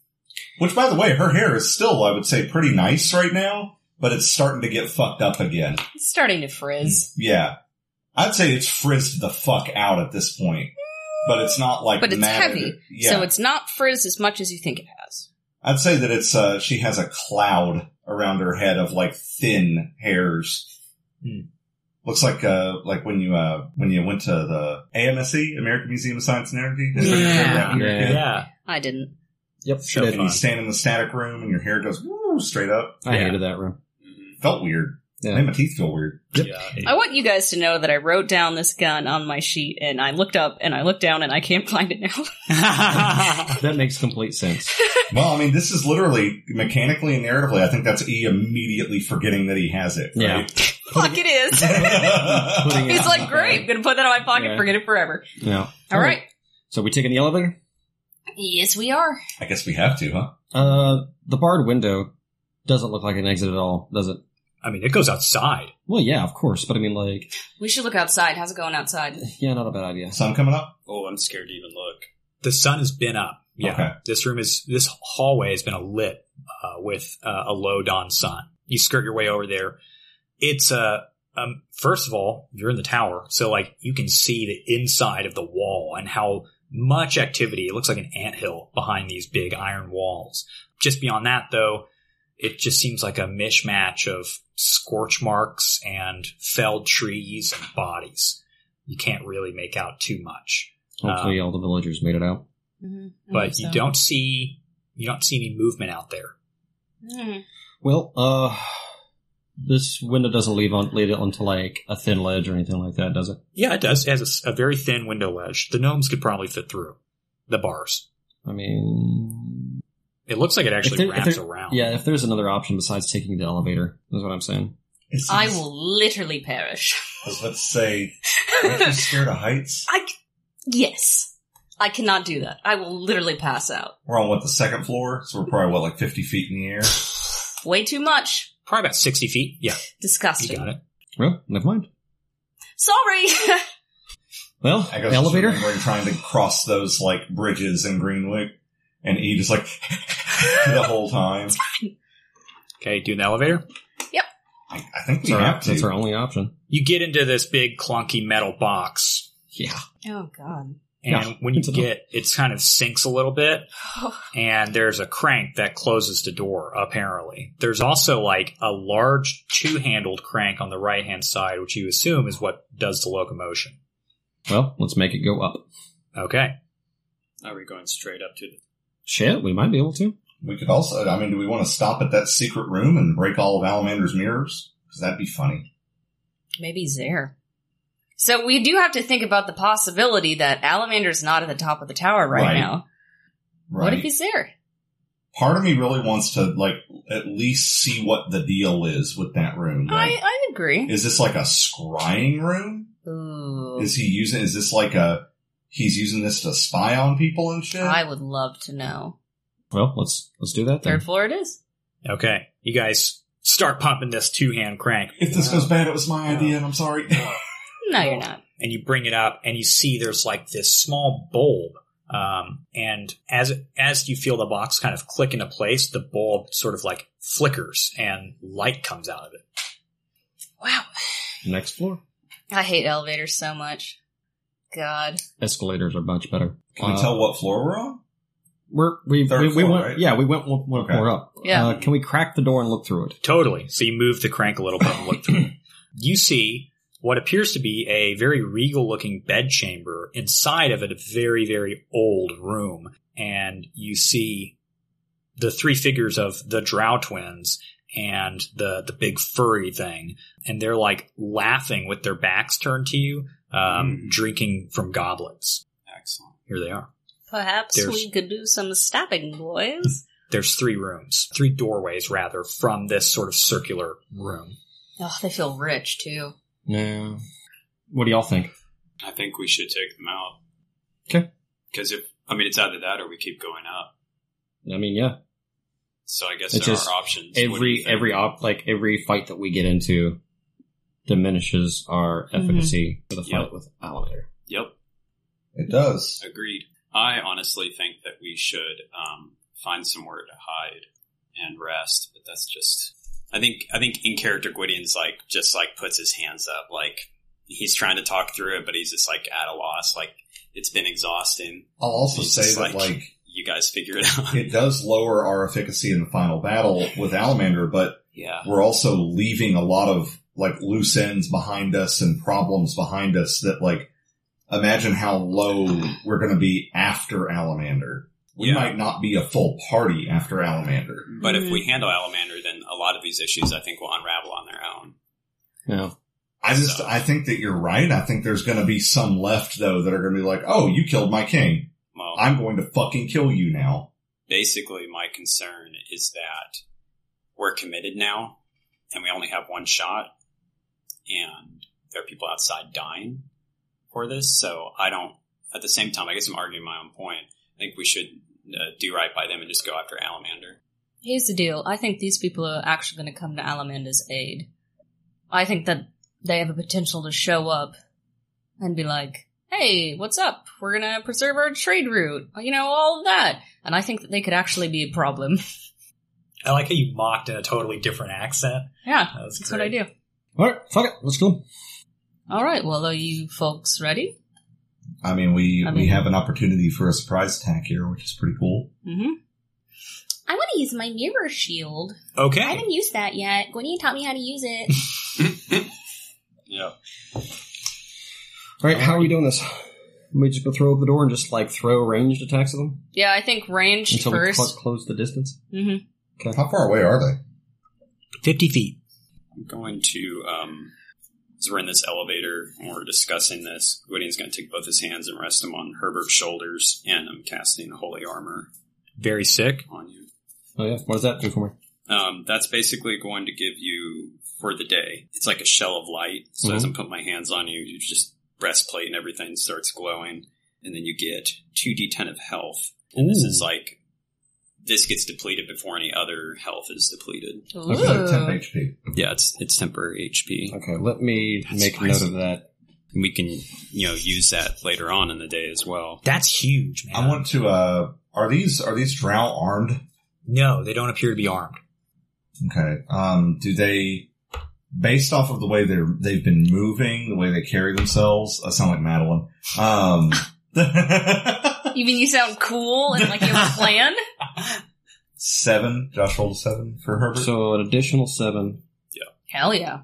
[SPEAKER 4] Which, by the way, her hair is still, I would say, pretty nice right now, but it's starting to get fucked up again.
[SPEAKER 1] It's starting to frizz,
[SPEAKER 4] Yeah. I'd say it's frizzed the fuck out at this point. But it's not like
[SPEAKER 1] but it's
[SPEAKER 4] matted.
[SPEAKER 1] heavy,
[SPEAKER 4] Yeah.
[SPEAKER 1] so it's not frizzed as much as you think it has.
[SPEAKER 4] I'd say that it's uh, she has a cloud around her head of like thin hairs.
[SPEAKER 2] Hmm.
[SPEAKER 4] Looks like uh, like when you uh, when you went to the AMSE E, American Museum of Science and Energy. Is that-
[SPEAKER 1] Yeah.
[SPEAKER 4] that when you're a
[SPEAKER 6] Yeah.
[SPEAKER 4] kid?
[SPEAKER 1] I didn't.
[SPEAKER 6] Yep.
[SPEAKER 2] So
[SPEAKER 4] And you stand in the static room and your hair goes woo, straight up.
[SPEAKER 6] I
[SPEAKER 2] Yeah.
[SPEAKER 6] hated that room.
[SPEAKER 4] Felt weird.
[SPEAKER 6] Yeah.
[SPEAKER 4] Made my teeth feel weird.
[SPEAKER 1] I want you guys to know that I wrote down this gun on my sheet and I looked up and I looked down and I can't find it now.
[SPEAKER 6] That makes complete sense.
[SPEAKER 4] Well, I mean, this is literally mechanically and narratively. I think that's E immediately forgetting that he has it.
[SPEAKER 6] Yeah.
[SPEAKER 4] Right?
[SPEAKER 1] Fuck, it is.
[SPEAKER 6] Putting it
[SPEAKER 1] It's
[SPEAKER 6] in
[SPEAKER 1] like,
[SPEAKER 6] my
[SPEAKER 1] great, I'm
[SPEAKER 6] bag.
[SPEAKER 1] going to put that in my pocket,
[SPEAKER 6] Yeah.
[SPEAKER 1] forget it forever.
[SPEAKER 6] Yeah.
[SPEAKER 1] All right.
[SPEAKER 6] So we taking the elevator.
[SPEAKER 1] Yes, we are.
[SPEAKER 4] I guess we have to, huh?
[SPEAKER 6] Uh, the barred window doesn't look like an exit at all, does it?
[SPEAKER 2] I mean, it goes outside.
[SPEAKER 6] Well, yeah, of course, but I mean, like,
[SPEAKER 1] We should look outside. How's it going outside?
[SPEAKER 6] yeah, not a bad idea.
[SPEAKER 4] Sun coming up.
[SPEAKER 7] Oh, I'm scared to even look.
[SPEAKER 2] The sun has been up. Yeah.
[SPEAKER 4] Okay.
[SPEAKER 2] This room is, this hallway has been lit uh, with uh, a low dawn sun. You skirt your way over there. It's, uh, um, first of all, you're in the tower. So, like, you can see the inside of the wall and how much activity. It looks like an anthill behind these big iron walls. Just beyond that, though, it just seems like a mishmash of scorch marks and felled trees and bodies. You can't really make out too much
[SPEAKER 6] Hopefully, all the villagers made it out.
[SPEAKER 1] Mm-hmm.
[SPEAKER 2] but you don't see you don't see any movement out there.
[SPEAKER 1] Mm.
[SPEAKER 6] Well, uh, this window doesn't leave on lead it onto like a thin ledge or anything like that, does it?
[SPEAKER 2] Yeah, it does. It has a s- a, very thin window ledge. The gnomes could probably fit through the bars.
[SPEAKER 6] I mean,
[SPEAKER 2] It looks like it actually
[SPEAKER 6] there- if
[SPEAKER 2] wraps
[SPEAKER 6] there-
[SPEAKER 2] around.
[SPEAKER 6] yeah, if there's another option besides taking the elevator, is what I'm saying.
[SPEAKER 4] It's-
[SPEAKER 1] I will literally perish.
[SPEAKER 4] I was about to say, aren't you scared of heights?
[SPEAKER 1] I. c- Yes. I cannot do that. I will literally pass out.
[SPEAKER 4] We're on what the second floor, so we're probably what like fifty feet in the air.
[SPEAKER 1] Way too much.
[SPEAKER 2] probably about sixty feet. Yeah, you
[SPEAKER 1] Disgusting.
[SPEAKER 2] got it.
[SPEAKER 6] Well, never mind.
[SPEAKER 1] Sorry.
[SPEAKER 6] Well,
[SPEAKER 4] I guess
[SPEAKER 6] elevator.
[SPEAKER 4] remembering trying to cross those like bridges in Greenwick, and E just like the whole time.
[SPEAKER 2] Okay, do an elevator.
[SPEAKER 4] I, I think
[SPEAKER 6] That's
[SPEAKER 4] we
[SPEAKER 6] our,
[SPEAKER 4] have
[SPEAKER 6] that's our
[SPEAKER 4] to.
[SPEAKER 6] only option.
[SPEAKER 2] You get into this big clunky metal box,
[SPEAKER 6] Yeah.
[SPEAKER 1] oh God.
[SPEAKER 2] and
[SPEAKER 6] Yeah,
[SPEAKER 2] when you
[SPEAKER 6] it's a-
[SPEAKER 2] get, it's kind of sinks a little bit, and there's a crank that closes the door. Apparently, there's also like a large two-handled crank on the right-hand side, which you assume is what does the locomotion.
[SPEAKER 6] Well, let's make it go up.
[SPEAKER 2] Okay.
[SPEAKER 7] Now we're going straight up to the.
[SPEAKER 6] Shit, we might be able to.
[SPEAKER 4] We could also. I mean, do we want to stop at that secret room and break all of Alamander's mirrors? Because that'd be funny.
[SPEAKER 1] Maybe he's there. So we do have to think about the possibility that Alamander's not at the top of the tower right,
[SPEAKER 4] Right.
[SPEAKER 1] now.
[SPEAKER 4] Right.
[SPEAKER 1] What if he's there?
[SPEAKER 4] Part of me really wants to like at least see what the deal is with that room.
[SPEAKER 1] I,
[SPEAKER 4] Like,
[SPEAKER 1] I agree.
[SPEAKER 4] is this like a scrying room?
[SPEAKER 1] Ooh.
[SPEAKER 4] Is he using? Is this like a? He's using this to spy on people and shit.
[SPEAKER 1] I would love to know.
[SPEAKER 6] Well, let's let's do that then.
[SPEAKER 1] Third floor it is.
[SPEAKER 2] Okay. You guys start pumping this two hand crank
[SPEAKER 4] if this goes bad, it was my idea, and I'm sorry.
[SPEAKER 1] No, you're not.
[SPEAKER 2] and you bring it up and you see there's like this small bulb. Um, and as, as you feel the box kind of click into place, the bulb sort of like flickers and light comes out of it.
[SPEAKER 1] Wow.
[SPEAKER 6] Next floor.
[SPEAKER 1] I hate elevators so much. God.
[SPEAKER 6] Escalators are much better.
[SPEAKER 4] Can we
[SPEAKER 6] Uh,
[SPEAKER 4] tell what floor we're on?
[SPEAKER 6] We're, we
[SPEAKER 4] Third
[SPEAKER 6] we, we
[SPEAKER 4] floor,
[SPEAKER 6] went
[SPEAKER 4] right?
[SPEAKER 6] yeah we went one, one
[SPEAKER 4] Okay.
[SPEAKER 6] floor up.
[SPEAKER 1] Yeah.
[SPEAKER 6] Uh, can we crack the door and look through it?
[SPEAKER 2] Totally. So you move the crank a little bit and look through it. You see what appears to be a very regal looking bedchamber inside of a very, very old room. And you see the three figures of the Drow twins and the, the big furry thing. And they're like laughing with their backs turned to you, um,
[SPEAKER 7] Mm.
[SPEAKER 2] drinking from goblets.
[SPEAKER 7] Excellent.
[SPEAKER 2] Here they are.
[SPEAKER 1] Perhaps
[SPEAKER 2] There's-
[SPEAKER 1] we could do some stabbing, boys.
[SPEAKER 2] There's three rooms, three doorways rather, from this sort of circular room.
[SPEAKER 1] oh, they feel rich too.
[SPEAKER 6] No. What do y'all think?
[SPEAKER 7] I think we should take them out.
[SPEAKER 6] 'Kay.
[SPEAKER 7] Because if I mean, it's either that or we keep going up.
[SPEAKER 6] I mean, yeah.
[SPEAKER 7] So I guess
[SPEAKER 6] It's
[SPEAKER 7] there
[SPEAKER 6] just
[SPEAKER 7] are options. What do you
[SPEAKER 6] Every
[SPEAKER 7] think?
[SPEAKER 6] every op like every fight that we get into diminishes our efficacy for the fight
[SPEAKER 7] Yep.
[SPEAKER 6] with Alligator.
[SPEAKER 7] Yep.
[SPEAKER 4] It does.
[SPEAKER 7] Agreed. I honestly think that we should um, find somewhere to hide and rest, but that's just. I think I think in character Gwydion's like just like puts his hands up, like he's trying to talk through it, but he's just like at a loss, like it's been exhausting.
[SPEAKER 4] I'll also
[SPEAKER 7] It's
[SPEAKER 4] say
[SPEAKER 7] just
[SPEAKER 4] that,
[SPEAKER 7] like-
[SPEAKER 4] like,
[SPEAKER 7] You guys guys figure it out.
[SPEAKER 4] It does lower our efficacy in the final battle with Alamander, but
[SPEAKER 7] yeah.
[SPEAKER 4] we're also leaving a lot of like loose ends behind us and problems behind us that like imagine how low we're going to be after Alamander. We
[SPEAKER 7] Yeah.
[SPEAKER 4] might not be a full party after Alamander.
[SPEAKER 7] But if we handle Alamander, then a lot of these issues I think will unravel on their own.
[SPEAKER 6] Yeah.
[SPEAKER 4] I just, I think that you're right. I think there's going to be some left though that are going to be like, oh, you killed my king.
[SPEAKER 7] Well,
[SPEAKER 4] I'm going to fucking kill you now.
[SPEAKER 7] basically, my concern is that we're committed now and we only have one shot, and there are people outside dying for this. So I don't, at the same time, I guess I'm arguing my own point. I think we should uh, do right by them and just go after Alamander.
[SPEAKER 1] Here's the deal. I think these people are actually going to come to Alamander's aid. I think that they have a potential to show up and be like, hey, what's up? We're going to preserve our trade route. You know, all of that. And I think that they could actually be a problem.
[SPEAKER 2] I like how you mocked in a totally different accent.
[SPEAKER 1] yeah,
[SPEAKER 2] That was
[SPEAKER 1] that's
[SPEAKER 2] great.
[SPEAKER 1] what I do.
[SPEAKER 3] Alright, fuck it, let's go.
[SPEAKER 1] All right. Well, are you folks ready?
[SPEAKER 4] I mean, we,
[SPEAKER 1] I
[SPEAKER 4] we
[SPEAKER 1] mean-
[SPEAKER 4] have an opportunity for a surprise attack here, which is pretty cool.
[SPEAKER 1] Mm-hmm. I want to use my mirror shield.
[SPEAKER 2] Okay.
[SPEAKER 1] used that yet. Gwenny taught me how to use it.
[SPEAKER 7] Yeah.
[SPEAKER 6] Alright, how are we doing this? Let me just go throw open the door and just like throw ranged attacks at them
[SPEAKER 1] yeah, I think ranged
[SPEAKER 6] until we cl-
[SPEAKER 1] first.
[SPEAKER 6] close the distance.
[SPEAKER 1] hmm
[SPEAKER 4] How far away are they?
[SPEAKER 2] 50 feet.
[SPEAKER 7] I'm going to, um, as we're in this elevator and we're discussing this, Gwydion's going to take both his hands and rest them on Herbert's shoulders, and I'm casting Holy Armor
[SPEAKER 2] Very sick.
[SPEAKER 7] on you.
[SPEAKER 6] Oh yeah, what does that do for me?
[SPEAKER 7] Um, that's basically going to give you for the day. It's like a shell of light. So as I'm putting my hands on you, you just breastplate and everything starts glowing, and then you get two d10 of health. And this is like this gets depleted before any other health is depleted.
[SPEAKER 1] Ooh.
[SPEAKER 4] It's like 10 HP.
[SPEAKER 7] Yeah, it's it's temporary HP.
[SPEAKER 6] Okay, let me
[SPEAKER 7] That's
[SPEAKER 6] make
[SPEAKER 7] nice.
[SPEAKER 6] note of that.
[SPEAKER 7] We can you know use that later on in the day as well.
[SPEAKER 2] That's huge, man.
[SPEAKER 4] I want to. uh Are these are these drow armed?
[SPEAKER 2] no, they don't appear to be armed.
[SPEAKER 4] Okay. Um, do they, based off of the way they're they've been moving, the way they carry themselves? I sound like Madeline. Um,
[SPEAKER 1] You mean you sound cool and like you have a plan?
[SPEAKER 4] seven. Josh rolled a seven for Herbert.
[SPEAKER 6] So an additional seven.
[SPEAKER 1] Hell yeah.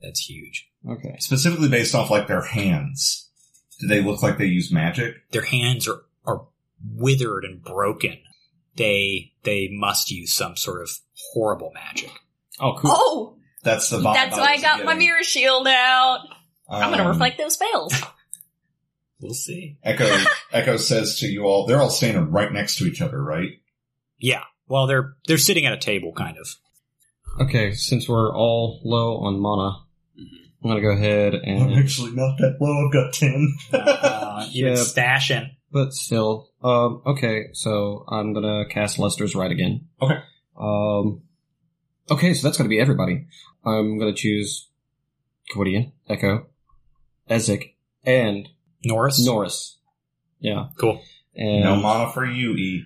[SPEAKER 2] That's huge.
[SPEAKER 6] Okay.
[SPEAKER 4] Specifically based off like their hands. Do they look like they use magic?
[SPEAKER 2] Their hands are, are withered and broken. They they must use some sort of horrible magic.
[SPEAKER 6] Oh, cool.
[SPEAKER 1] Oh,
[SPEAKER 4] That's the vibe.
[SPEAKER 1] that's why I
[SPEAKER 4] was
[SPEAKER 1] got my
[SPEAKER 4] getting.
[SPEAKER 1] mirror shield out. I'm gonna
[SPEAKER 4] Um,
[SPEAKER 1] reflect those spells.
[SPEAKER 2] We'll see.
[SPEAKER 4] Echo Echo says to you all, they're all standing right next to each other, right?
[SPEAKER 2] Yeah. Well, they're they're sitting at a table, kind of.
[SPEAKER 6] Okay, since we're all low on mana, I'm gonna go ahead and.
[SPEAKER 4] actually not that low. I've got ten.
[SPEAKER 2] Uh, you're
[SPEAKER 6] Yeah.
[SPEAKER 2] stashing.
[SPEAKER 6] But still, um, okay. So I'm gonna cast Lester's Right again.
[SPEAKER 4] Okay.
[SPEAKER 6] Um, okay, so that's gonna be everybody. I'm gonna choose Kodian, Echo, Ezek, and
[SPEAKER 2] Norris.
[SPEAKER 6] Norris. Yeah.
[SPEAKER 2] Cool.
[SPEAKER 6] And
[SPEAKER 4] no mana for you, E.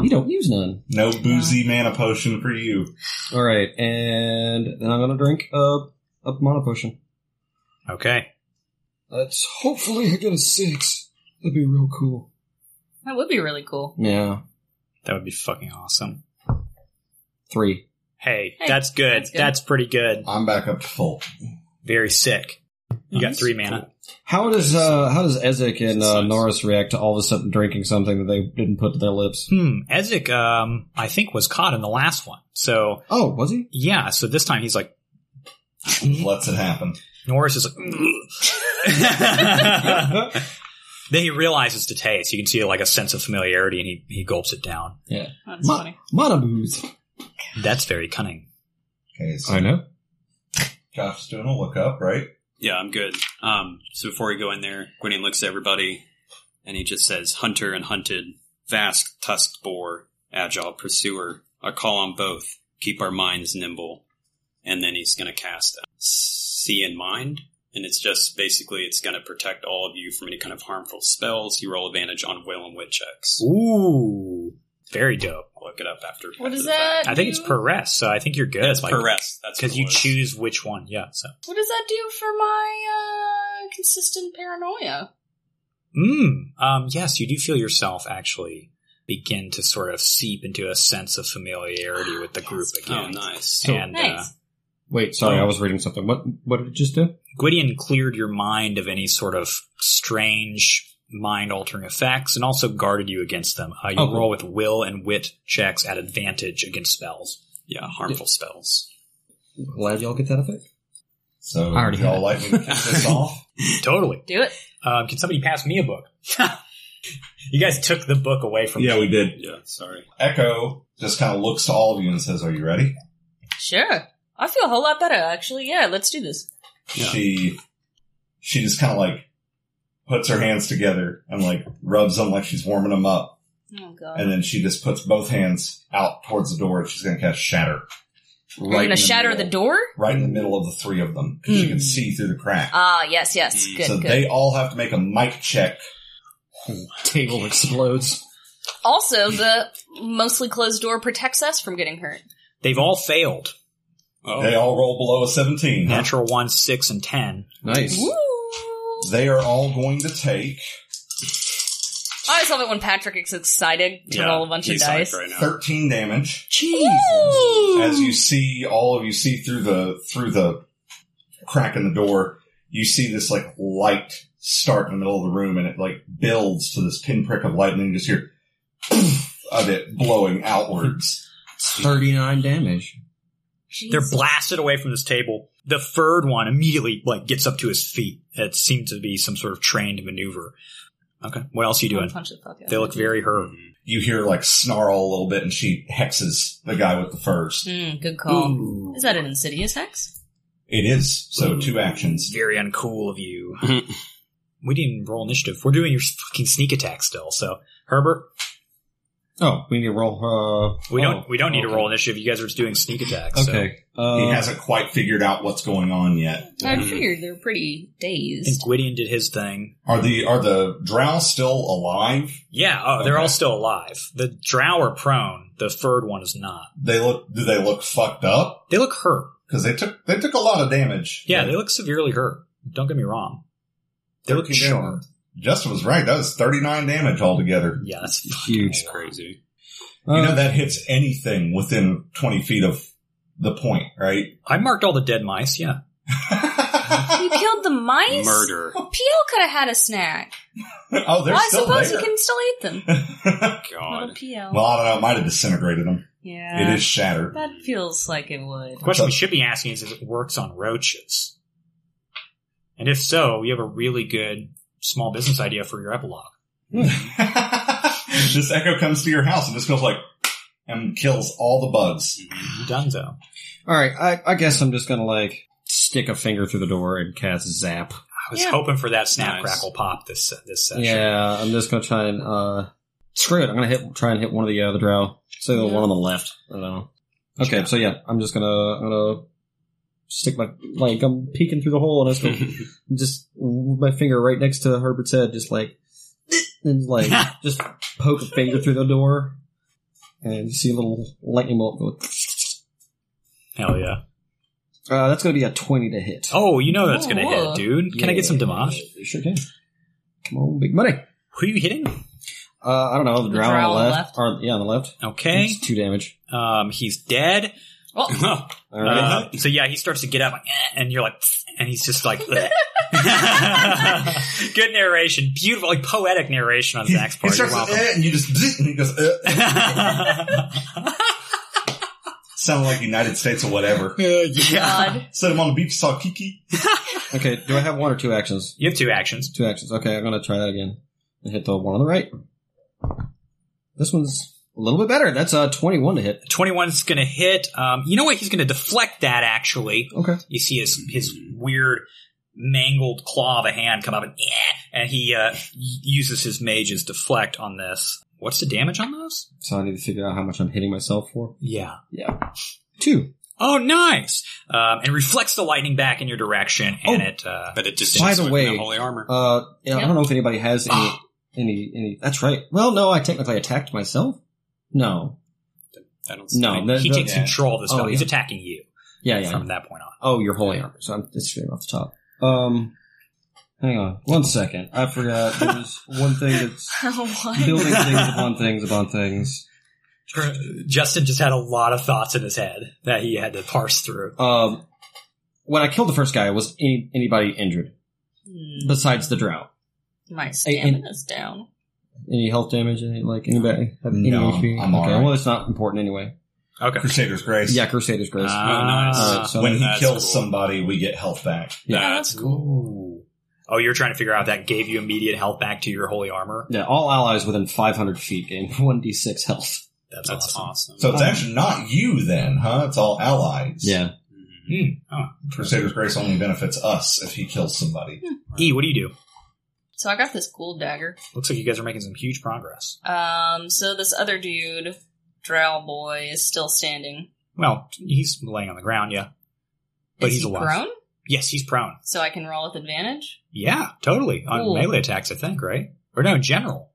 [SPEAKER 6] you don't use none.
[SPEAKER 4] No boozy mana potion for you.
[SPEAKER 6] All right, and then I'm gonna drink a a mana potion.
[SPEAKER 2] Okay.
[SPEAKER 6] Let's hopefully I get a six. That'd be real cool.
[SPEAKER 1] That would be really cool.
[SPEAKER 6] Yeah.
[SPEAKER 2] That would be fucking awesome.
[SPEAKER 6] Three.
[SPEAKER 2] Hey,
[SPEAKER 1] Hey,
[SPEAKER 2] that's, good. that's
[SPEAKER 1] that's good.
[SPEAKER 2] pretty good.
[SPEAKER 4] I'm back up to full.
[SPEAKER 2] Very sick. You got
[SPEAKER 7] Nice.
[SPEAKER 2] three mana.
[SPEAKER 6] How does uh how does Ezek and uh,
[SPEAKER 7] Nice.
[SPEAKER 6] Norris react to all of a sudden drinking something that they didn't put to their lips?
[SPEAKER 2] Hmm. Ezek, um, I think was caught in the last one. So
[SPEAKER 6] Oh, was he?
[SPEAKER 2] yeah. So this time he's like,
[SPEAKER 1] Mm-hmm.
[SPEAKER 4] Let's it happen.
[SPEAKER 2] Norris is like. Then he realizes the taste. You can see like a sense of familiarity, and he, he gulps it down.
[SPEAKER 1] That's
[SPEAKER 6] Ma-
[SPEAKER 1] funny.
[SPEAKER 6] Mana booze.
[SPEAKER 2] That's very cunning.
[SPEAKER 4] Okay, so
[SPEAKER 6] I know.
[SPEAKER 4] Josh's doing a look up, right?
[SPEAKER 7] Yeah, I'm good. Um, so before we go in there, Gwydon looks at everybody and he just says, Hunter and hunted, vast tusked boar, agile pursuer. I call on both. Keep our minds nimble. And then he's going to cast See in Mind. And it's just basically, it's going to protect all of you from any kind of harmful spells. You roll advantage on will and wit checks.
[SPEAKER 2] Ooh, very dope.
[SPEAKER 7] I'll look it up after.
[SPEAKER 1] What
[SPEAKER 7] after
[SPEAKER 1] is
[SPEAKER 7] the fact.
[SPEAKER 1] that?
[SPEAKER 2] I think it's
[SPEAKER 1] do?
[SPEAKER 2] per rest, so I think you're good.
[SPEAKER 7] That's per rest. That's what
[SPEAKER 2] because
[SPEAKER 7] it
[SPEAKER 2] you
[SPEAKER 7] was.
[SPEAKER 2] choose which one. Yeah. So,
[SPEAKER 1] What does that do for my uh, consistent paranoia?
[SPEAKER 2] Hmm, mm, um, yes, you do feel yourself actually begin to sort of seep into a sense of familiarity with the group
[SPEAKER 1] Yes.
[SPEAKER 7] Oh,
[SPEAKER 2] again.
[SPEAKER 7] nice.
[SPEAKER 2] So- And, uh,
[SPEAKER 1] Nice.
[SPEAKER 6] Wait,
[SPEAKER 2] sorry, I
[SPEAKER 6] was reading something. What what did it just do?
[SPEAKER 2] Gwydion cleared your mind of any sort of strange mind altering effects and also guarded you against them. Uh, you
[SPEAKER 6] Oh, cool.
[SPEAKER 2] roll with will and wit checks at advantage against spells.
[SPEAKER 7] Yeah, harmful spells.
[SPEAKER 6] Glad y'all get that effect.
[SPEAKER 4] So,
[SPEAKER 6] I already
[SPEAKER 4] y'all
[SPEAKER 6] had it.
[SPEAKER 4] like me to kick this off?
[SPEAKER 2] Totally.
[SPEAKER 1] Do it.
[SPEAKER 2] Um, can somebody pass me a book? you guys took the book away from me.
[SPEAKER 4] we did.
[SPEAKER 7] Yeah, sorry.
[SPEAKER 4] Echo just kind of looks to all of you and says, "Are you ready?"
[SPEAKER 1] Sure. I feel a whole lot better, actually. Yeah, let's do this.
[SPEAKER 7] Yeah.
[SPEAKER 4] She she just kind of like puts her hands together and like rubs them like she's warming them up,
[SPEAKER 1] Oh, God.
[SPEAKER 4] and then she just puts both hands out towards the door and she's gonna cast shatter
[SPEAKER 1] We're
[SPEAKER 4] in
[SPEAKER 1] going
[SPEAKER 4] the
[SPEAKER 1] to shatter the
[SPEAKER 4] middle.
[SPEAKER 1] door? Hmm.
[SPEAKER 4] right in the middle of the three of them because you can see through the crack.
[SPEAKER 1] Ah, yes, yes.
[SPEAKER 7] Mm.
[SPEAKER 1] Good,
[SPEAKER 4] so
[SPEAKER 1] good.
[SPEAKER 4] they all have to make a mic check.
[SPEAKER 6] Table explodes.
[SPEAKER 1] also, the mostly closed door protects us from getting hurt.
[SPEAKER 2] They've all failed.
[SPEAKER 7] Oh,
[SPEAKER 4] They all roll below a seventeen. huh?
[SPEAKER 2] Natural one, six, and ten.
[SPEAKER 6] Nice.
[SPEAKER 1] Woo!
[SPEAKER 4] They are all going to take
[SPEAKER 1] I always love it when Patrick is excited to
[SPEAKER 7] yeah,
[SPEAKER 1] roll a bunch of
[SPEAKER 7] he's hyped
[SPEAKER 1] dice.
[SPEAKER 7] right now.
[SPEAKER 4] thirteen damage
[SPEAKER 1] Woo!
[SPEAKER 4] as you see all of you see through the through the crack in the door. You see this like light start in the middle of the room, and it like builds to this pinprick of light, and then you just hear of it blowing outwards.
[SPEAKER 6] Thirty nine damage.
[SPEAKER 2] They're blasted away from this table. The third one immediately like gets up to his feet. It seemed to be some sort of trained maneuver. Okay, what else are you
[SPEAKER 1] I'll
[SPEAKER 2] doing?
[SPEAKER 1] punch the Oh, fuck out
[SPEAKER 2] They
[SPEAKER 1] of
[SPEAKER 2] look
[SPEAKER 1] him.
[SPEAKER 2] very hurt.
[SPEAKER 4] You hear like snarl a little bit, and she hexes the guy with the first.
[SPEAKER 1] Mm, good call.
[SPEAKER 2] Um,
[SPEAKER 1] Is that an insidious hex?
[SPEAKER 4] It is so two actions.
[SPEAKER 2] very uncool of you.
[SPEAKER 6] Mm-hmm.
[SPEAKER 2] we didn't roll initiative. We're doing your fucking sneak attack still. So Herbert,
[SPEAKER 6] Oh, we need to roll. Uh,
[SPEAKER 2] we
[SPEAKER 6] oh,
[SPEAKER 2] don't we don't need
[SPEAKER 6] okay.
[SPEAKER 2] to roll initiative. You guys are just doing sneak attacks. so-
[SPEAKER 6] Okay. Uh,
[SPEAKER 4] He hasn't quite figured out what's going on yet.
[SPEAKER 1] I
[SPEAKER 7] Mm.
[SPEAKER 1] figured they're pretty
[SPEAKER 2] I
[SPEAKER 1] dazed.
[SPEAKER 2] think Gwydion did his thing.
[SPEAKER 4] Are the are the drow still alive?
[SPEAKER 2] Yeah, oh, they're
[SPEAKER 4] Okay.
[SPEAKER 2] all still alive. The drow are prone. The third one is not.
[SPEAKER 4] They look. Do they look fucked up?
[SPEAKER 2] They look hurt.
[SPEAKER 4] Because they took they took a lot of damage.
[SPEAKER 2] Yeah, they look severely hurt. Don't get me wrong. They look
[SPEAKER 4] 13
[SPEAKER 2] sharp.
[SPEAKER 4] damage. Justin was right. That was 39 damage altogether.
[SPEAKER 2] Yeah, that's
[SPEAKER 6] huge.
[SPEAKER 7] It's crazy.
[SPEAKER 6] Uh,
[SPEAKER 4] you know, that hits anything within 20 feet of the point, right?
[SPEAKER 2] I marked all the dead mice. Yeah,
[SPEAKER 1] You killed the mice?
[SPEAKER 7] Murder.
[SPEAKER 1] Well, Peel could have had a snack.
[SPEAKER 4] oh, they're
[SPEAKER 1] Well, I
[SPEAKER 4] still
[SPEAKER 1] suppose
[SPEAKER 4] there.
[SPEAKER 1] he can still eat them. Little
[SPEAKER 7] God.
[SPEAKER 1] Peel.
[SPEAKER 4] well, I don't know. It might have disintegrated them.
[SPEAKER 1] yeah.
[SPEAKER 4] it is shattered.
[SPEAKER 1] That feels like it would.
[SPEAKER 2] the question we should be asking is if it works on roaches. And if so, you have a really good small business idea for your epilogue.
[SPEAKER 4] this echo comes to your house and just goes like, and kills all the bugs.
[SPEAKER 2] You done so.
[SPEAKER 6] all right. I, I guess I'm just gonna like stick a finger through the door and cast zap.
[SPEAKER 2] I was
[SPEAKER 1] Yeah.
[SPEAKER 2] hoping for that snap
[SPEAKER 7] Nice.
[SPEAKER 2] crackle pop this this session.
[SPEAKER 6] Yeah, I'm just gonna try and uh, screw it. I'm gonna hit try and hit one of the uh, the drow. Say the
[SPEAKER 1] Yeah.
[SPEAKER 6] one on the left. I don't know. Okay, so yeah, I'm just gonna I'm gonna stick my like I'm peeking through the hole and I just go just with my finger right next to Herbert's head, just like and like just poke a finger through the door, and you see a little lightning bolt go.
[SPEAKER 2] Hell yeah.
[SPEAKER 6] Uh, that's gonna be a twenty to hit.
[SPEAKER 2] Oh, you know that's gonna
[SPEAKER 1] Ooh.
[SPEAKER 2] hit, dude. Can I get some damage?
[SPEAKER 6] You sure can. Come on, big money.
[SPEAKER 2] Who are you hitting?
[SPEAKER 6] Uh, I don't know the
[SPEAKER 1] The
[SPEAKER 6] drow, on
[SPEAKER 1] drow
[SPEAKER 6] the left. Or, yeah, on the left.
[SPEAKER 2] Okay.
[SPEAKER 6] It's two damage.
[SPEAKER 2] Um, he's dead.
[SPEAKER 1] Oh,
[SPEAKER 6] All
[SPEAKER 2] Uh,
[SPEAKER 6] right.
[SPEAKER 2] so yeah, he starts to get up, like, "Eh," and you're like, "Pfft," and he's just like, "Bleh." good narration, beautiful, like poetic narration on
[SPEAKER 4] He,
[SPEAKER 2] Zach's
[SPEAKER 4] he
[SPEAKER 2] part. You're
[SPEAKER 4] starts
[SPEAKER 2] welcome.
[SPEAKER 4] eh, and you just, "Bzzz," and he goes, eh. sounded like United States or whatever.
[SPEAKER 2] yeah,
[SPEAKER 1] God.
[SPEAKER 4] Set him on the beach, saw Kiki.
[SPEAKER 6] okay, do I have one or two actions?
[SPEAKER 2] you have two actions.
[SPEAKER 6] Two actions. Okay, I'm gonna try that again. I hit the one on the right. This one's a little bit better. That's uh, 21 to hit.
[SPEAKER 2] 21's gonna hit. Um, you know what? He's gonna deflect that. Actually,
[SPEAKER 6] Okay.
[SPEAKER 2] you see his his weird mangled claw of a hand come up and "Eh," and he uh, y- uses his mage's deflect on this. What's the damage on those?
[SPEAKER 6] So I need to figure out how much I'm hitting myself for.
[SPEAKER 2] Yeah.
[SPEAKER 6] Yeah. Two.
[SPEAKER 2] Oh, nice. Um, and reflects the lightning back in your direction, and
[SPEAKER 6] Oh.
[SPEAKER 2] it. Uh,
[SPEAKER 7] But it just
[SPEAKER 6] By
[SPEAKER 7] hits
[SPEAKER 6] the
[SPEAKER 7] with
[SPEAKER 6] way,
[SPEAKER 7] no holy armor.
[SPEAKER 6] Uh, yeah, I
[SPEAKER 1] Yeah.
[SPEAKER 6] don't know if anybody has any, any, any. That's right. Well, no, I technically attacked myself. No.
[SPEAKER 7] I don't
[SPEAKER 6] no,
[SPEAKER 7] I-
[SPEAKER 6] that-
[SPEAKER 2] he
[SPEAKER 6] that-
[SPEAKER 2] takes
[SPEAKER 4] yeah.
[SPEAKER 2] control of the spell.
[SPEAKER 6] Oh,
[SPEAKER 2] He's
[SPEAKER 6] yeah.
[SPEAKER 2] attacking you
[SPEAKER 6] Yeah, yeah.
[SPEAKER 2] from that point on.
[SPEAKER 6] Oh, your holy armor. So I'm just straight off the top. Um, Hang on, one second. I forgot. There's one thing that's building
[SPEAKER 1] what?
[SPEAKER 6] things upon things upon things.
[SPEAKER 2] Justin just had a lot of thoughts in his head that he had to parse through.
[SPEAKER 6] Um, when I killed the first guy, was any, anybody injured
[SPEAKER 1] Hmm,
[SPEAKER 6] besides the drought?
[SPEAKER 1] My
[SPEAKER 6] I- and-
[SPEAKER 1] stamina's down.
[SPEAKER 6] Any health damage? Any, like anybody? Have any
[SPEAKER 4] No,
[SPEAKER 6] HP?
[SPEAKER 4] I'm
[SPEAKER 6] okay,
[SPEAKER 4] alright.
[SPEAKER 6] well, it's not important anyway.
[SPEAKER 2] Okay.
[SPEAKER 4] Crusader's Grace.
[SPEAKER 6] Yeah, Crusader's Grace.
[SPEAKER 7] nice.
[SPEAKER 6] Alright, so-
[SPEAKER 4] Ah, When he
[SPEAKER 7] That's
[SPEAKER 4] kills
[SPEAKER 7] cool.
[SPEAKER 4] somebody, we get health back.
[SPEAKER 1] Yeah,
[SPEAKER 7] That's
[SPEAKER 1] that's
[SPEAKER 2] Ooh. Oh, you're trying to figure out that gave you immediate health back to your holy armor.
[SPEAKER 6] yeah, all allies within 500 feet gain 1d6 health.
[SPEAKER 2] That's,
[SPEAKER 7] That's
[SPEAKER 2] awesome.
[SPEAKER 7] awesome.
[SPEAKER 4] So it's actually not you then, huh? It's all allies.
[SPEAKER 6] Yeah.
[SPEAKER 7] Mhm.
[SPEAKER 4] Crusader's Grace only benefits us if he kills somebody.
[SPEAKER 2] E, what do you do?
[SPEAKER 1] So I got this cool dagger.
[SPEAKER 2] Looks like you guys are making some huge progress.
[SPEAKER 1] Um, so this other dude, Drow Boy, is still standing.
[SPEAKER 2] Well, he's laying on the ground, yeah. But
[SPEAKER 1] is
[SPEAKER 2] he's
[SPEAKER 1] he
[SPEAKER 2] alive.
[SPEAKER 1] prone?
[SPEAKER 2] Yes, he's prone.
[SPEAKER 1] So I can roll with advantage?
[SPEAKER 2] Yeah, totally. On
[SPEAKER 1] Cool.
[SPEAKER 2] melee attacks, I think, right? Or no, general.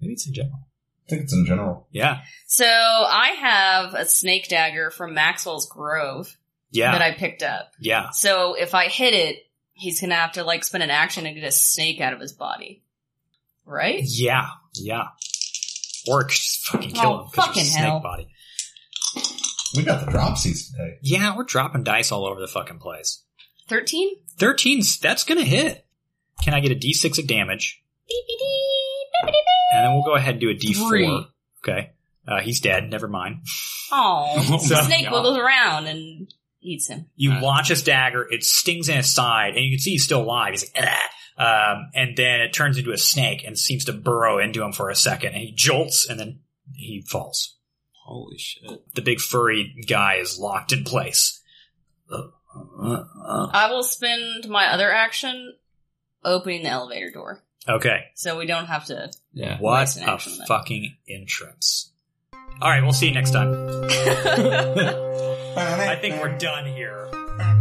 [SPEAKER 2] Maybe it's in general.
[SPEAKER 4] I think it's in general.
[SPEAKER 2] Yeah.
[SPEAKER 1] So I have a snake dagger from Maxwell's Grove
[SPEAKER 2] Yeah.
[SPEAKER 1] that I picked up.
[SPEAKER 2] yeah.
[SPEAKER 1] So if I hit it, he's gonna have to like spend an action and get a snake out of his body. Right?
[SPEAKER 2] Yeah. Yeah. Orc just fucking kill
[SPEAKER 1] Oh,
[SPEAKER 2] him because
[SPEAKER 1] fucking
[SPEAKER 2] he's a
[SPEAKER 1] hell.
[SPEAKER 2] snake body.
[SPEAKER 4] We got the dropsies today.
[SPEAKER 2] Yeah, we're dropping dice all over the fucking place.
[SPEAKER 1] 13?
[SPEAKER 2] 13, that's gonna hit. Can I get a d6 of damage? And then we'll go ahead and do a d4.
[SPEAKER 1] Three.
[SPEAKER 2] Okay. Uh, he's dead. Never mind.
[SPEAKER 1] Oh,
[SPEAKER 2] So-
[SPEAKER 1] the snake
[SPEAKER 7] Yeah.
[SPEAKER 1] wiggles around and eats him.
[SPEAKER 2] You
[SPEAKER 7] Uh.
[SPEAKER 2] launch his dagger. It stings in his side, and you can see he's still alive. He's like, "Ah." um, and then it turns into a snake and seems to burrow into him for a second. And he jolts, and then he falls.
[SPEAKER 7] Holy shit.
[SPEAKER 2] The big furry guy is locked in place. Uh, uh, uh.
[SPEAKER 1] I will spend my other action opening the elevator door.
[SPEAKER 2] Okay.
[SPEAKER 1] So we don't have to
[SPEAKER 6] Yeah.
[SPEAKER 2] What
[SPEAKER 1] Nice
[SPEAKER 2] a
[SPEAKER 1] action, then.
[SPEAKER 2] fucking entrance. All right, we'll see you next time. I think we're done here.
[SPEAKER 4] done.